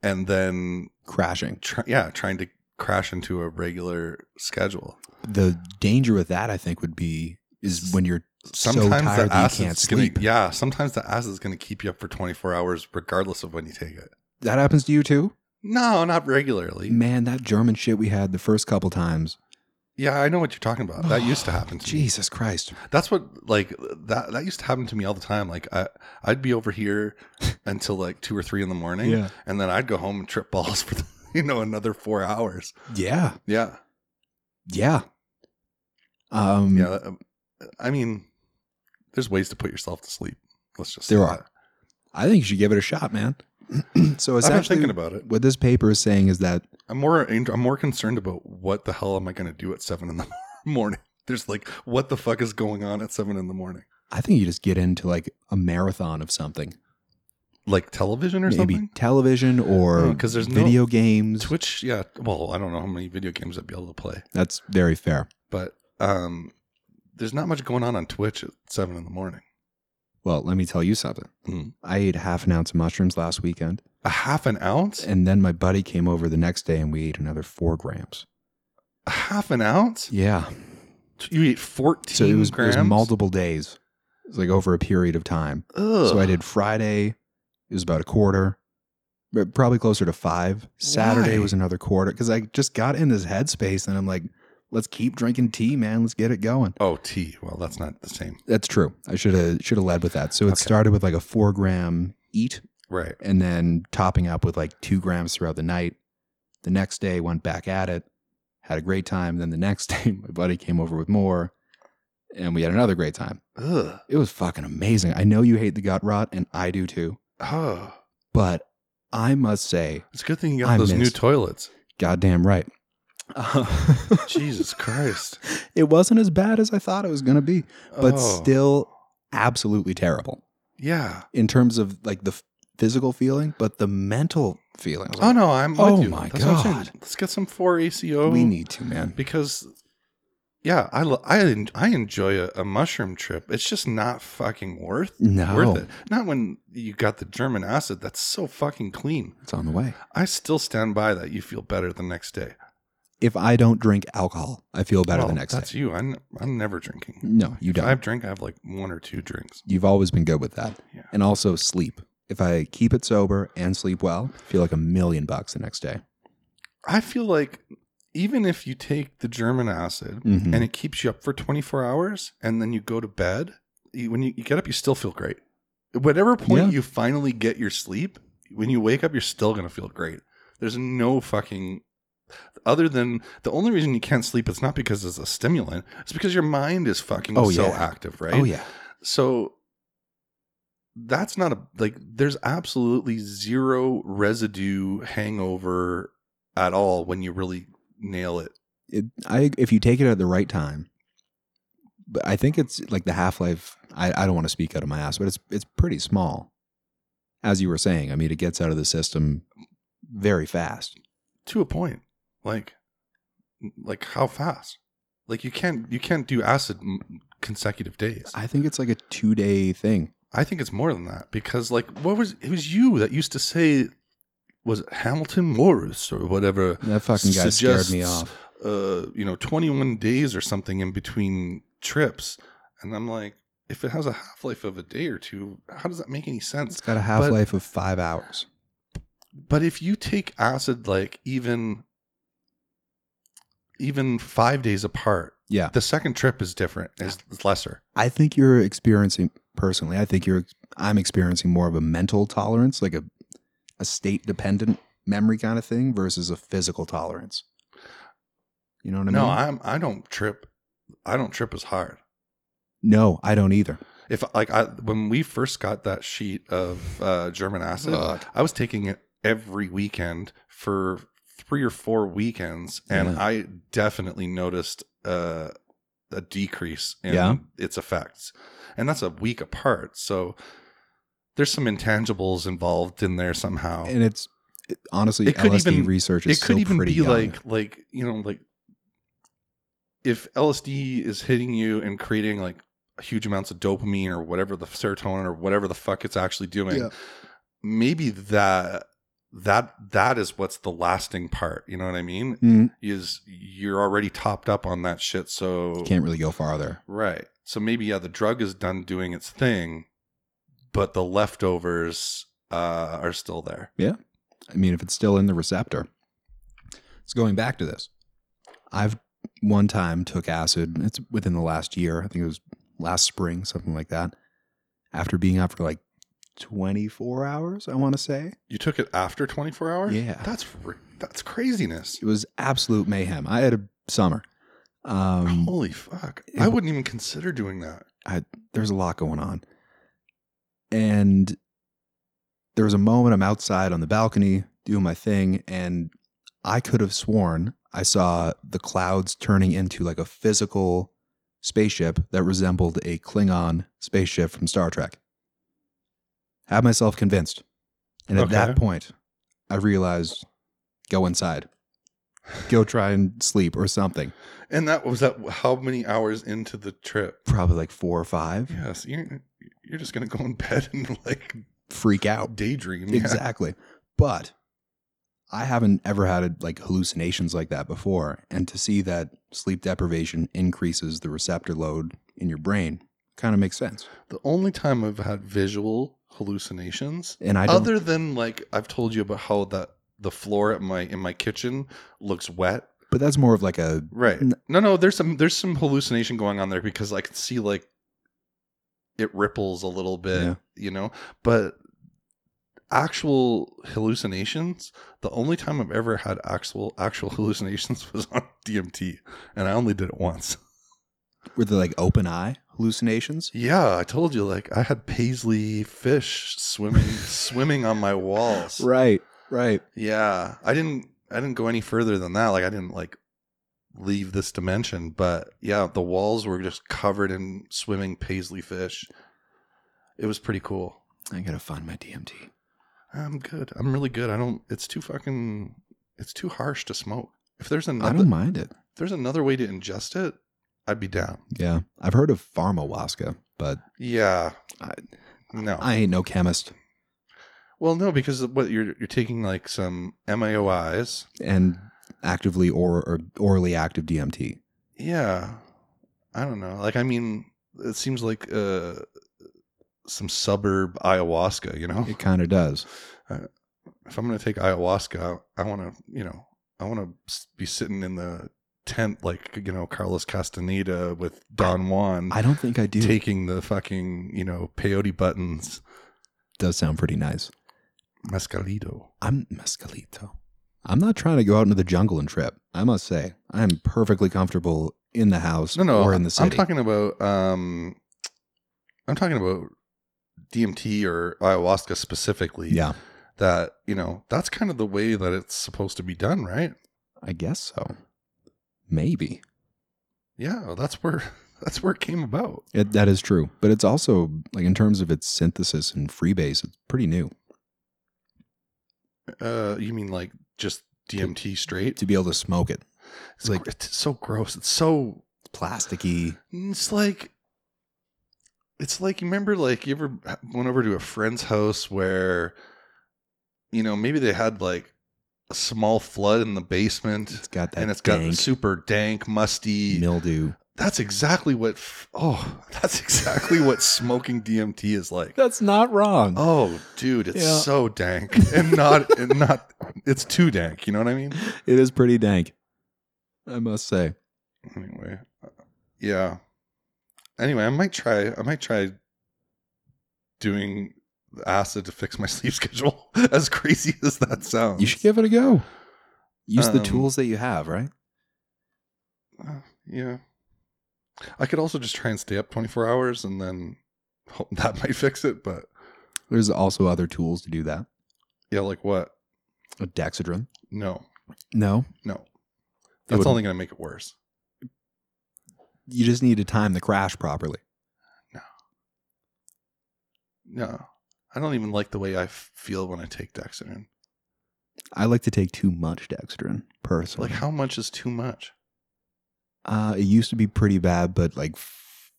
[SPEAKER 2] and then
[SPEAKER 1] Crashing.
[SPEAKER 2] try, yeah, trying to crash into a regular schedule.
[SPEAKER 1] The danger with that, I think, would be is when you're
[SPEAKER 2] sometimes
[SPEAKER 1] so tired
[SPEAKER 2] the
[SPEAKER 1] that
[SPEAKER 2] acid's
[SPEAKER 1] you can't
[SPEAKER 2] gonna,
[SPEAKER 1] sleep.
[SPEAKER 2] Yeah, sometimes the acid is going to keep you up for 24 hours, regardless of when you take it.
[SPEAKER 1] That happens to you too?
[SPEAKER 2] No, not regularly.
[SPEAKER 1] Man, that German shit we had the first couple times.
[SPEAKER 2] Yeah, I know what you're talking about. That used to happen to me.
[SPEAKER 1] Jesus Christ.
[SPEAKER 2] That's what like that that used to happen to me all the time. Like I I'd be over here until like two or three in the morning,
[SPEAKER 1] Yeah.
[SPEAKER 2] and then I'd go home and trip balls for you know another four hours.
[SPEAKER 1] Yeah.
[SPEAKER 2] Yeah,
[SPEAKER 1] Yeah. Um
[SPEAKER 2] yeah. uh, I mean, there's ways to put yourself to sleep. Let's just say
[SPEAKER 1] There
[SPEAKER 2] that.
[SPEAKER 1] are. I think you should give it a shot, man. so
[SPEAKER 2] I've been
[SPEAKER 1] essentially
[SPEAKER 2] thinking about it.
[SPEAKER 1] what this paper is saying is that
[SPEAKER 2] I'm more I'm more concerned about what the hell am I going to do at seven in the morning. There's like, what the fuck is going on at seven in the morning?
[SPEAKER 1] I think you just get into like a marathon of something.
[SPEAKER 2] Like television or
[SPEAKER 1] Maybe
[SPEAKER 2] something?
[SPEAKER 1] television or
[SPEAKER 2] No, 'cause there's no-
[SPEAKER 1] video games.
[SPEAKER 2] Twitch, yeah. Well, I don't know how many video games I'd be able to play,
[SPEAKER 1] That's very fair.
[SPEAKER 2] but um, there's not much going on on Twitch at seven in the morning.
[SPEAKER 1] Well, let me tell you something.
[SPEAKER 2] Mm.
[SPEAKER 1] I ate half an ounce of mushrooms last weekend,
[SPEAKER 2] A half an ounce?
[SPEAKER 1] and then my buddy came over the next day and we ate another four grams.
[SPEAKER 2] A half an ounce?
[SPEAKER 1] Yeah.
[SPEAKER 2] You eat fourteen
[SPEAKER 1] So it was, it
[SPEAKER 2] grams?
[SPEAKER 1] was multiple days. It was like over a period of time.
[SPEAKER 2] Ugh.
[SPEAKER 1] So I did Friday, it was about a quarter, but probably closer to five. Saturday
[SPEAKER 2] Why?
[SPEAKER 1] was another quarter because I just got in this headspace and I'm like, let's keep drinking tea, man. Let's get it going.
[SPEAKER 2] Oh, tea. Well, that's not the same,
[SPEAKER 1] That's true. I should have should have led with that. So it
[SPEAKER 2] Okay.
[SPEAKER 1] started with like a four gram eat
[SPEAKER 2] right?
[SPEAKER 1] and then topping up with like two grams throughout the night. The next day went back at it, had a great time. Then the next day my buddy came over with more and we had another great time.
[SPEAKER 2] Ugh.
[SPEAKER 1] It was fucking amazing. I know you hate the gut rot and I do too,
[SPEAKER 2] Oh,
[SPEAKER 1] but I must say,
[SPEAKER 2] it's a good thing you got
[SPEAKER 1] I
[SPEAKER 2] those new
[SPEAKER 1] missed-
[SPEAKER 2] toilets.
[SPEAKER 1] goddamn right.
[SPEAKER 2] Jesus Christ!
[SPEAKER 1] It wasn't as bad as I thought it was going to be, but
[SPEAKER 2] Oh.
[SPEAKER 1] still absolutely terrible.
[SPEAKER 2] yeah.
[SPEAKER 1] in terms of like the f- physical feeling, but the mental feeling. I was
[SPEAKER 2] Oh
[SPEAKER 1] like,
[SPEAKER 2] no, I'm.
[SPEAKER 1] Oh,
[SPEAKER 2] with you.
[SPEAKER 1] my
[SPEAKER 2] That's what I'm saying.
[SPEAKER 1] God.
[SPEAKER 2] Let's get some four ACO.
[SPEAKER 1] we need to, man.
[SPEAKER 2] because, yeah, I lo- I en- I enjoy a, a mushroom trip. It's just not fucking worth
[SPEAKER 1] No.
[SPEAKER 2] worth it. Not when you got the German acid. That's so fucking clean.
[SPEAKER 1] It's on the way.
[SPEAKER 2] I still stand by that. You feel better the next day.
[SPEAKER 1] If I don't drink alcohol, I feel better
[SPEAKER 2] Well,
[SPEAKER 1] the next
[SPEAKER 2] Oh, that's
[SPEAKER 1] day.
[SPEAKER 2] you. I'm I'm never drinking.
[SPEAKER 1] No, you
[SPEAKER 2] If
[SPEAKER 1] don't.
[SPEAKER 2] I've drank. I have like one or two drinks.
[SPEAKER 1] You've always been good with that.
[SPEAKER 2] Yeah.
[SPEAKER 1] And also sleep. If I keep it sober and sleep well, I feel like a million bucks the next day.
[SPEAKER 2] I feel like even if you take the German acid
[SPEAKER 1] Mhm.
[SPEAKER 2] and it keeps you up for 24 hours and then you go to bed, you, when you, you get up, you still feel great. At whatever point
[SPEAKER 1] Yeah.
[SPEAKER 2] you finally get your sleep, when you wake up, you're still going to feel great. There's no fucking. Other than the only reason you can't sleep, it's not because it's a stimulant. It's because your mind is fucking
[SPEAKER 1] Oh,
[SPEAKER 2] so
[SPEAKER 1] yeah.
[SPEAKER 2] active, right?
[SPEAKER 1] Oh, yeah.
[SPEAKER 2] So that's not a like there's absolutely zero residue hangover at all when you really nail it.
[SPEAKER 1] It, I, if you take it at the right time, but I think it's like the half life. I, I don't want to speak out of my ass, but it's it's pretty small as you were saying, I mean, it gets out of the system very fast.
[SPEAKER 2] to a point like like how fast like you can't you can't do acid m- consecutive days I,
[SPEAKER 1] I think it's like a two day thing.
[SPEAKER 2] think it's more than that because like what was it was you that used to say was it hamilton morris or whatever
[SPEAKER 1] That fucking guy scared me
[SPEAKER 2] suggests,
[SPEAKER 1] off.
[SPEAKER 2] uh you know 21 days or something in between trips and i'm like if it has a half-life of a day or two how does that make any sense
[SPEAKER 1] It's got a half life of five hours.
[SPEAKER 2] but if you take acid like even even five days apart
[SPEAKER 1] Yeah.
[SPEAKER 2] the second trip is different is, is lesser
[SPEAKER 1] I think you're experiencing personally. I think you're. I'm experiencing more of a mental tolerance, like a a state dependent memory kind of thing, versus a physical tolerance. You know what I
[SPEAKER 2] no
[SPEAKER 1] mean?
[SPEAKER 2] i'm i don't trip i don't trip as hard
[SPEAKER 1] no, I don't either.
[SPEAKER 2] if like i when we first got that sheet of uh german acid
[SPEAKER 1] Ugh.
[SPEAKER 2] i was taking it every weekend for three or four weekends and
[SPEAKER 1] Yeah.
[SPEAKER 2] i definitely noticed uh a decrease in
[SPEAKER 1] Yeah.
[SPEAKER 2] its effects and that's a week apart so there's some intangibles involved in there somehow
[SPEAKER 1] And it's it- honestly
[SPEAKER 2] Oh. It could
[SPEAKER 1] LSD
[SPEAKER 2] even-
[SPEAKER 1] research
[SPEAKER 2] it
[SPEAKER 1] is
[SPEAKER 2] could
[SPEAKER 1] so
[SPEAKER 2] even
[SPEAKER 1] pretty
[SPEAKER 2] be
[SPEAKER 1] young.
[SPEAKER 2] like like you know like if LSD is hitting you and creating like huge amounts of dopamine or whatever the serotonin or whatever the fuck it's actually doing,
[SPEAKER 1] Yeah.
[SPEAKER 2] maybe that that that is what's the lasting part. You know what I mean?
[SPEAKER 1] Mm,
[SPEAKER 2] Is you're already topped up on that shit, so
[SPEAKER 1] can't really go farther.
[SPEAKER 2] right. So maybe yeah, the drug is done doing its thing, but the leftovers uh, are still there.
[SPEAKER 1] I mean, if it's still in the receptor, it's going back to this. I've one time took acid. It's within the last year. I think it was last spring, something like that. After being out for like 24 hours, I want to say
[SPEAKER 2] You took it after 24 hours?
[SPEAKER 1] Yeah.
[SPEAKER 2] That's r- that's craziness.
[SPEAKER 1] it was absolute mayhem. I had a summer. Um,
[SPEAKER 2] Holy fuck.
[SPEAKER 1] it-
[SPEAKER 2] I wouldn't even consider doing that.
[SPEAKER 1] there's a lot going on, and there was a moment I'm outside on the balcony doing my thing, and I could have sworn I saw the clouds turning into like a physical spaceship that resembled a Klingon spaceship from Star Trek. Had myself convinced. And at that
[SPEAKER 2] Okay.
[SPEAKER 1] point, I realized go inside, go try and sleep or something.
[SPEAKER 2] And that was that how many hours into the trip?
[SPEAKER 1] Probably like four or five.
[SPEAKER 2] Yes, you're you're just gonna go in bed and like
[SPEAKER 1] Freak out.
[SPEAKER 2] daydream. Yeah.
[SPEAKER 1] Exactly. But I haven't ever had like hallucinations like that before. And to see that sleep deprivation increases the receptor load in your brain kind of makes sense.
[SPEAKER 2] The only time I've had visual hallucinations,
[SPEAKER 1] And I don't,
[SPEAKER 2] other than like I've told you about how that the floor at my in my kitchen looks wet.
[SPEAKER 1] but that's more of like a,
[SPEAKER 2] Right.
[SPEAKER 1] N-
[SPEAKER 2] No, no, there's some there's some hallucination going on there because I can see like it ripples a little bit,
[SPEAKER 1] Yeah.
[SPEAKER 2] you know. But actual hallucinations, the only time I've ever had actual actual hallucinations was on DMT, and I only did it once.
[SPEAKER 1] were they like open eye hallucinations?
[SPEAKER 2] Yeah, I told you like I had paisley fish swimming swimming on my walls.
[SPEAKER 1] Right, right.
[SPEAKER 2] Yeah, I didn't. I didn't go any further than that. Like I didn't like leave this dimension, but yeah, the walls were just covered in swimming paisley fish. It was pretty cool.
[SPEAKER 1] I gotta find my DMT.
[SPEAKER 2] I'm good. I'm really good. I don't. It's too fucking. It's too harsh to smoke. If there's
[SPEAKER 1] I
[SPEAKER 2] another,
[SPEAKER 1] don't
[SPEAKER 2] if
[SPEAKER 1] mind it.
[SPEAKER 2] there's another way to ingest it, I'd be down.
[SPEAKER 1] Yeah. I've heard of pharmawaska, but
[SPEAKER 2] Yeah.
[SPEAKER 1] I-
[SPEAKER 2] no.
[SPEAKER 1] I ain't no chemist.
[SPEAKER 2] well, no, because of what you're you're taking like some MIOIs.
[SPEAKER 1] And actively or, or orally active DMT.
[SPEAKER 2] yeah i don't know like i mean it seems like uh some suburb ayahuasca you know
[SPEAKER 1] It kind of does.
[SPEAKER 2] if i'm gonna take ayahuasca i, I want to you know i want to be sitting in the tent like you know carlos castaneda with don juan
[SPEAKER 1] I don't think I do.
[SPEAKER 2] taking the fucking you know peyote buttons
[SPEAKER 1] does sound pretty nice.
[SPEAKER 2] mascarito
[SPEAKER 1] I'm mescalito. I'm not trying to go out into the jungle and trip. I must say, I am perfectly comfortable in the house
[SPEAKER 2] no no
[SPEAKER 1] or in the
[SPEAKER 2] i'm
[SPEAKER 1] city.
[SPEAKER 2] talking about um i'm talking about dmt or ayahuasca specifically
[SPEAKER 1] yeah,
[SPEAKER 2] that you know that's kind of the way that it's supposed to be done right
[SPEAKER 1] I guess so. Maybe
[SPEAKER 2] yeah well, that's where that's where it came about
[SPEAKER 1] it, that is true, but it's also like in terms of its synthesis and freebase, it's pretty new.
[SPEAKER 2] Uh, you mean like just DMT straight?
[SPEAKER 1] to be able to smoke it.
[SPEAKER 2] It's like it's so gross. It's so
[SPEAKER 1] It's plasticky.
[SPEAKER 2] It's like it's like you remember like you ever went over to a friend's house where you know maybe they had like a small flood in the basement
[SPEAKER 1] It's got that
[SPEAKER 2] and it's got
[SPEAKER 1] dank
[SPEAKER 2] super dank musty
[SPEAKER 1] mildew.
[SPEAKER 2] that's exactly what f- oh that's exactly what smoking DMT is like
[SPEAKER 1] That's not wrong.
[SPEAKER 2] oh dude it's
[SPEAKER 1] Yeah.
[SPEAKER 2] so dank and not and not it's too dank you know what i mean
[SPEAKER 1] It is pretty dank. I must say.
[SPEAKER 2] anyway uh, yeah anyway i might try i might try doing acid to fix my sleep schedule as crazy as that sounds
[SPEAKER 1] You should give it a go. Use the
[SPEAKER 2] Um,
[SPEAKER 1] tools that you have, right?
[SPEAKER 2] Uh, yeah i could also just try and stay up 24 hours and then hope that might fix it but
[SPEAKER 1] There's also other tools to do that.
[SPEAKER 2] yeah like what
[SPEAKER 1] A Dexedrine.
[SPEAKER 2] no
[SPEAKER 1] No.
[SPEAKER 2] no that's
[SPEAKER 1] wouldn't-
[SPEAKER 2] only going to make it worse
[SPEAKER 1] You just need to time the crash properly.
[SPEAKER 2] no i don't even like the way I f- feel when i take dexedrine
[SPEAKER 1] I like to take too much Dexedrine, personally.
[SPEAKER 2] like how much is too much
[SPEAKER 1] Uh, it used to be pretty bad, but like f-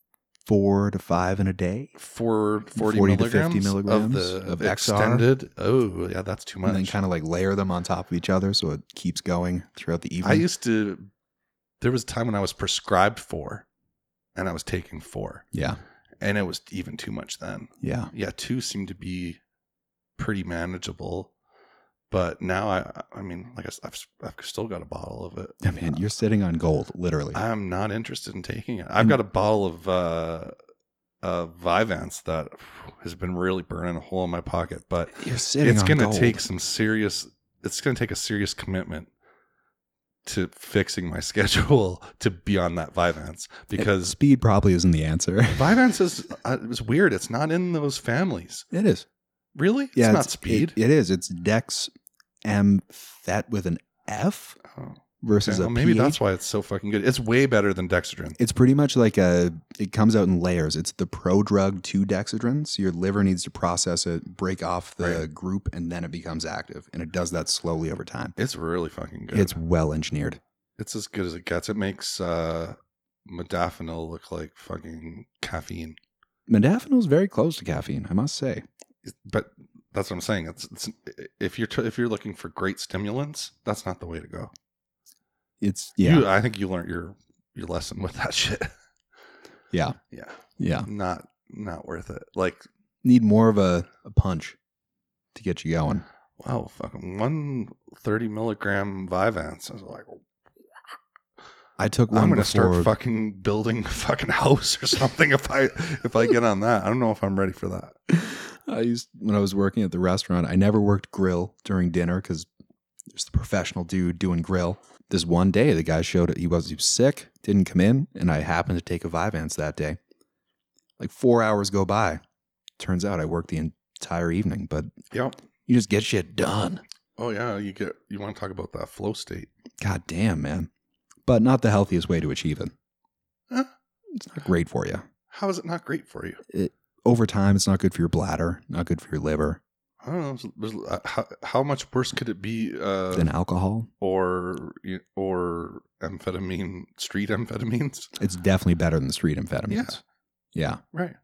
[SPEAKER 1] four to five in a day.
[SPEAKER 2] for 40,
[SPEAKER 1] 40 to
[SPEAKER 2] milligrams,
[SPEAKER 1] 50
[SPEAKER 2] of
[SPEAKER 1] milligrams
[SPEAKER 2] the
[SPEAKER 1] of
[SPEAKER 2] of
[SPEAKER 1] XR.
[SPEAKER 2] extended. Oh, yeah, that's too
[SPEAKER 1] And then
[SPEAKER 2] much.
[SPEAKER 1] kind of like layer them on top of each other so it keeps going throughout the evening.
[SPEAKER 2] I used to. There was a time when I was prescribed four, and I was taking four,
[SPEAKER 1] yeah.
[SPEAKER 2] and it was even too much then.
[SPEAKER 1] Yeah.
[SPEAKER 2] Yeah, two seemed to be pretty manageable, but now I, I mean, like I, s- I've, s- I've still got a bottle of it.
[SPEAKER 1] Yeah, man, you're sitting on gold, literally.
[SPEAKER 2] I'm not interested in taking it. I've got a bottle of uh, uh, Vyvanse that has been really burning a hole in my pocket, but
[SPEAKER 1] you're sitting
[SPEAKER 2] it's
[SPEAKER 1] on
[SPEAKER 2] going to
[SPEAKER 1] gold.
[SPEAKER 2] take some serious it's going to take a serious commitment to fixing my schedule to be on that Vyvanse
[SPEAKER 1] because
[SPEAKER 2] because
[SPEAKER 1] speed probably isn't the answer.
[SPEAKER 2] Vyvanse is uh, it's weird it's not in those families
[SPEAKER 1] It is.
[SPEAKER 2] really
[SPEAKER 1] Yeah,
[SPEAKER 2] it's not speed
[SPEAKER 1] it- it is. It's Dex M Fet with an F
[SPEAKER 2] oh,
[SPEAKER 1] versus
[SPEAKER 2] okay. well,
[SPEAKER 1] a
[SPEAKER 2] maybe
[SPEAKER 1] PH.
[SPEAKER 2] that's why it's so fucking good it's way better than Dexedrine
[SPEAKER 1] It's pretty much like a. It comes out in layers. It's the pro drug to Dexedrine. So your liver needs to process it, break off the
[SPEAKER 2] Right.
[SPEAKER 1] group, and then it becomes active. And it does that slowly over time.
[SPEAKER 2] it's really fucking good
[SPEAKER 1] It's
[SPEAKER 2] it's
[SPEAKER 1] well engineered.
[SPEAKER 2] it's as good as it gets it makes uh modafinil look like fucking caffeine
[SPEAKER 1] Modafinil is very close to caffeine, I must say.
[SPEAKER 2] It's- but that's what I'm saying. It's, it's if you're t- if you're looking for great stimulants, that's not the way to go.
[SPEAKER 1] It's yeah,
[SPEAKER 2] You, I think you learned your your lesson with that shit.
[SPEAKER 1] yeah, Oh.
[SPEAKER 2] yeah.
[SPEAKER 1] yeah.
[SPEAKER 2] Not not worth it. Like,
[SPEAKER 1] Need more of a, a punch to get you going.
[SPEAKER 2] wow, fucking one thirty milligram Vyvanse. I was like,
[SPEAKER 1] I took one.
[SPEAKER 2] I'm gonna
[SPEAKER 1] before,
[SPEAKER 2] start fucking building a fucking house or something if I if I get on that. I don't know if I'm ready for that.
[SPEAKER 1] I used when I was working at the restaurant. I never worked grill during dinner because there's the professional dude doing grill. This one day, the guy showed up. He was, he was sick, didn't come in, and I happened to take a Vyvanse that day. Like four hours go by. Turns out I worked the entire evening, but
[SPEAKER 2] Yep.
[SPEAKER 1] you just get shit done.
[SPEAKER 2] Oh yeah, you get you want to talk about that flow state.
[SPEAKER 1] God damn, man. But not the healthiest way to achieve it.
[SPEAKER 2] Huh?
[SPEAKER 1] It's not great for you.
[SPEAKER 2] How is it not great for you?
[SPEAKER 1] Over time, it's not good for your bladder, not good for your liver,
[SPEAKER 2] I don't know. There's- there's- uh, How, how much worse could it be? Uh,
[SPEAKER 1] than alcohol.
[SPEAKER 2] or or amphetamine, street amphetamines,
[SPEAKER 1] It's definitely better than street amphetamines. Yeah.
[SPEAKER 2] right?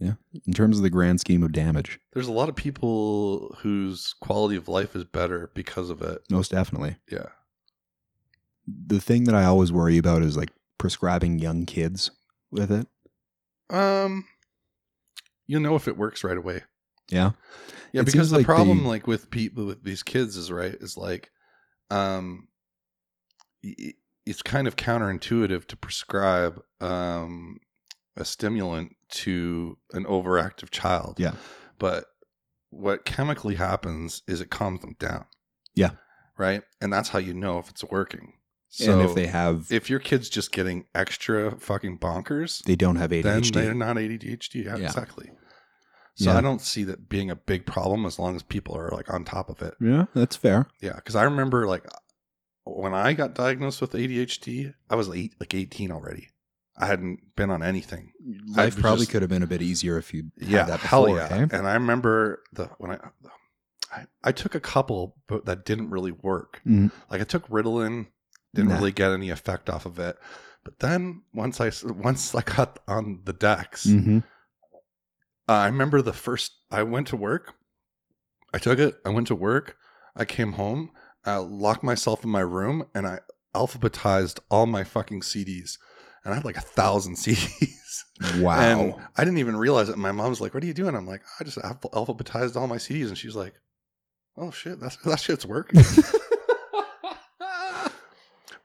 [SPEAKER 1] In terms of the grand scheme of damage,
[SPEAKER 2] there's a lot of people whose quality of life is better because of it.
[SPEAKER 1] most definitely.
[SPEAKER 2] Yeah.
[SPEAKER 1] The thing that I always worry about is like prescribing young kids with it.
[SPEAKER 2] Um, you know if it works right away.
[SPEAKER 1] Yeah.
[SPEAKER 2] Yeah,
[SPEAKER 1] It seems
[SPEAKER 2] because the
[SPEAKER 1] like
[SPEAKER 2] problem
[SPEAKER 1] the-
[SPEAKER 2] like with people with these kids is right is like, um, y- y- it's kind of counterintuitive to prescribe um a stimulant to an overactive child.
[SPEAKER 1] Yeah.
[SPEAKER 2] but what chemically happens is it calms them down.
[SPEAKER 1] Yeah.
[SPEAKER 2] right, and that's how you know if it's working.
[SPEAKER 1] and if they have,
[SPEAKER 2] if your kid's just getting extra fucking bonkers,
[SPEAKER 1] they don't have
[SPEAKER 2] then
[SPEAKER 1] ADHD.
[SPEAKER 2] they're not ADHD. Yeah,
[SPEAKER 1] Yeah.
[SPEAKER 2] exactly. So
[SPEAKER 1] Yeah.
[SPEAKER 2] I don't see that being a big problem as long as people are like on top of it.
[SPEAKER 1] yeah, that's fair.
[SPEAKER 2] Yeah, because I remember like when I got diagnosed with ADHD, I was eight, like eighteen already. I hadn't been on anything.
[SPEAKER 1] Life
[SPEAKER 2] was
[SPEAKER 1] probably
[SPEAKER 2] just-
[SPEAKER 1] could have been a bit easier if you'd had eh?
[SPEAKER 2] yeah,
[SPEAKER 1] that
[SPEAKER 2] hell
[SPEAKER 1] before.
[SPEAKER 2] yeah.
[SPEAKER 1] okay?
[SPEAKER 2] And I remember the when I I I, I took a couple, but that didn't really work.
[SPEAKER 1] Mm.
[SPEAKER 2] Like I took Ritalin, didn't
[SPEAKER 1] Nah.
[SPEAKER 2] really get any effect off of it. But then once I s- once I got on the decks,
[SPEAKER 1] Mhm.
[SPEAKER 2] uh, I remember the first I went to work. I took it. I went to work. I came home. I locked myself in my room and I alphabetized all my fucking CDs. And I had like a thousand CDs.
[SPEAKER 1] Wow.
[SPEAKER 2] And I didn't even realize it. My mom's like, "What are you doing?" I'm like, "I just alph- alphabetized all my CDs," and she's like, "Oh shit, that's, that shit's working."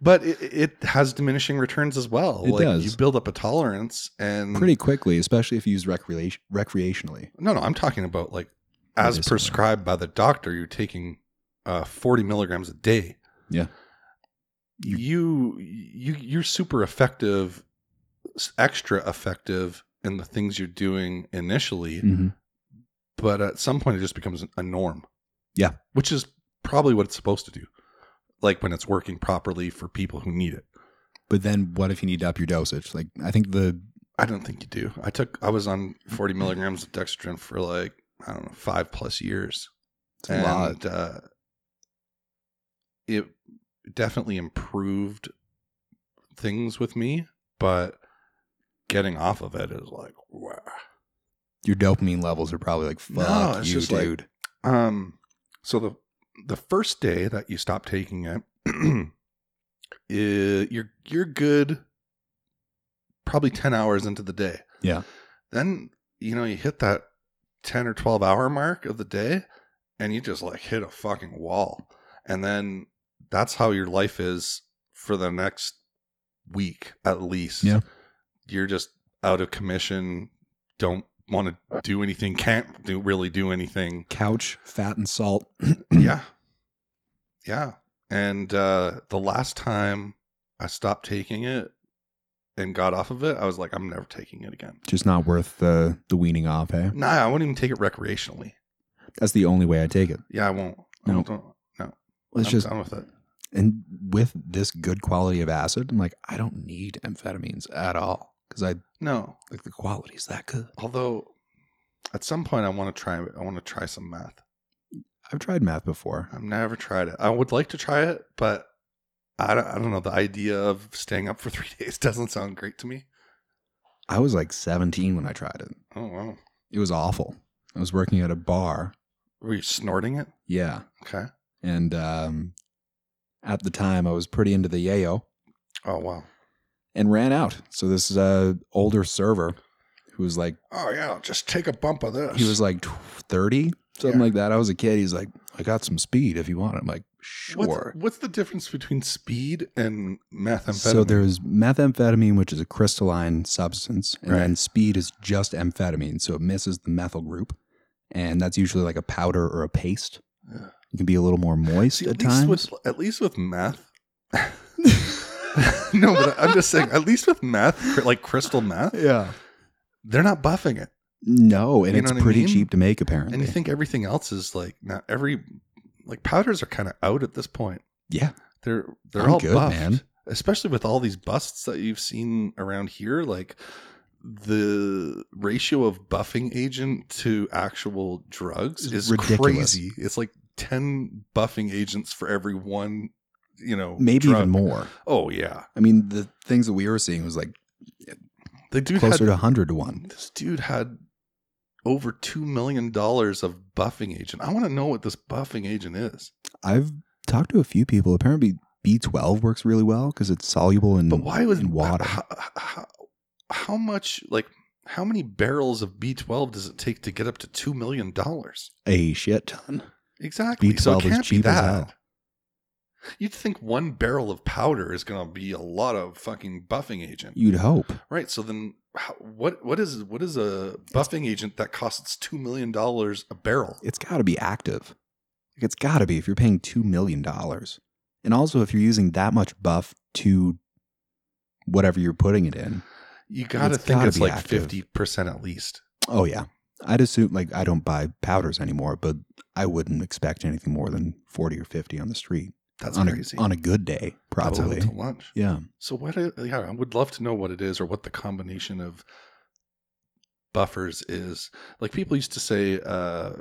[SPEAKER 2] but it, it has diminishing returns as well.
[SPEAKER 1] It
[SPEAKER 2] like
[SPEAKER 1] does.
[SPEAKER 2] you build up a tolerance, and
[SPEAKER 1] Pretty quickly, especially if you use recreation recreationally.
[SPEAKER 2] no, no, I'm talking about like as
[SPEAKER 1] Medicinally.
[SPEAKER 2] prescribed by the doctor. You're taking uh, 40 milligrams a day.
[SPEAKER 1] Yeah.
[SPEAKER 2] You you you're super effective, s- extra effective in the things you're doing initially. but at some point it just becomes a norm.
[SPEAKER 1] Yeah.
[SPEAKER 2] Which is probably what it's supposed to do. Like when it's working properly for people who need it.
[SPEAKER 1] But then, what if you need to up your dosage? Like, I think the
[SPEAKER 2] I don't think you do. I took I was on 40 milligrams of dextrin for like I don't know, 5 plus years.
[SPEAKER 1] it's a lot.
[SPEAKER 2] uh it definitely improved things with me, but getting off of it is like wow.
[SPEAKER 1] Your dopamine levels are probably like,
[SPEAKER 2] No,
[SPEAKER 1] fuck
[SPEAKER 2] it's
[SPEAKER 1] you,
[SPEAKER 2] just like-
[SPEAKER 1] dude.
[SPEAKER 2] Um, so the the first day that you stop taking it, eh, you're you're good. Probably ten hours into the day.
[SPEAKER 1] Yeah.
[SPEAKER 2] Then you know you hit that ten or twelve hour mark of the day, and you just like hit a fucking wall, and then that's how your life is for the next week at least.
[SPEAKER 1] Yeah.
[SPEAKER 2] You're just out of commission. Don't want to do anything. Can't do really do anything
[SPEAKER 1] couch, fat and salt.
[SPEAKER 2] yeah yeah and uh the last time i stopped taking it and got off of it i was like i'm never taking it again
[SPEAKER 1] Just not worth the the weaning off, hey?
[SPEAKER 2] nah i won't even take it recreationally
[SPEAKER 1] That's the only way I take it.
[SPEAKER 2] yeah i won't I
[SPEAKER 1] No.
[SPEAKER 2] don't, no
[SPEAKER 1] It's
[SPEAKER 2] i'm
[SPEAKER 1] just
[SPEAKER 2] done with it
[SPEAKER 1] and with this good quality of acid, I'm like, I don't need amphetamines at all. Because I
[SPEAKER 2] no
[SPEAKER 1] like the quality's that good.
[SPEAKER 2] although at some point i want to try i want to try some meth
[SPEAKER 1] I've tried meth before.
[SPEAKER 2] i've never tried it i would like to try it but I don't, I don't know the idea of staying up for three days doesn't sound great to me
[SPEAKER 1] I was like 17 when I tried it.
[SPEAKER 2] oh wow
[SPEAKER 1] It was awful. I was working at a bar.
[SPEAKER 2] were you snorting it
[SPEAKER 1] Yeah.
[SPEAKER 2] okay
[SPEAKER 1] And um, at the time, I was pretty into the yayo
[SPEAKER 2] oh wow
[SPEAKER 1] and ran out. So this uh, older server who was like,
[SPEAKER 2] oh yeah just take a bump of this
[SPEAKER 1] he was like tw- 30, something
[SPEAKER 2] Yeah.
[SPEAKER 1] like that. I was a kid. He's like, I got some speed if you want it. I'm like,
[SPEAKER 2] What's,
[SPEAKER 1] sure.
[SPEAKER 2] what's the difference between speed and methamphetamine?
[SPEAKER 1] So there's methamphetamine, which is a crystalline substance, and
[SPEAKER 2] Right.
[SPEAKER 1] then speed is just amphetamine, so it misses the methyl group, and that's usually like a powder or a paste.
[SPEAKER 2] Yeah.
[SPEAKER 1] It can be a little more moist
[SPEAKER 2] See, at,
[SPEAKER 1] at
[SPEAKER 2] least
[SPEAKER 1] times.
[SPEAKER 2] with, at least with meth. no, but I'm just saying, at least with meth, cr- like crystal meth,
[SPEAKER 1] yeah.
[SPEAKER 2] they're not buffing it.
[SPEAKER 1] No, and
[SPEAKER 2] You
[SPEAKER 1] it's
[SPEAKER 2] know what I
[SPEAKER 1] pretty
[SPEAKER 2] mean?
[SPEAKER 1] cheap to make apparently.
[SPEAKER 2] And you think everything else is like not every like powders are kind of out at this point.
[SPEAKER 1] Yeah.
[SPEAKER 2] They're they're
[SPEAKER 1] I'm
[SPEAKER 2] all
[SPEAKER 1] good,
[SPEAKER 2] buffed.
[SPEAKER 1] man.
[SPEAKER 2] Especially with all these busts that you've seen around here, like the ratio of buffing agent to actual drugs
[SPEAKER 1] It's
[SPEAKER 2] is
[SPEAKER 1] ridiculous.
[SPEAKER 2] crazy. It's like ten buffing agents for every one, you know,
[SPEAKER 1] Maybe
[SPEAKER 2] drug.
[SPEAKER 1] even more.
[SPEAKER 2] Oh yeah,
[SPEAKER 1] I mean, the things that we were seeing was like
[SPEAKER 2] the dude
[SPEAKER 1] closer
[SPEAKER 2] had,
[SPEAKER 1] to 100 to 1.
[SPEAKER 2] this dude had over two million dollars of buffing agent. I want to know what this buffing agent is.
[SPEAKER 1] I've talked to a few people. Apparently, B12 works really well because it's soluble in,
[SPEAKER 2] But why was
[SPEAKER 1] in Mm, water.
[SPEAKER 2] How, how, how much like how many barrels of B twelve does it take to get up to two million dollars?
[SPEAKER 1] a shit ton.
[SPEAKER 2] Exactly. so
[SPEAKER 1] B12
[SPEAKER 2] it
[SPEAKER 1] is
[SPEAKER 2] can't
[SPEAKER 1] cheap
[SPEAKER 2] be
[SPEAKER 1] as
[SPEAKER 2] that.
[SPEAKER 1] hell.
[SPEAKER 2] You'd think one barrel of powder is going to be a lot of fucking buffing agent,
[SPEAKER 1] You'd hope.
[SPEAKER 2] right? So then, how, what what is what is a buffing agent that costs two million dollars a barrel?
[SPEAKER 1] it's got to be active. Like it's got to be if you're paying two million dollars, and also if you're using that much buff to whatever you're putting it in.
[SPEAKER 2] You got to
[SPEAKER 1] It's
[SPEAKER 2] think
[SPEAKER 1] gotta
[SPEAKER 2] it's
[SPEAKER 1] be
[SPEAKER 2] like
[SPEAKER 1] active.
[SPEAKER 2] fifty percent at least.
[SPEAKER 1] Oh yeah, I'd assume like I don't buy powders anymore, but I wouldn't expect anything more than forty or fifty on the street
[SPEAKER 2] That's
[SPEAKER 1] on
[SPEAKER 2] crazy.
[SPEAKER 1] a on a good day,
[SPEAKER 2] That's
[SPEAKER 1] probably.
[SPEAKER 2] out to lunch.
[SPEAKER 1] yeah,
[SPEAKER 2] So what? Is, yeah, I would love to know what it is or what the combination of buffers is. Like people used to say, uh,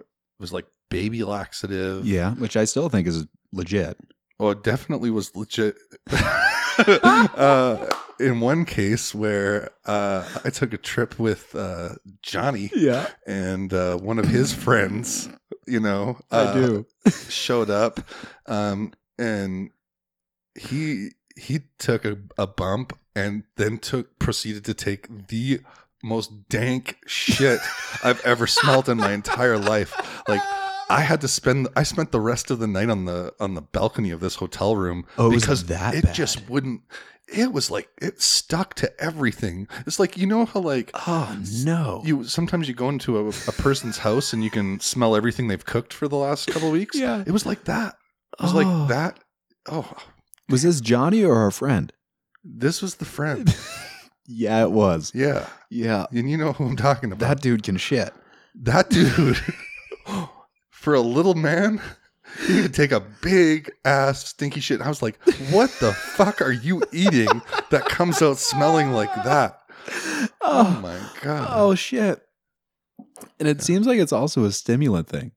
[SPEAKER 2] was like baby laxative.
[SPEAKER 1] Yeah, which I still think is legit.
[SPEAKER 2] Oh, it definitely was legit. uh, in one case where uh, I took a trip with uh, Johnny
[SPEAKER 1] Yeah,
[SPEAKER 2] and uh, one of his friends, you know, uh, showed up, um, and he he took a, a bump and then took proceeded to take the most dank shit I've ever smelled in my entire life. Like I had to spend I spent the rest of the night on the on the balcony of this hotel room
[SPEAKER 1] Oh, it was
[SPEAKER 2] because
[SPEAKER 1] that
[SPEAKER 2] it
[SPEAKER 1] bad.
[SPEAKER 2] just wouldn't it was like it stuck to everything. It's like you know how like
[SPEAKER 1] Oh no.
[SPEAKER 2] you sometimes you go into a, a person's house and you can smell everything they've cooked for the last couple weeks.
[SPEAKER 1] Yeah.
[SPEAKER 2] it was like that. It was
[SPEAKER 1] Oh.
[SPEAKER 2] like that. Oh,
[SPEAKER 1] was this Johnny or our friend?
[SPEAKER 2] this was the friend.
[SPEAKER 1] Yeah, it was.
[SPEAKER 2] Yeah,
[SPEAKER 1] Yeah,
[SPEAKER 2] and you know who I'm talking about.
[SPEAKER 1] that dude can shit.
[SPEAKER 2] That, dude, for a little man, he could take a big ass stinky shit. I was like, what the fuck are you eating that comes out smelling like that? Oh my god.
[SPEAKER 1] Oh shit. And it seems like it's also a stimulant thing,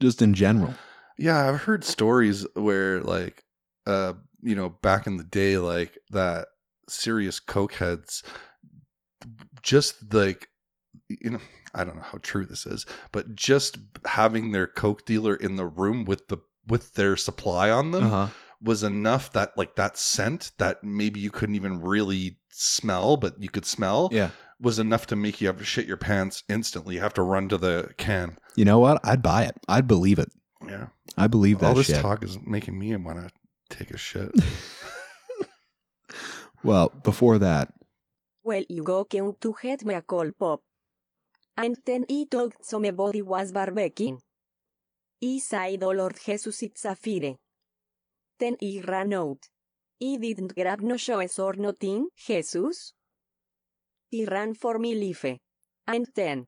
[SPEAKER 1] just in general.
[SPEAKER 2] Yeah, I've heard stories where like uh you know, back in the day like that serious cokeheads just like you know, I don't know how true this is, but just having their coke dealer in the room with the with their supply on them
[SPEAKER 1] Uh-huh.
[SPEAKER 2] was enough that like that scent that maybe you couldn't even really smell, but you could smell
[SPEAKER 1] Yeah.
[SPEAKER 2] was enough to make you have to shit your pants instantly. You have to run to the can.
[SPEAKER 1] You know what? I'd buy it. I'd believe it.
[SPEAKER 2] Yeah.
[SPEAKER 1] I believe that
[SPEAKER 2] All this
[SPEAKER 1] shit.
[SPEAKER 2] talk is making me want to take a shit.
[SPEAKER 1] well, before that,
[SPEAKER 6] Well, you go can to head me a call pop. And then he talked somebody was barbecuing. He said, "Oh Lord Jesus, it's a fire. Then he ran out. He didn't grab no shoes or nothing, Jesus. He ran for me life. And then.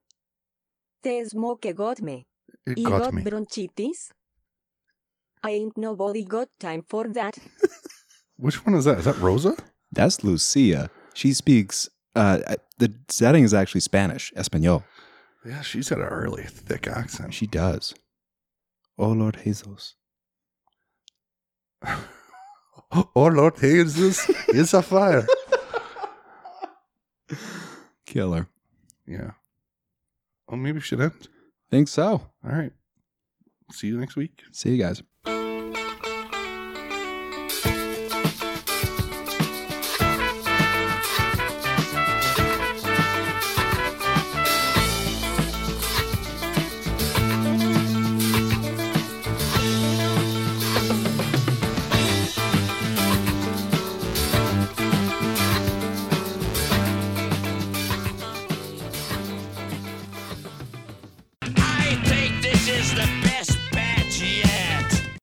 [SPEAKER 6] The smoke got me.
[SPEAKER 2] It
[SPEAKER 6] He
[SPEAKER 2] got,
[SPEAKER 6] got
[SPEAKER 2] me.
[SPEAKER 6] bronchitis. I ain't nobody got time for that.
[SPEAKER 2] Which one is that? Is that Rosa?
[SPEAKER 1] that's Lucia. She speaks. Uh, I- the setting is actually Spanish, Espanol.
[SPEAKER 2] Yeah, she's got a really thick accent.
[SPEAKER 1] She does. Oh Lord Jesus.
[SPEAKER 2] oh Lord Jesus, it's a fire.
[SPEAKER 1] Killer.
[SPEAKER 2] Yeah. Oh, maybe we should end.
[SPEAKER 1] Think so.
[SPEAKER 2] All right. See you next week.
[SPEAKER 1] See you guys.